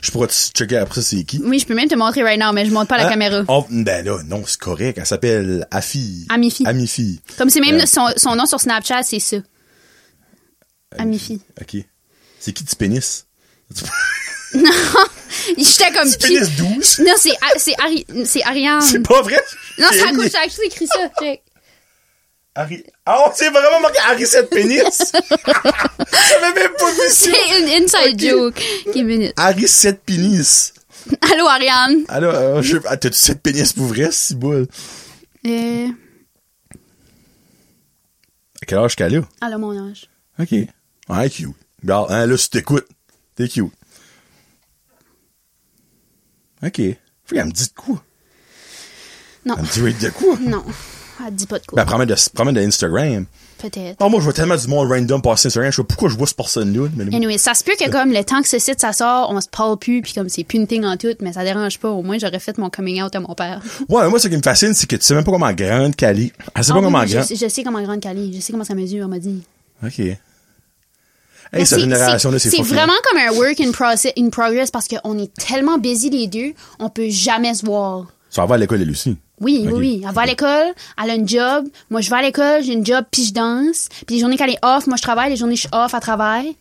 A: Je pourrais te checker après c'est qui.
C: Oui, je peux même te montrer right now, mais je montre pas à la
A: Ah,
C: caméra.
A: on- ben là, non, c'est correct. Elle s'appelle Afi.
C: Amifi.
A: Amifi.
C: Comme c'est même
A: Euh.
C: son, son nom sur Snapchat, c'est ça.
A: Euh,
C: Amifi.
A: OK. C'est qui tu pénis?
C: J'étais comme
A: Tu pénis 12?
C: Non, c'est A- c'est Ari- c'est Ariane.
A: C'est pas vrai?
C: Non, c'est à
A: J'ai
C: gauche, j'ai actually écrit ça. Check.
A: Harry. Ah, on s'est vraiment marqué Harry 7 pénis! J'avais même pas vu ça!
C: C'est une inside joke. Ok, une minute.
A: Harry 7 pénis!
C: Allô, Ariane.
A: Alors, euh, je... ah, t'as-tu 7 pénis pour vrai, si boule?
C: Euh,
A: À quel âge qu'elle a?
C: allô, mon âge.
A: OK. Ouais, cute. Regarde, hein, là, si t'écoutes, t'es cute. OK. Fait qu'elle me dit de quoi?
C: Non.
A: Elle me dit oui, de quoi?
C: Non. Elle dit pas de
A: Ben,
C: quoi.
A: prends-moi de, prends-moi de Instagram.
C: Peut-être.
A: Oh, moi, je vois tellement du monde random passer Instagram. Je sais pas pourquoi je vois cette personne-là. mais-
C: Anyway, ça se peut que comme le temps que ce site ça sort, on se parle plus, puis comme c'est plus une thing en tout, mais ça dérange pas. Au moins, j'aurais fait mon coming out à mon père.
A: Ouais, moi, ce qui me fascine, c'est que tu sais même pas comment grande qu'elle est. Elle sait
C: Ah
A: pas
C: oui,
A: comment
C: je,
A: grande.
C: je sais comment grande qu'elle est. Je sais comment ça mesure, on m'a dit.
A: OK.
C: Mais
A: Hey, cette génération-là, c'est
C: c'est
A: fucking-
C: vraiment comme un work in, process, in progress parce qu'on est tellement busy les deux, on peut jamais se voir.
A: Ça va à l'école, elle aussi.
C: Oui,
A: Ok.
C: oui, oui. Elle va à l'école, elle a une job. Moi, je vais à l'école, j'ai une job, puis je danse. Puis les journées qu'elle est off, moi, je travaille. Les journées, je suis off, elle travaille.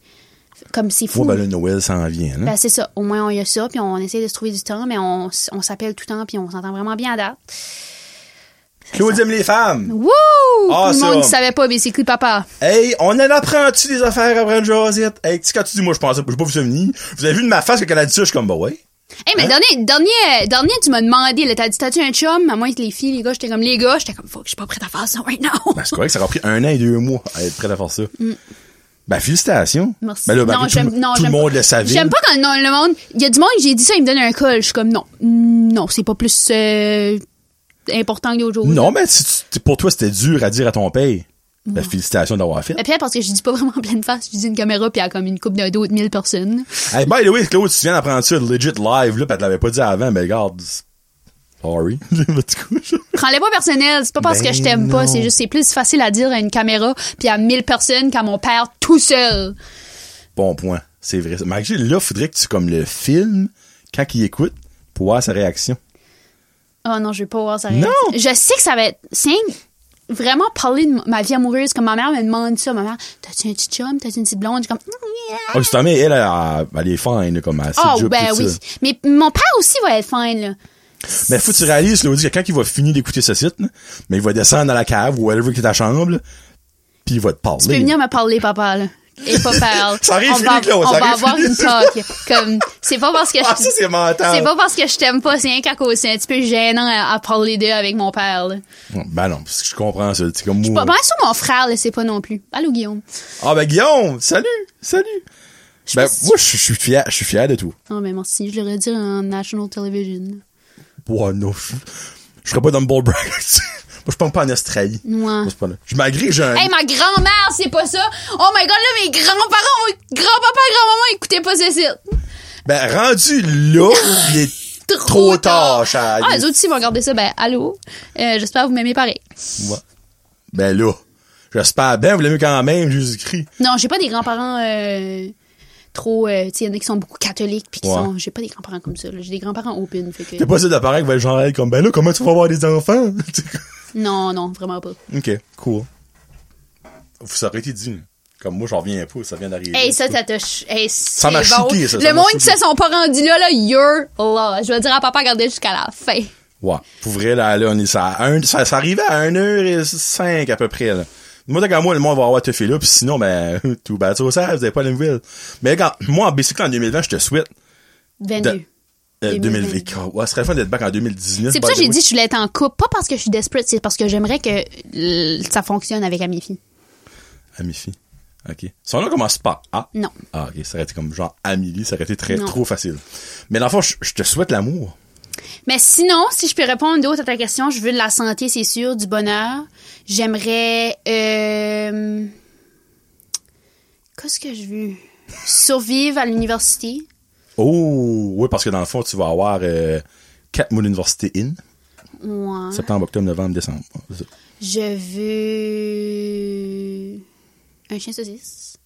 C: Comme c'est fou.
A: Ouais, ben là, Noël s'en vient, hein. là.
C: Ben, c'est ça. Au moins, on y a ça, puis on essaie de se trouver du temps, mais on, s- on s'appelle tout le temps, puis on s'entend vraiment bien à date.
A: Claude aime les femmes.
C: Wouh! tout
A: Awesome.
C: le monde qui savait pas, basically, papa.
A: Hey, on en apprend-tu des affaires après une jasette? Hey, tu sais, quand tu dis, moi, je pensais pas, j'ai pas vu ça venir. Vous avez vu de ma face que quand elle a dit ça, je suis comme, bah ouais.
C: Hey, mais dernier, dernier, dernier, tu m'as demandé, là, t'as dit, t'as-tu un chum? À moins que les filles, les gars, j'étais comme les gars, j'étais comme, fuck, je suis pas prête à faire ça right now.
A: Ben, c'est correct, ça aura pris un an et deux mois à être prêt à faire ça. Ben, félicitations.
C: Mm. Merci.
A: Ben là, ben,
C: non,
A: tout,
C: j'aime,
A: le-
C: non,
A: tout le
C: j'aime
A: monde
C: pas.
A: le savait.
C: J'aime pas quand non, le monde. Il y a du monde, j'ai dit ça, il me donne un col. Je suis comme, non, mm, non, c'est pas plus euh, important qu'aujourd'hui.
A: Non, mais si tu- tu- pour toi, c'était dur à dire à ton père. Ben, félicitations d'avoir fait.
C: Et puis, parce que je dis pas vraiment en pleine face, je dis une caméra, puis il y a comme une coupe d'un dos de 1000 personnes.
A: Hey, by the way, Claude, tu viens d'apprendre ça legit live, là, pis elle te l'avait pas dit avant, mais regarde. c'est- Sorry. Ben, du coup, je-
C: Prends-les pas personnel, c'est pas parce
A: Ben
C: que je t'aime pas,
A: non.
C: c'est juste, c'est plus facile à dire à une caméra, puis à 1000 personnes qu'à mon père tout seul.
A: bon point. C'est vrai. Mike G, là, faudrait que tu, comme, le film, quand il écoute, pour voir sa réaction.
C: Oh non, je vais pas voir ça.
A: Non!
C: Je sais que ça va être. C'est vraiment parler de ma vie amoureuse, comme ma mère me demande ça. Ma mère, t'as-tu un petit chum? T'as-tu une petite blonde? Je suis comme, Mm, Yeah.
A: Ah, c'est mais elle, elle, elle, elle est fine, là, comme, elle sait
C: Oh,
A: déjà
C: ben
A: tout
C: oui.
A: ça.
C: Mais mon père aussi va être fine, là.
A: Mais faut que tu réalises, Claudie, que quand il va finir d'écouter ce site, là, mais il va descendre dans la cave ou whatever qui est ta chambre, là, puis il va te parler.
C: Tu peux venir me parler, papa, là. Et pas parler.
A: Ça arrive
C: on
A: fini,
C: va,
A: Claude,
C: on
A: ça
C: va
A: arrive
C: avoir
A: fini.
C: une talk. Comme, c'est pas parce que je.
A: Ah, ça, c'est mental.
C: c'est pas parce que je t'aime pas, c'est un caco. C'est un petit peu gênant à, à parler d'eux avec mon père, là.
A: Ben non, parce que je comprends ça. C'est comme moi.
C: Pas, ben, sur mon frère, là, c'est pas non plus. Allô, Guillaume.
A: Ah, ben Guillaume, salut, salut.
C: pas
A: Ben,
C: si-
A: moi, je je suis fier, je suis fier de tout.
C: Non, mais Ah, ben, merci. Je l'aurais dit en national television.
A: Ouais, non, je, je serais pas dans le ball bracket. moi, je pense pas en Australie.
C: Ouais.
A: Moi, c'est pas là. Je m'agrée, j'ai un.
C: Hey, ma grand-mère, c'est pas ça. Oh my god, là, mes grands-parents, mon grand-papa, grand-maman, écoutez pas ce site.
A: Ben, rendu là, il est trop, tard, Charlie.
C: Ah, les autres, s'ils vont regarder ça, ben, allô. Euh, J'espère que vous m'aimez pareil.
A: Ouais. Ben là, j'espère bien, vous l'aimez quand même, Jésus-Christ.
C: Non, j'ai pas des grands-parents euh, trop. euh, tu sais, il y en a qui sont beaucoup catholiques, puis qui
A: Ouais.
C: sont. J'ai pas des grands-parents comme ça. là. J'ai des grands-parents open. Fait que...
A: T'es pas sûr d'apparaître avec le genre elle, comme, ben là, comment tu vas avoir des enfants? Tu sais,
C: Non, non, vraiment pas.
A: ok, cool. Vous ça aurait été dit, là. comme moi, j'en reviens pas, ça vient d'arriver.
C: Hey, ça, ça te. ch- Hey, ça
A: m'a shooté, ça,
C: Le
A: ça m'a
C: monde qui
A: shooté.
C: se sont pas rendus là, là, you're là. Je vais dire à papa, regardez jusqu'à la fin.
A: Ouais, pour vrai, là, là, on est ça, un, ça, ça arrivait à 1h05 à peu près, là. Moi, quand moi, le monde va avoir te fait là, pis sinon, ben, tout bad, ça, ça, vous avez pas la nouvelle. Mais quand, moi, en bicycle, en 2020, je te souhaite,
C: Vendu.
A: euh,
C: 2020.
A: 2020, ouais, ce serait le fun d'être back en 2019.
C: C'est pour ça que
A: by the
C: j'ai
A: way.
C: dit que je voulais être en couple. Pas parce que je suis desperate, c'est parce que j'aimerais que euh, ça fonctionne avec Amifi.
A: Amifi. Ah, OK. Son nom commence par A.
C: Non.
A: Ah, OK. Ça aurait été comme genre Amélie. Ça aurait été très,
C: Non.
A: trop facile. Mais dans le fond, je, je te souhaite l'amour.
C: Mais sinon, si je peux répondre d'autres à ta question, je veux de la santé, c'est sûr, du bonheur. J'aimerais. euh, Qu'est-ce que je veux? Survivre à l'université.
A: Oh, oui, parce que dans le fond, tu vas avoir euh, quatre mois d'université in.
C: Ouais.
A: Septembre, octobre, novembre, décembre. Ouais, c'est ça.
C: Je veux. Un chien saucisse.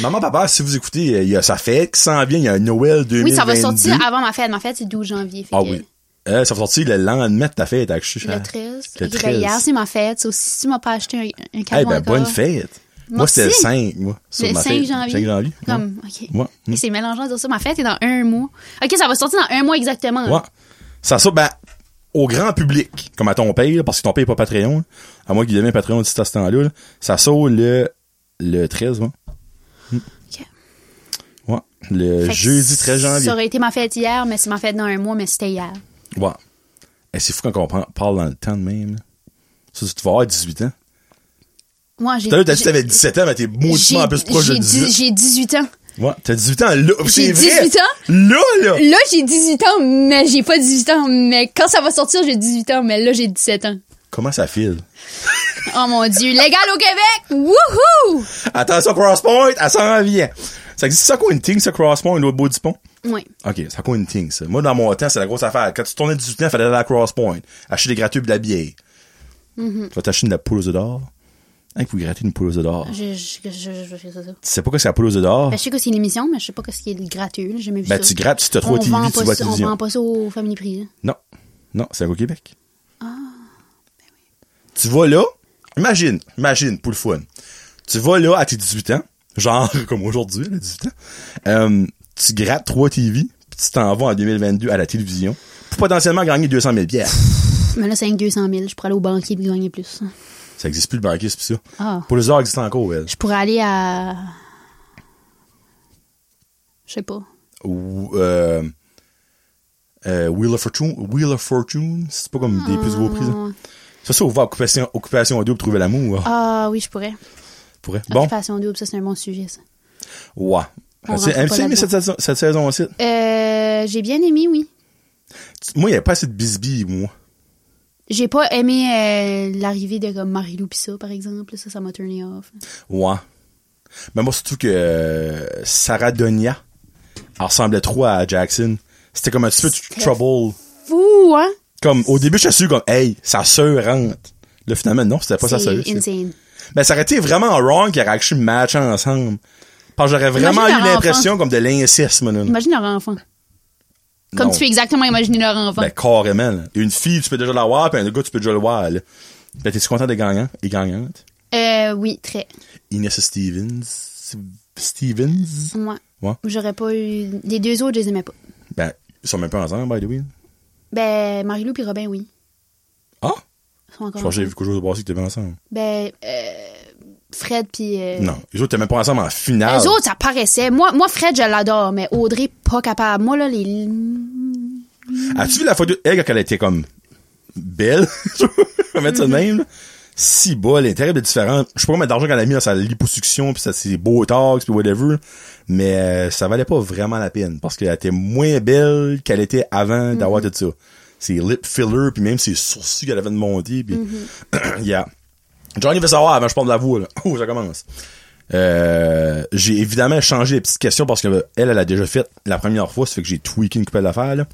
A: Maman, papa, si vous écoutez, euh, il y a sa fête qui s'en vient, il y a Noël 2022.
C: Oui, ça va sortir avant ma fête. Ma fête, c'est le 12 janvier. fait
A: Ah
C: que
A: oui. Euh, ça va sortir le lendemain de ta fête, actually.
C: Le 13.
A: Le
C: Ok, ben,
A: 13.
C: Hier, c'est ma fête. Ça aussi, si tu m'as pas acheté un, un
A: Eh
C: cadeau
A: ben,
C: encore.
A: bonne fête.
C: Moi
A: moi, c'était le
C: aussi.
A: 5, moi. sur
C: Le
A: ma
C: 5
A: fête.
C: janvier.
A: 5 janvier. ouais.
C: Comme, OK.
A: Ouais.
C: Et C'est mélangeant de dire ça. Ma fête est dans un mois. OK, ça va sortir dans un mois exactement. là.
A: Ouais. Ça sort, ben, au grand public, comme à ton père, parce que ton père n'est pas Patreon, là. à moins qu'il devienne Patreon d'ici à ce temps-là, là. ça sort le, le 13, ouais.
C: Ok.
A: Ouais. Le
C: Fait que
A: jeudi 13 janvier.
C: Ça aurait été ma fête hier, mais c'est ma fête dans un mois, mais c'était hier.
A: Ouais. Et c'est fou quand on prend- parle dans le temps de même, là. Ça, tu vas avoir 18 ans.
C: Moi, j'ai.
A: T'as t'as dit que
C: j'ai-
A: t'avais 17 ans, mais t'es mauditement un peu proche de
C: j'ai
A: 18.
C: dix- J'ai 18 ans.
A: Ouais, t'as 18 ans, là.
C: J'ai
A: c'est vrai.
C: 18 ans?
A: Là, là.
C: Là, j'ai 18 ans, mais j'ai pas 18 ans. Mais quand ça va sortir, j'ai 18 ans, mais là, j'ai 17 ans.
A: Comment ça file?
C: Oh mon Dieu. Légal au Québec! Wouhou!
A: Attention, Crosspoint, elle s'en vient. Ça existe ça, Cointing, ça, Crosspoint, l'autre bout du pont?
C: Oui.
A: OK, ça coûte une ting, ça. Moi, dans mon temps, c'est la grosse affaire. Quand tu tournais 18 ans, il fallait aller à la Crosspoint, acheter des gratuits et de la bière.
C: Mm-hmm.
A: Tu vas t'acheter une de la pouleuse d'or. Hein, que vous grattez une pouleuse d'or.
C: Ah, Je, je, je, je, je fais ça. ça.
A: Tu sais pas quoi c'est la pouleuse d'or?
C: Ben, je sais que c'est une émission, mais je sais pas ce qui est gratuit. là. J'ai jamais vu
A: Ben,
C: ça.
A: tu grattes, tu te trouves
C: on
A: à TV,
C: vend
A: tu
C: pas
A: vois à
C: ça-
A: la
C: On
A: télévision.
C: vend pas ça aux Family Prix. hein. là.
A: Non. Non, c'est au Québec. Tu vas là, imagine, imagine, pour le fun. Tu vas là à tes 18 ans, genre comme aujourd'hui, là, 18 ans. Euh, tu grattes 3 TV, puis tu t'en vas en 2022 à la télévision pour potentiellement gagner 200 000 pièces.
C: Mais là, c'est avec 200 000. Je pourrais aller au banquier et gagner plus.
A: Ça existe plus le banquier, c'est plus ça.
C: Ah.
A: Pour les arts existe encore, elle.
C: Je pourrais aller à. Je sais pas.
A: Ou, euh, euh, Wheel of Fortune, Wheel of Fortune, c'est pas comme des plus gros prix, ça.
C: Ah.
A: Ça, c'est ouvert à occupation, occupation double, trouver l'amour, hein,
C: Ah oui, je pourrais.
A: pourrait. Bon,
C: Occupation double, ça, c'est un bon sujet, ça.
A: ouais.
C: On
A: Tu sais,
C: rentre pas
A: aimes-tu aimer
C: là-dedans.
A: cette saison, cette saison aussi?
C: Euh, j'ai bien aimé, oui.
A: Tu- Moi, il n'y a pas assez de bisbis, moi.
C: J'ai pas aimé euh, l'arrivée de comme Marie-Lou pis ça, par exemple. Ça, ça m'a turné off.
A: Ouais. Mais moi, surtout que euh, Sarah Donia elle ressemblait trop à Jackson. C'était comme un petit peu de
C: C'était-
A: trouble.
C: Fou, hein?
A: Comme, au début, je suis sûr, comme, hey, sa sœur rentre. Là, finalement, non, c'était pas sa sœur.
C: C'est insane.
A: Mais ça aurait été vraiment wrong qu'ils auraient actually matché ensemble. Parce que j'aurais vraiment
C: Imagine
A: eu
C: leur
A: l'impression comme de l'inceste, moi, là.
C: Imagine leur enfant. Comme
A: Non.
C: tu peux exactement imaginer leur enfant.
A: Ben, carrément, là. Une fille, tu peux déjà la voir, puis un gars, tu peux déjà le voir, là. Ben, t'es-tu content des gagnants et gagnantes? Ben.
C: Euh, oui, très.
A: Inès Stevens. Stevens?
C: Moi,
A: Ouais.
C: j'aurais pas eu. Les deux autres, je les aimais pas.
A: Ben, ils sont même pas ensemble, by the way.
C: Ben, Marie-Lou pis Robin, oui.
A: Ah!
C: Ils sont
A: Je
C: encore.
A: pense que j'ai
C: ensemble.
A: vu quelque chose de passé que t'étais ensemble.
C: Ben, euh, Fred pis. euh,
A: Non. Ah. Les autres, t'es même pas ensemble en finale.
C: Les autres, ça paraissait. Moi, moi Fred, je l'adore, mais Audrey, pas capable. Moi, là, les.
A: As-tu vu la photo d'elle quand elle était comme belle? On va mettre ça de même, là. Si bas, l'intérêt est différent. Je sais pas combien d'argent qu'elle a mis dans sa liposuction, puis ça, ses beaux taxes, puis whatever. Mais euh, ça valait pas vraiment la peine, parce qu'elle était moins belle qu'elle était avant d'avoir tout ça. Ses lip fillers, puis même ses sourcils qu'elle avait de monter, puis... yeah. Johnny veut savoir avant que je parle de la voix, là. Oh, ça commence. Euh, j'ai évidemment changé les petites questions parce que euh, elle, elle a déjà fait la première fois, ça fait que j'ai tweaké une couple d'affaires, là.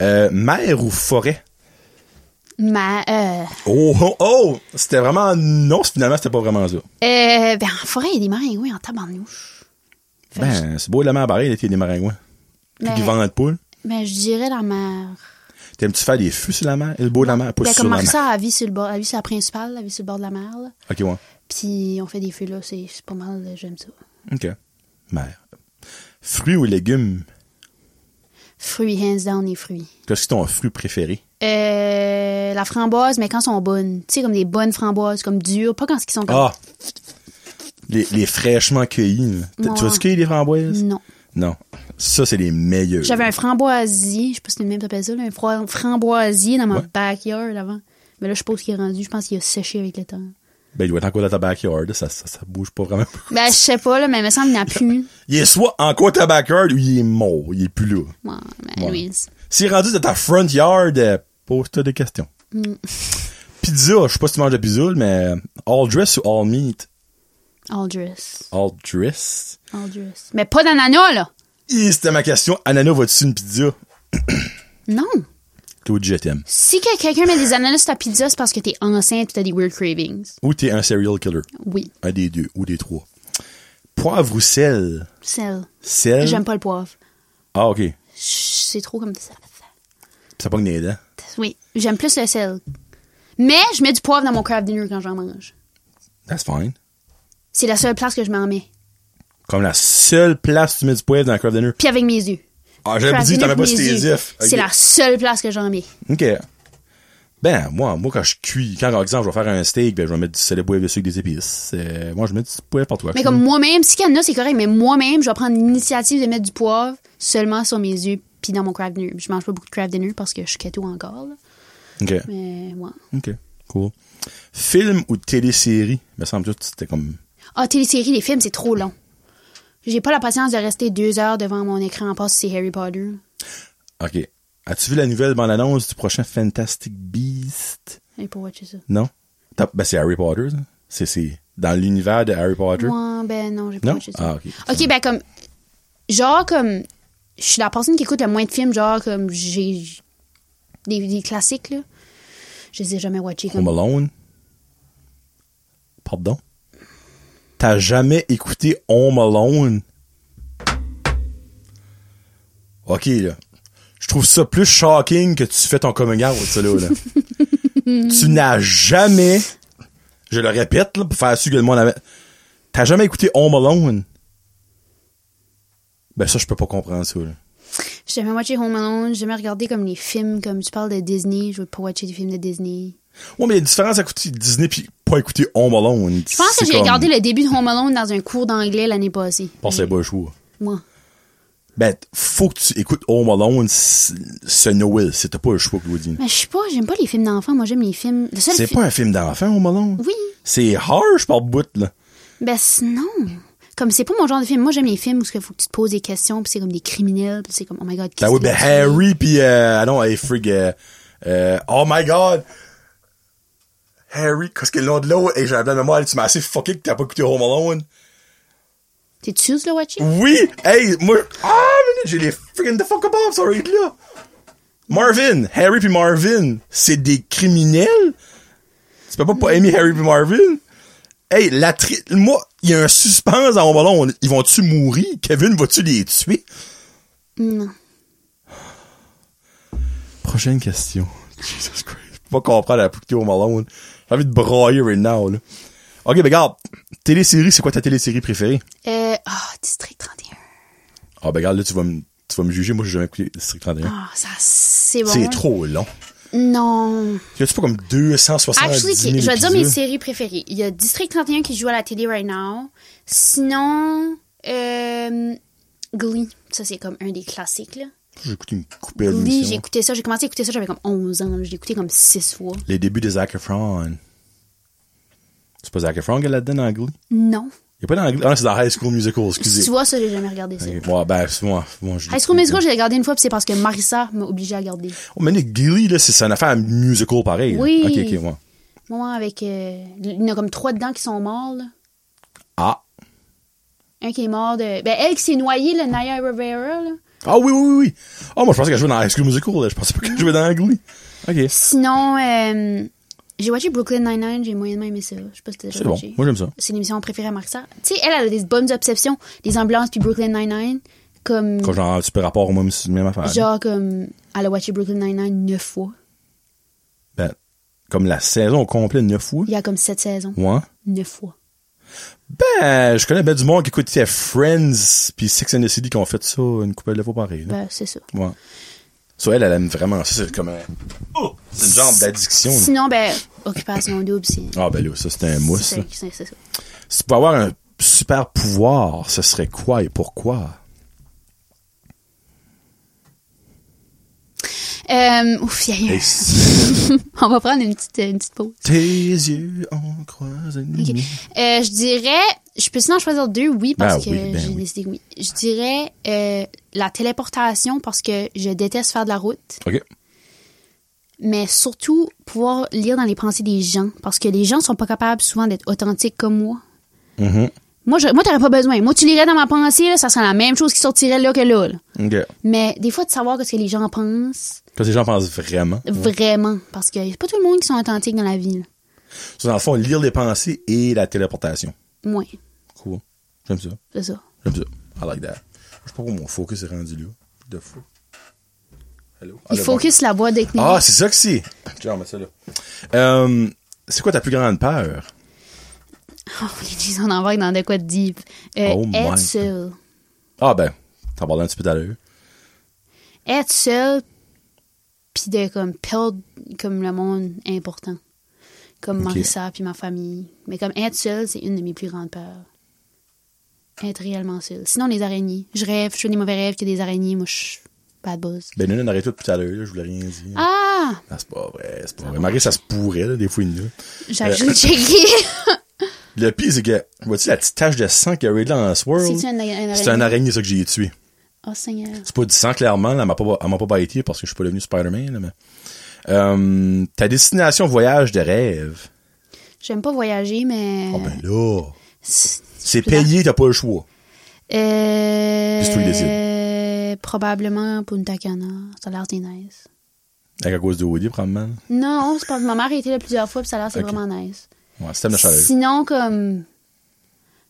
A: Euh, mer ou forêt?
C: Ma, euh,
A: Oh, oh, oh! C'était vraiment... Non, finalement, c'était pas vraiment ça.
C: euh, ben, en forêt, il y a des maringouins en tabarnouche. Fait que
A: Ben, c'est beau, la mer barrée, il était des maringouins. Puis
C: Mais-
A: du vent de poule.
C: Ben, je dirais la mer.
A: T'aimes-tu faire des fûts sur la mer? Et le beau de la mer? Pas
C: Ben,
A: sur
C: comme
A: la mer.
C: Marissa, elle vit sur le bord, elle vit sur la principale, elle vit sur le bord de la mer, là.
A: OK, ouais.
C: Puis, on fait des feux, là, c'est c'est pas mal, là, j'aime ça.
A: OK. Mer. Fruits ou légumes?
C: Fruits, hands down, les fruits.
A: Qu'est-ce que ton fruit préféré?
C: Euh, la framboise, mais quand elles sont bonnes. Tu sais, comme des bonnes framboises, comme dures, pas quand elles sont comme.
A: Ah! Les, les fraîchement cueillis. là. T-
C: Ouais.
A: Tu vas-tu cueillir des framboises?
C: Non.
A: Non. Ça, c'est les meilleurs.
C: J'avais un framboisier, je sais pas si c'est le même t'appelles ça, là, un fro- framboisier dans ma backyard avant. Mais là, je suppose qu'il est rendu, je pense qu'il a séché avec le temps.
A: Ben, il doit être encore dans ta backyard. Ça, ça, ça bouge pas vraiment.
C: Ben, je sais pas, là, mais il me semble qu'il n'y en a plus.
A: Il est soit encore ta backyard ou il est mort. Il est plus là.
C: Ouais, ben,
A: Ouais.
C: Louise.
A: S'il est rendu dans ta front yard, euh, pose-toi des questions.
C: Mm.
A: Pizza, je sais pas si tu manges de pizza, mais euh, all dress ou all meat?
C: All dress.
A: All dress.
C: All dress. Mais pas d'ananas, là!
A: Et c'était ma question. Anana, vas-tu une pizza?
C: Non!
A: Claude, je t'aime.
C: Si que quelqu'un met des ananas sur ta pizza, c'est parce que t'es enceinte et t'as des weird cravings.
A: Ou t'es un serial killer.
C: Oui.
A: Un des deux, ou des trois. Poivre ou sel?
C: Sel.
A: Sel?
C: J'aime pas le poivre.
A: Ah, OK.
C: C'est trop comme ça.
A: Ça pogne les dents.
C: Oui, j'aime plus le sel. Mais je mets du poivre dans mon craft dinner quand j'en mange.
A: That's fine.
C: C'est la seule place que je m'en mets.
A: Comme la seule place où tu mets du poivre dans le craft dinner.
C: Puis avec mes yeux.
A: Ah, j'avais
C: Craft
A: dit,
C: dinner
A: t'avais pas
C: avec
A: sur
C: mes
A: tes
C: yeux.
A: ifs.
C: C'est la seule place que j'en mets.
A: OK. Ben, moi, moi, quand je cuis, quand, par exemple, je vais faire un steak, ben, je vais mettre du sel et poivre dessus avec des épices. Euh, moi, je mets du poivre partout.
C: Mais comme moi-même, si Canada, c'est correct, mais moi-même, je vais prendre l'initiative de mettre du poivre seulement sur mes yeux puis dans mon craft dinner. Je mange pas beaucoup de craft dinner parce que je suis keto encore. là.
A: OK.
C: Mais ouais.
A: OK. Cool. Film ou télésérie? Il me semble que c'était comme...
C: Ah, télésérie, les films, c'est trop long. J'ai pas la patience de rester deux heures devant mon écran en passe si c'est Harry Potter.
A: OK. As-tu vu la nouvelle bande-annonce du prochain Fantastic Beast?
C: J'ai pas watché ça.
A: Non? T'as- Ben, c'est Harry Potter, ça. C'est- C'est dans l'univers de Harry Potter.
C: Moi, ben non, j'ai pas
A: Non?
C: watché ça.
A: Ah, ok.
C: Ok, ben comme. Genre, comme. Je suis la personne qui écoute le moins de films, genre, comme j'ai. Des, des classiques, là. Je les ai jamais watchés.
A: Home
C: Comme...
A: Alone. Pardon? T'as jamais écouté Home Alone? Ok, là. Je trouve ça plus shocking que tu fais ton coming out, ça, là. là. tu n'as jamais, je le répète, là, pour faire su que le monde avait, t'as jamais écouté Home Alone? Ben, ça, je peux pas comprendre ça, là.
C: J'ai jamais watché Home Alone, j'ai jamais regardé comme les films, comme tu parles de Disney, je veux pas watcher des films de Disney.
A: Ouais, mais il y a une différence à écouter Disney puis pas écouter Home Alone.
C: Je pense que j'ai regardé le début de Home Alone dans un cours d'anglais l'année passée.
A: Pensez pas, je vois.
C: Moi.
A: Ben, t- faut que tu écoutes Home Alone c- ce Noël. C'était pas un choix que je vous dis.
C: Mais je sais pas, j'aime pas les films d'enfants, moi j'aime les films. Le seul
A: C'est
C: fi-
A: pas un film d'enfant, Home Alone.
C: Oui.
A: C'est harsh par bout, là.
C: Ben c- non. Comme c'est pas mon genre de film. Moi j'aime les films où il faut que tu te poses des questions, puis c'est comme des criminels, puis c'est comme oh my god.
A: Ben
C: qu'est-ce
A: oui,
C: que
A: ben
C: tu-
A: Harry pis, euh, ah non, hey, frig, euh, euh, oh my god! Harry, qu'est-ce que le nom de l'autre? Et j'ai la mémoire, tu m'as assez fucké que t'as pas écouté Home Alone.
C: T'es tu le watcher?
A: Oui! Hey, moi, ah, minute, j'ai les friggin' de fuck up off, ça right là! Marvin! Harry pis Marvin! C'est des criminels? Tu peux pas pas aimer Harry pis Marvin? Hey, la tri... Moi, il y a un suspense dans mon ballon. Ils vont-tu mourir? Kevin, vas-tu les tuer?
C: Non.
A: Prochaine question. Jesus Christ. Je peux pas comprendre la pouquette au Malone. J'ai envie de brailler right now, là. Ok, ben regarde. Télésérie, c'est quoi ta télésérie préférée?
C: Euh, oh, District 31.
A: Ah, ben regarde, là, tu vas me, tu vas me juger. Moi, j'ai jamais écouté District 31.
C: Ah, ça, c'est bon.
A: C'est trop long.
C: Non.
A: Y a-tu pas comme 270
C: Actually,
A: 000
C: ok, je vais dire mes
A: épisodes?
C: séries préférées. Il y a District 31 qui joue à la télé right now. Sinon, euh, Glee. Ça, c'est comme un des classiques, là.
A: J'ai écouté une coupelle
C: Glee, j'ai
A: d'émissions.
C: écouté ça. J'ai commencé à écouter ça, j'avais comme 11 ans. J'ai écouté comme 6 fois.
A: Les débuts de Zac Efron. C'est pas Zac Efron qui est là-dedans dans Glee?
C: Non.
A: Y a pas dans Glee? Ah, c'est dans High School Musical, excusez.
C: Tu vois, ça, j'ai jamais regardé ça.
A: Ok, Ouais, ben, c'est moi. moi je-
C: High School Musical, j'ai regardé une fois, puis c'est parce que Marissa m'a obligée à regarder.
A: Oh, mais les Glee, là, c'est c'est une affaire musical pareil. là.
C: Oui.
A: Ok, ok, ouais.
C: Moi, avec. euh, il y en a comme trois dedans qui sont morts, là.
A: Ah.
C: Un qui est mort de. Ben, elle qui s'est noyée, le Naya Rivera, là.
A: Ah oui, oui, oui, oui. Ah, moi, je pensais qu'elle jouait dans High School Musical, là. Je pensais pas qu'elle jouait dans Glee. Ok.
C: Sinon, euh, j'ai watché Brooklyn Nine-Nine, j'ai moyennement aimé ça. Je sais pas si t'as déjà
A: C'est bon.
C: watché.
A: Moi, j'aime ça.
C: C'est l'émission préférée à Marissa. Tu sais, elle, elle a des bonnes obsessions. Les ambulances puis Brooklyn Nine-Nine. Comme,
A: Quand j'ai un super rapport au même, même affaire. là.
C: genre, comme, elle a watché Brooklyn Nine-Nine neuf fois.
A: Ben, comme la saison complète, neuf fois.
C: Il y a comme sept saisons.
A: Ouais.
C: Neuf fois.
A: Ben, je connais ben du monde qui écoutait Friends puis Six and the City qui ont fait ça une couple de fois pareil. là.
C: Ben, c'est ça.
A: Ouais. So, elle, elle aime vraiment ça. C'est comme un... Oh! C'est une genre d'addiction. là.
C: Sinon, ben, Occupation Double, c'est.
A: Ah ben là, ça, c'était un mousse.
C: c'est-
A: là.
C: C'est c'est ça.
A: Si tu pouvais avoir un super pouvoir, ce serait quoi et pourquoi?
C: Euh, ouf, il y a eu-
A: Et si
C: On va prendre une petite, une petite pause.
A: tes yeux ont croisé une
C: Ok.
A: nuit.
C: Euh, je dirais, je peux sinon en choisir deux, oui,
A: Mhm. Ben
C: parce que
A: oui, ben
C: j'ai
A: oui.
C: décidé que oui. Je dirais euh, la téléportation parce que je déteste faire de la route,
A: OK.
C: mais surtout pouvoir lire dans les pensées des gens parce que les gens sont pas capables souvent d'être authentiques comme moi.
A: Mhm.
C: Moi, je, moi, t'aurais pas besoin. Moi, tu lirais dans ma pensée, là, ça serait la même chose qui sortirait là que là. là.
A: OK.
C: Mais des fois, de savoir ce que les gens pensent,
A: Parce que les gens pensent vraiment.
C: vraiment, parce que c'est pas tout le monde qui sont authentiques dans la vie. là.
A: So, dans le fond, lire les pensées et la téléportation.
C: Moi.
A: Cool. J'aime ça.
C: C'est ça.
A: J'aime ça. I like that. Je sais pas où mon focus est rendu là. De fou. Hello? Ah,
C: Il
A: le
C: focus la boîte
A: bon.
C: d'ethnie.
A: Ah, c'est ça que c'est. Tiens, on met ça là. Euh, c'est quoi ta plus grande peur?
C: Oh, les gens on embarque dans de quoi de deep. Euh,
A: Oh my
C: être
A: God.
C: seul.
A: Ah, ben, t'en parlais un petit peu tout à l'heure.
C: Être seul, puis de comme perdre comme le monde important. Comme
A: Ok.
C: mon ça puis ma famille. Mais comme être seul, c'est une de mes plus grandes peurs. Être réellement seul. Sinon, les araignées. Je rêve, je fais des mauvais rêves qu'il y a des araignées. Moi, je suis bad buzz.
A: Ben, nous, on arrête tout depuis tout à l'heure, là, je voulais rien dire.
C: Ah!
A: Non, c'est pas vrai, c'est pas vrai. Marie, ça se pourrait, là, des fois, il y en a.
C: J'ai
A: Euh.
C: juste checké.
A: Le pire, c'est que, vois-tu la petite tache de sang qu'il y avait là dans Swirl?
C: C'est-tu un ara- un
A: C'est un
C: araignée?
A: araignée, ça, que j'ai tué.
C: Oh, Seigneur.
A: C'est pas du sang, clairement. là, Elle m'a pas, elle m'a pas bâti parce que je suis pas devenu Spider-Man, là, mais... Euh, ta destination voyage de rêve.
C: J'aime pas voyager, mais.
A: Ah ben là,
C: C'est-
A: c'est
C: Puis là-
A: payé, t'as pas le choix.
C: Euh,
A: Puis c'est toi qui décides.
C: euh, Probablement Punta Cana, Salaire des Neiges.
A: À cause de Woody, probablement.
C: Non, c'est pas ma mère a été là plusieurs fois, puis ça a l'air c'est
A: Ok.
C: vraiment nice.
A: Ouais, système de chaleur.
C: Sinon, comme.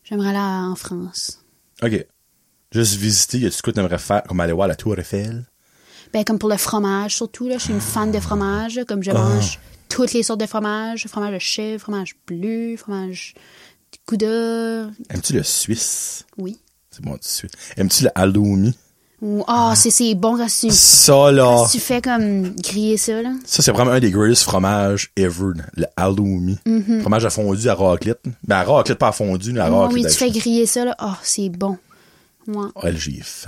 C: J'aimerais aller en France.
A: OK. Juste visiter, y a-tu ce que t'aimerais faire, comme aller voir la Tour Eiffel?
C: Ben, comme pour le fromage, surtout, là, je suis une fan de fromage, là,
A: Ah.
C: comme je mange toutes les sortes de fromage fromage de chèvre, fromage bleu, fromage de gouda.
A: Aimes-tu le Suisse?
C: Oui.
A: C'est bon, tu Suisse. Aimes-tu le halloumi?
C: Ou, ah, c'est- c'est bon quand tu,
A: Ça, là!
C: quand tu fais comme griller ça, là.
A: Ça, c'est vraiment un des greatest fromages ever, le halloumi. Fromage à fondu à raclette. Ben, à raclette, pas à fondu, mais à
C: Mhm. Oh,
A: raclette. ben,
C: oui, tu fais
A: avec-
C: griller ça, là. Oh, c'est bon. Moi.
A: Oh, le gif.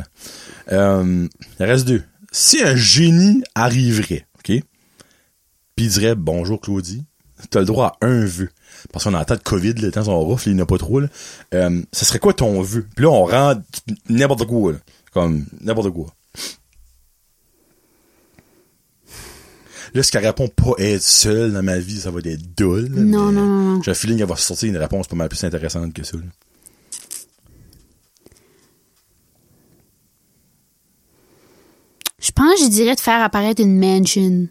A: Euh, il reste deux. Si un génie arriverait, OK, puis il dirait « Bonjour, Claudie », t'as le droit à un vœu. Parce qu'on a en temps de COVID, le temps, on roufle, il n'y en a pas trop. Là. Euh, ça serait quoi ton vœu? Puis là, on rend du- n'importe quoi. là. Comme n'importe quoi. Là, ce qu'elle répond pas être seul dans ma vie, ça va être dull. là,
C: Non,
A: mais
C: non, non, non.
A: J'ai le feeling qu'elle va sortir une réponse pas mal plus intéressante que ça. là.
C: Je pense, je dirais de faire apparaître une mansion.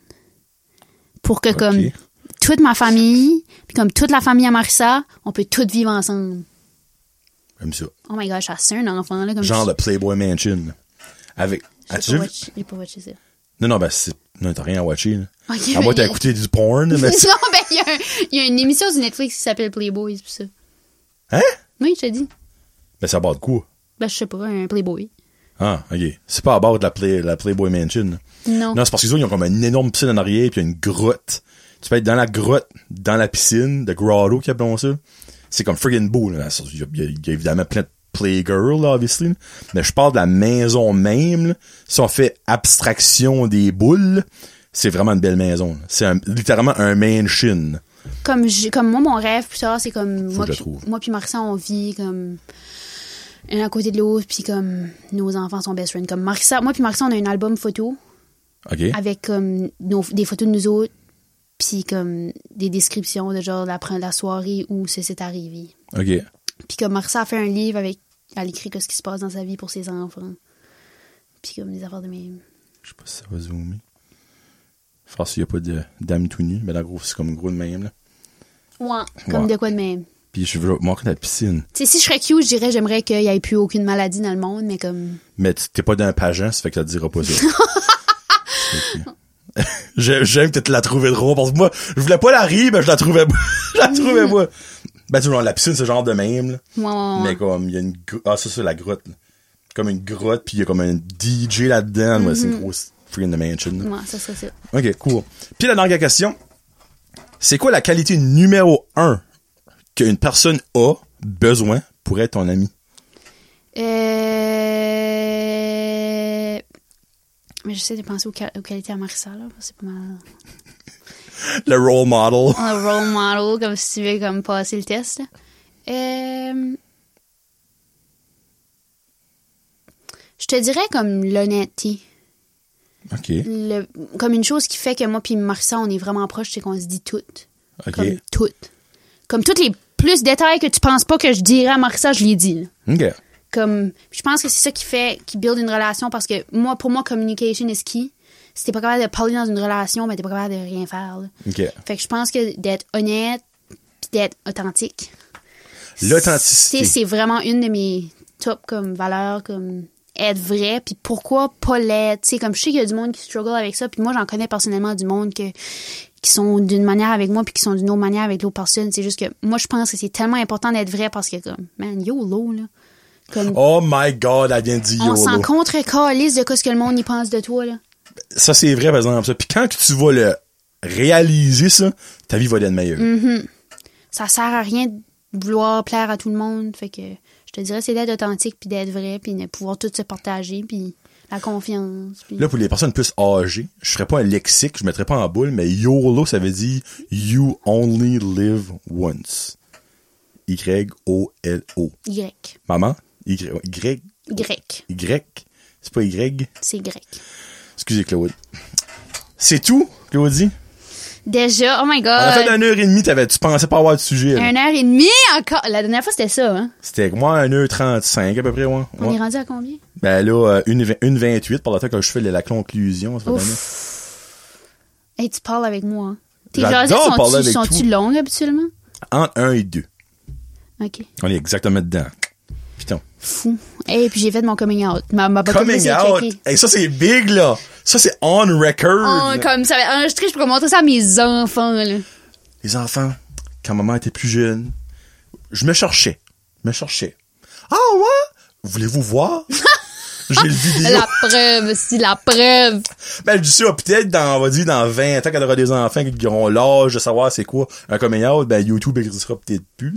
C: Pour que, comme, toute ma famille, puis comme toute la famille à Marissa, on peut toutes vivre ensemble.
A: Comme ça.
C: Oh my gosh, c'est un enfant, là. Comme
A: Genre
C: je-
A: le Playboy Mansion. là. Avec. As-tu
C: J'ai pas
A: vu-
C: watch- j'ai pas watché ça.
A: Non, non, ben, c'est. Non, t'as rien à watcher, là.
C: Ok,
A: à moins
C: ben-
A: t'as écouté du porn, mais.
C: non, ben, il y, a un- il y a une émission sur Netflix qui s'appelle Playboys, pis ça.
A: Hein?
C: Oui, je te dis.
A: Ben, c'est à bord de quoi?
C: Ben, je sais pas, un Playboy.
A: Ah, ok. C'est pas à bord de la, Play- la Playboy Mansion, là.
C: Non.
A: Non, c'est parce qu'ils ont comme une énorme piscine en arrière, puis une grotte. Tu peux être dans la grotte, dans la piscine, de grotto, qui appelons ça. C'est comme friggin' beau, là. Il y, a- il y a- il y a évidemment plein de Playgirl, là, obviously. là. Mais je parle de la maison même, là. Si on fait abstraction des boules, là, c'est vraiment une belle maison, là. C'est un- littéralement un mansion.
C: Comme, j'ai- comme moi, mon rêve, plus tard, c'est comme. Moi,
A: que je
C: puis-
A: trouve.
C: moi puis Marissa, on vit comme. Un à côté de l'autre, puis comme nos enfants sont best friends. Comme Marissa, moi puis Marissa, on a un album photo
A: OK?
C: avec comme nos- des photos de nous autres, puis comme des descriptions de genre la, pre- la soirée où ça s'est arrivé.
A: OK.
C: Puis comme Marissa a fait un livre avec, elle écrit que ce qui se passe dans sa vie pour ses enfants. Puis comme des affaires de même.
A: Je sais pas si ça va zoomer. Je pense qu'il n'y a pas de dame tout nue, mais là, gros, c'est comme gros de même, là.
C: Ouais, comme
A: Ouais.
C: de quoi de même.
A: Puis je veux montrer la piscine.
C: Tu sais, si je serais cute, je dirais j'aimerais qu'il n'y ait plus aucune maladie dans le monde, mais comme.
A: Mais tu- t'es pas d'un pageant, ça fait que ça te dira pas ça. Ok. J'ai- J'aime que tu la trouvé drôle, parce que moi, je voulais pas la rire, mais je la trouvais bo- je la trouvais moi. Ben, tu vois, la piscine, c'est genre de même, là.
C: Ouais, ouais, ouais.
A: Mais comme, il y a une... gro- Ah, ça, c'est la grotte, là. Comme une grotte, puis il y a comme un DJ là-dedans. Ouais, c'est une grosse freaking mansion, là.
C: Ouais, ça serait ça.
A: OK, cool. Puis la dernière question, c'est quoi la qualité numéro un qu'une personne a besoin pour être ton ami?
C: Euh. Mais j'essaie de penser aux, qua- aux qualités à Marissa, là. parce que C'est pas mal.
A: Le role model.
C: un role model, comme si tu veux comme passer le test. là. Euh, je te dirais comme l'honnêteté.
A: OK,
C: Le- comme une chose qui fait que moi puis Marissa, on est vraiment proches, c'est qu'on se dit tout.
A: OK.
C: Comme tout. Comme toutes les plus détails que tu penses pas que je dirais à Marissa, je l'ai dit. là.
A: OK.
C: Comme, je pense que c'est ça qui fait, qui build une relation parce que moi, pour moi, communication is key. Si t'es pas capable de parler dans une relation, ben t'es pas capable de rien faire. là.
A: OK.
C: Fait que je pense que d'être honnête puis d'être authentique.
A: L'authenticité.
C: C'est c'est vraiment une de mes top comme valeurs comme être vrai puis pourquoi pas l'être, tu sais comme je sais qu'il y a du monde qui struggle avec ça puis moi j'en connais personnellement du monde que qui sont d'une manière avec moi puis qui sont d'une autre manière avec l'autre personne, c'est juste que moi je pense que c'est tellement important d'être vrai parce que comme man YOLO là. Comme
A: Oh my god, elle vient de dire YOLO.
C: on s'en contre calisse de quoi ce que le monde y pense de toi là.
A: Ça, c'est vrai, par exemple. Ça. Puis quand que tu vas le réaliser, ça, ta vie va être meilleure.
C: Mm. Ça sert à rien de vouloir plaire à tout le monde, fait que je te dirais c'est d'être authentique puis d'être vrai puis de pouvoir tout se partager puis la confiance. puis-
A: Là, pour les personnes plus âgées, je ferais pas un lexique, je mettrais pas en boule, mais YOLO, ça veut dire You Only Live Once. Y-O-L-O.
C: Y.
A: Maman? Y, y,
C: Grec.
A: Y. C'est pas Y.
C: C'est grec.
A: Excusez, Claude. C'est tout, Claudie?
C: Déjà, oh my
A: On a fait
C: god.
A: une heure et demie, t'avais, tu pensais pas avoir de sujet. là.
C: Un heure et demie encore. La dernière fois, c'était ça, hein?
A: C'était, moi, 1 heure 35 à peu près, ouais.
C: On
A: Ouais.
C: est rendu à combien?
A: Ben là, euh, une, vi- une 28 par le temps que je fais la, la conclusion. ça fait bien.
C: Ouf. Hey, tu parles avec moi. hein. Tes
A: J'adore
C: jasées
A: parler
C: sont-tu
A: avec
C: sont
A: toi.
C: longues habituellement?
A: Entre 1 et 2.
C: OK.
A: On est exactement dedans. Putain.
C: Fou. Et puis j'ai fait mon coming out. Ma, ma bottom
A: Coming
C: s'est
A: out.
C: claquée.
A: Et Bah, ça, c'est big, là. Ça, c'est on record.
C: Oh,
A: là.
C: comme ça va être enregistré, je pourrais montrer ça à mes enfants, là.
A: Les enfants, quand maman était plus jeune, je me cherchais. Je me cherchais. Ah ouais? Voulez-vous voir? J'ai le vidéo.
C: La preuve, si, la preuve.
A: Ben, je dis ça, peut-être dans, on va dire, dans 20 ans, quand il y aura des enfants qui auront l'âge de savoir c'est quoi un coming out, ben, YouTube existera peut-être plus.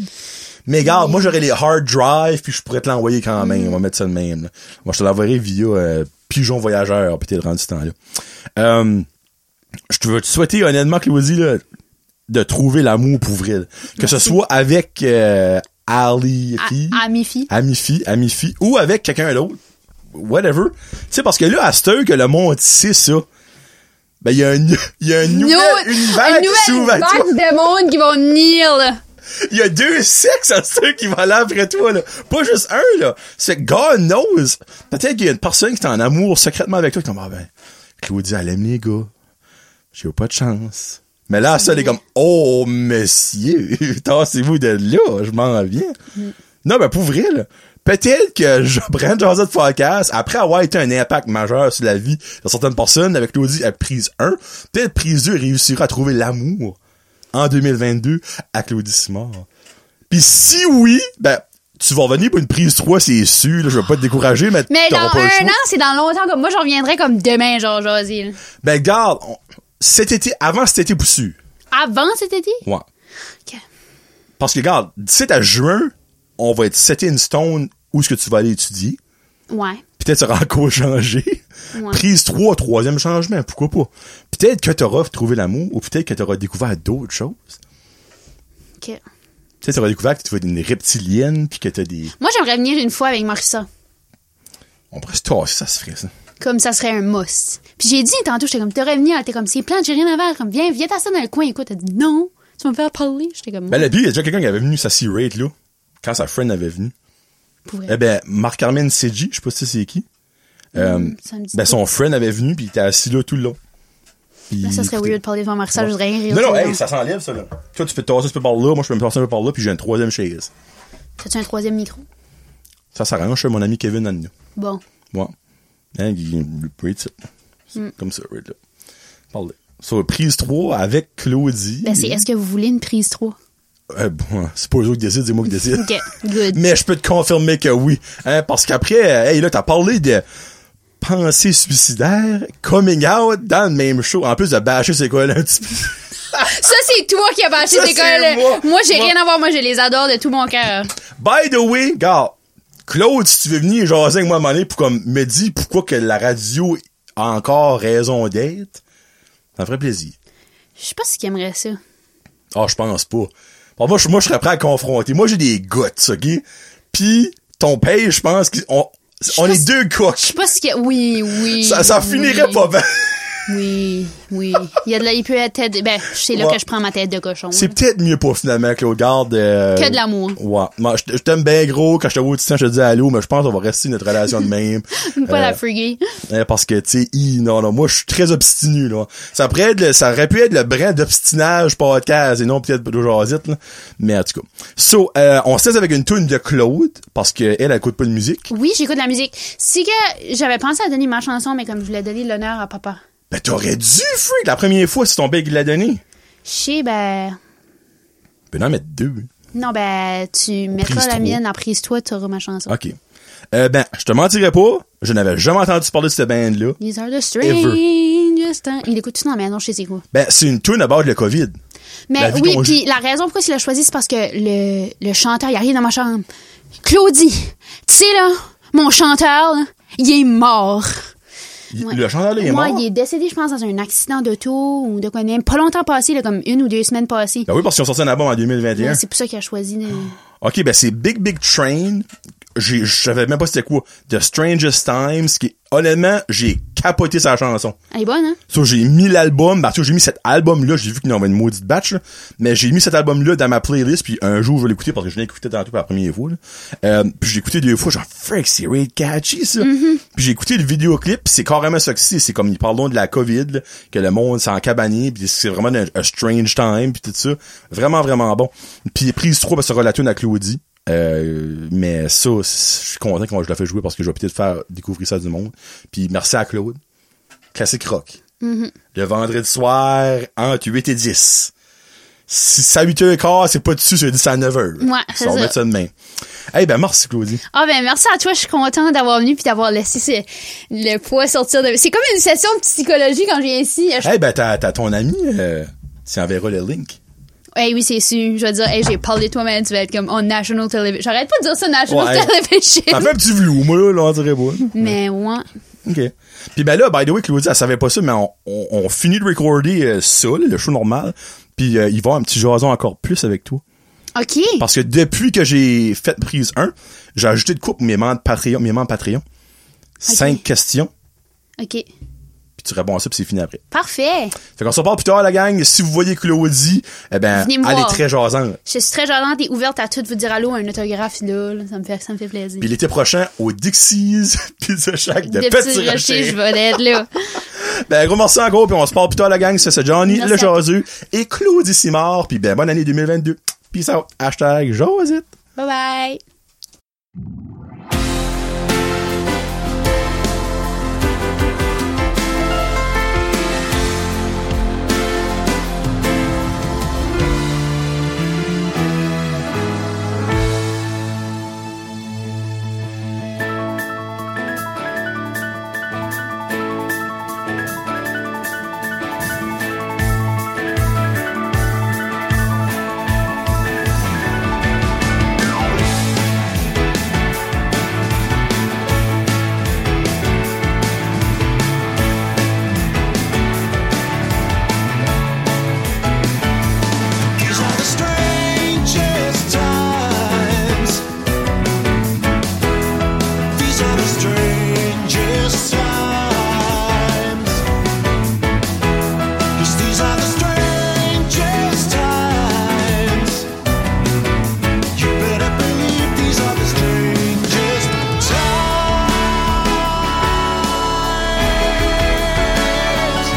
A: Mais regarde, moi, j'aurais les hard drives, puis je pourrais te l'envoyer quand même. On va mettre ça de même, là. Moi, je te l'enverrai via euh, Pigeon Voyageur, puis t'es rendu ce temps-là. Euh, je te veux te souhaiter, honnêtement, Claudie, là, de trouver l'amour pour vrai. là. Que ce soit avec euh, Ali,
C: À,
A: Ree-
C: à mes filles.
A: Amifi, Amifi, ou avec quelqu'un d'autre. Whatever. Tu sais, parce que là, à cette heure que le monde sait ça, ben, il y a un, nou- il y a un nouvel
C: Nous-
A: univers
C: une
A: qui s'ouvre à
C: nouvelle
A: toi.
C: vague de monde qui vont venir, là.
A: Il y a deux sexes à cette heure qui vont aller après toi, là. Pas juste un, là. C'est que God knows. Peut-être qu'il y a une personne qui est en amour secrètement avec toi, qui est comme, ah ben, Claudia, elle aime les gars. J'ai eu pas de chance. Mais là, ça, elle est comme, oh, monsieur, tassez-vous de là, je m'en viens. Non, mais pour vrai, là, peut-être que je prends Josette Podcast, après avoir été un impact majeur sur la vie de certaines personnes, avec Claudie à prise 1, peut-être prise 2 réussira à trouver l'amour en 2022 à Claudie Simard. Puis si oui, ben, tu vas revenir pour une prise 3, c'est sûr, là, je vais pas te décourager, mais,
C: Mais dans
A: t'auras pas le
C: un
A: choix.
C: an, c'est dans longtemps. Comme moi, je reviendrai comme demain, genre, Josie.
A: Ben, garde, on- cet été, avant cet été poussu.
C: Avant cet été?
A: Ouais.
C: Ok.
A: Parce que, garde, d'ici à juin, on va être setting in stone où est-ce que tu vas aller étudier.
C: Ouais.
A: Peut-être ça aura quoi changer.
C: Ouais.
A: Prise 3, troisième changement, pourquoi pas. Peut-être que t'auras trouvé l'amour ou peut-être que t'auras découvert d'autres choses.
C: OK.
A: Peut-être t'auras découvert que tu vas être une reptilienne puis que t'as des...
C: Moi, j'aimerais venir une fois avec Marissa.
A: On pourrait se tasser, ça se ferait, ça.
C: Comme ça serait un must. Puis j'ai dit tantôt, j'étais comme, t'aurais venir, t'es comme, c'est plein, j'ai rien à faire. Comme, viens, viens t'asseoir dans le coin. Écoute, t'as dit, non, tu vas me faire parler. J'étais comme,
A: Ben, le but, il y a déjà quelqu'un qui avait venu sa C-Rate, là, quand sa friend avait venu.
C: pour vrai. Mm,
A: Eh ben, Marc-Armin Sedji, je sais pas si c'est qui. Euh,
C: ça me dit
A: ben,
C: pas.
A: son friend avait venu puis il était assis là tout le long. Puis-
C: Là, Ben, ça serait weird de parler devant Marissa, je voudrais rien rire.
A: Non, non,
C: tout le
A: hey,
C: long.
A: ça s'enlève, ça, là. Toi, tu peux te tasser un peu par là, moi, je peux me tasser un peu par là, puis j'ai une troisième chaise.
C: T'as-tu un troisième micro?
A: Ça s'arrange, ça, mon ami Kevin Anna.
C: Bon.
A: Moi. Hein, il il peut être ça. C'est
C: Hmm.
A: Comme ça, right, là. Parle Sur prise 3 avec Claudie.
C: Ben, c'est, est-ce que vous voulez une prise 3?
A: Euh, bon, c'est pas eux autres qui décident, c'est moi qui décide.
C: OK, good.
A: Mais je peux te confirmer que oui. Hein, parce qu'après, euh, hey, là, t'as parlé de pensée suicidaire, coming out dans le même show. En plus de bâcher, c'est quoi, là, un petit peu.
C: Ça, c'est toi qui as bâché
A: Ça,
C: tes
A: c'est
C: gars
A: moi.
C: Moi, j'ai
A: Moi.
C: rien à voir. Moi, je les adore de tout mon cœur.
A: By the way, gars, Claude, si tu veux venir jaser avec moi à un moment donné pour comme me dire pourquoi que la radio a encore raison d'être, ça me ferait plaisir.
C: Je sais pas ce qu'ils aimeraient ça.
A: Ah, je pense pas. Bon, moi, je moi, je serais prêt à confronter. Moi, j'ai des guts, OK? Puis, ton père, je pense qu'on on
C: pas
A: est
C: si-
A: deux gars.
C: Je sais pas ce que. Oui, oui.
A: Ça, ça
C: oui.
A: finirait pas bien.
C: Oui, oui. Il, y a de la, il peut être tête. Ben, c'est là
A: Ouais.
C: que je prends ma tête de cochon.
A: C'est
C: là.
A: peut-être mieux pas, finalement, Claude Garde. euh,
C: Que de l'amour.
A: Ouais. Moi, je t- je t'aime bien gros. Quand je te vois au Titan, je te dis allô, mais je pense qu'on va rester notre relation de même.
C: Pas
A: Euh,
C: la friguer.
A: Hein, parce que, tu sais, hi, non, non, moi, je suis très obstinu, là. Ça, pourrait être le- ça aurait pu être le brin d'obstinage podcast et non peut-être de jasite, là. Mais en tout cas. So, euh, on cesse avec une tune de Claude, parce qu'elle, elle écoute pas de musique.
C: Oui, j'écoute de la musique. Si que j'avais pensé à donner ma chanson, mais comme je voulais donner l'honneur à papa.
A: Ben, t'aurais dû, freak, la première fois, si ton bec l'a donné.
C: Je sais, ben.
A: Ben, non, mettre deux. hein.
C: Non, ben, tu mettras
A: prise
C: la
A: trois.
C: mienne en prise toi, tu auras ma chanson.
A: OK. Euh, ben, je te mentirais pas, je n'avais jamais entendu parler de cette band-là.
C: These are the strangest times. Il écoute tout dans la maison, je sais c'est quoi.
A: Ben, c'est une tune à bord de le COVID. La
C: Mais
A: vie
C: oui,
A: qu'on
C: puis la raison pourquoi il l'a choisi, c'est parce que le, le chanteur, il arrive dans ma chambre. Claudie, tu sais là, mon chanteur, là, il est mort.
A: Il-
C: Ouais.
A: Le chanteur, là, il est
C: Moi,
A: mort.
C: il est décédé, je pense, dans un accident d'auto ou de quoi de même. Pas longtemps passé, là, comme une ou deux semaines passées.
A: Ben oui, parce qu'ils ont sorti un album en 2021.
C: C'est pour ça qu'il a choisi. de-
A: OK, ben c'est Big Big Train. J'ai- Je savais même pas c'était quoi. The Strangest Times, qui, honnêtement, j'ai capoté sa chanson.
C: Elle est bonne, hein?
A: So, j'ai mis l'album, parce que j'ai mis cet album-là, j'ai vu qu'il y en avait une maudite batch, là, mais j'ai mis cet album-là dans ma playlist, puis un jour, je vais l'écouter, parce que je l'ai écouté tantôt pour la première fois, là. Euh, puis j'ai écouté deux fois, genre, frick, c'est really catchy, ça. Puis j'ai écouté le vidéoclip, puis c'est carrément ça que c'est, c'est comme, ils parlent de la COVID, là, que le monde s'en cabané, puis c'est vraiment un, un strange time, puis tout ça. Vraiment, vraiment bon. Puis prise 3, parce que ça relate une à Claudie. Euh, mais ça, c'est- je suis content quand je la fais jouer parce que je vais peut-être faire découvrir ça du monde. Puis merci à Claude classique rock.
C: Mm-hmm.
A: Le vendredi soir, entre 8 et 10. Si ça 8 h 15 c'est pas dessus, je dis à 9 h
C: Ouais, c'est
A: On va
C: ça.
A: mettre ça demain. Eh ben, merci, Claudie.
C: Ah ben merci à toi, je suis contente d'avoir venu puis d'avoir laissé ce- le poids sortir de. C'est comme une session de psychologie quand je viens ici. Je-
A: Eh ben, t'as, t'as ton ami, euh, tu enverras le link.
C: Hey, oui, c'est sûr. Je vais dire, hey, j'ai parlé de toi, mais tu vas être comme on national television. J'arrête pas de dire ça, national
A: Ouais.
C: television.
A: Ça fait un petit velours, moi, là, là, on dirait pas.
C: Mais ouais.
A: OK. Puis ben là, by the way, Claudie, elle savait pas ça, mais on, on, on finit de recorder euh, ça, là, le show normal. Puis euh, il va y avoir un petit jason encore plus avec toi.
C: OK.
A: Parce que depuis que j'ai fait prise 1, j'ai ajouté de coupe mes membres Patreon. Mes membres Patreon. Cinq questions.
C: OK.
A: puis tu réponds à ça, puis c'est fini après.
C: Parfait.
A: Fait qu'on se reparle plus tard, la gang. Si vous voyez Claudie, eh ben,
C: Venez me
A: elle est
C: voir.
A: très jasante.
C: Je suis très jalante et ouverte à tout vous dire allô, un autographe là. là. Ça, me fait, ça me fait plaisir.
A: Puis l'été prochain, au Dixies Pizza Shack de
C: Des
A: Petit
C: petits rochers,
A: Rocher.
C: je vais être là.
A: Ben, gros merci encore, puis on se parle plus tard, la gang. Ça, C'est Johnny,
C: Merci
A: le
C: à toi.
A: Jasu et Claudie Simard. Puis ben, bonne année 2022. Peace out. Hashtag Josette.
C: Bye bye.
D: These are the strangest times. These are the strangest times. Yes, these are the strangest times. You better believe these are the strangest times.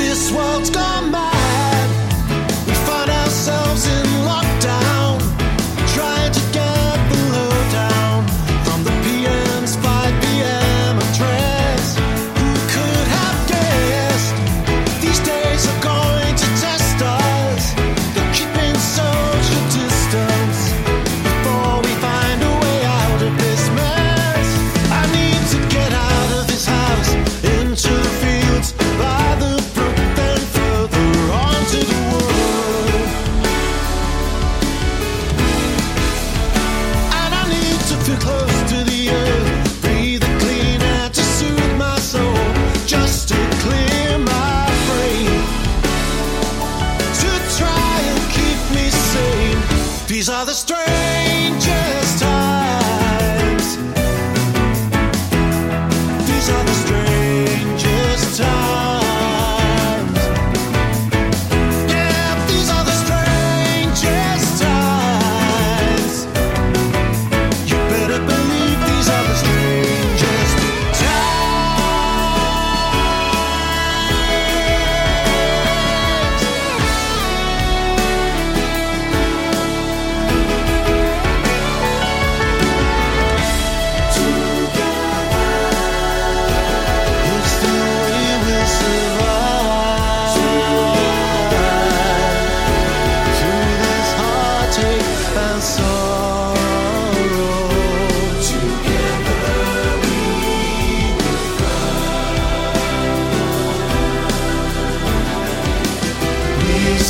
D: This world's gone mad. We find ourselves in lockdown, trying to get the lowdown from the PM's 5 p.m. address. Who could have guessed? These days are going to test us. They're keeping social distance before we find a way out of this mess. I need to get out of this house into the fields by the brook, then further on to the wood. And I need to feel close to the earth, breathe the clean air to soothe my soul, just to clear my brain to try and keep me sane. These are the strangest times.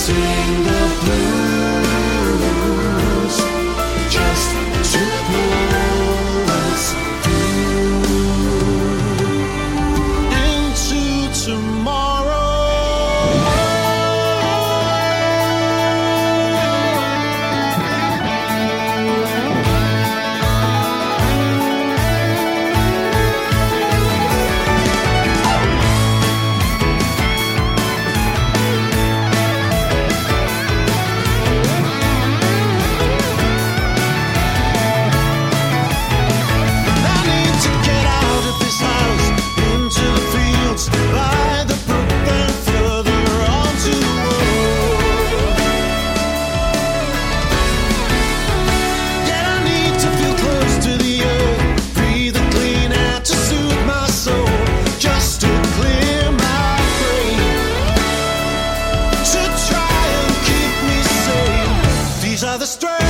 D: sing the blues just to pull us through into tomorrow. I need to get out of this house, into the fields, by the brook and further onto the world. Yet I need to feel close to the earth, breathe the clean air to soothe my soul, just to clear my brain, to try and keep me safe. These are the strands.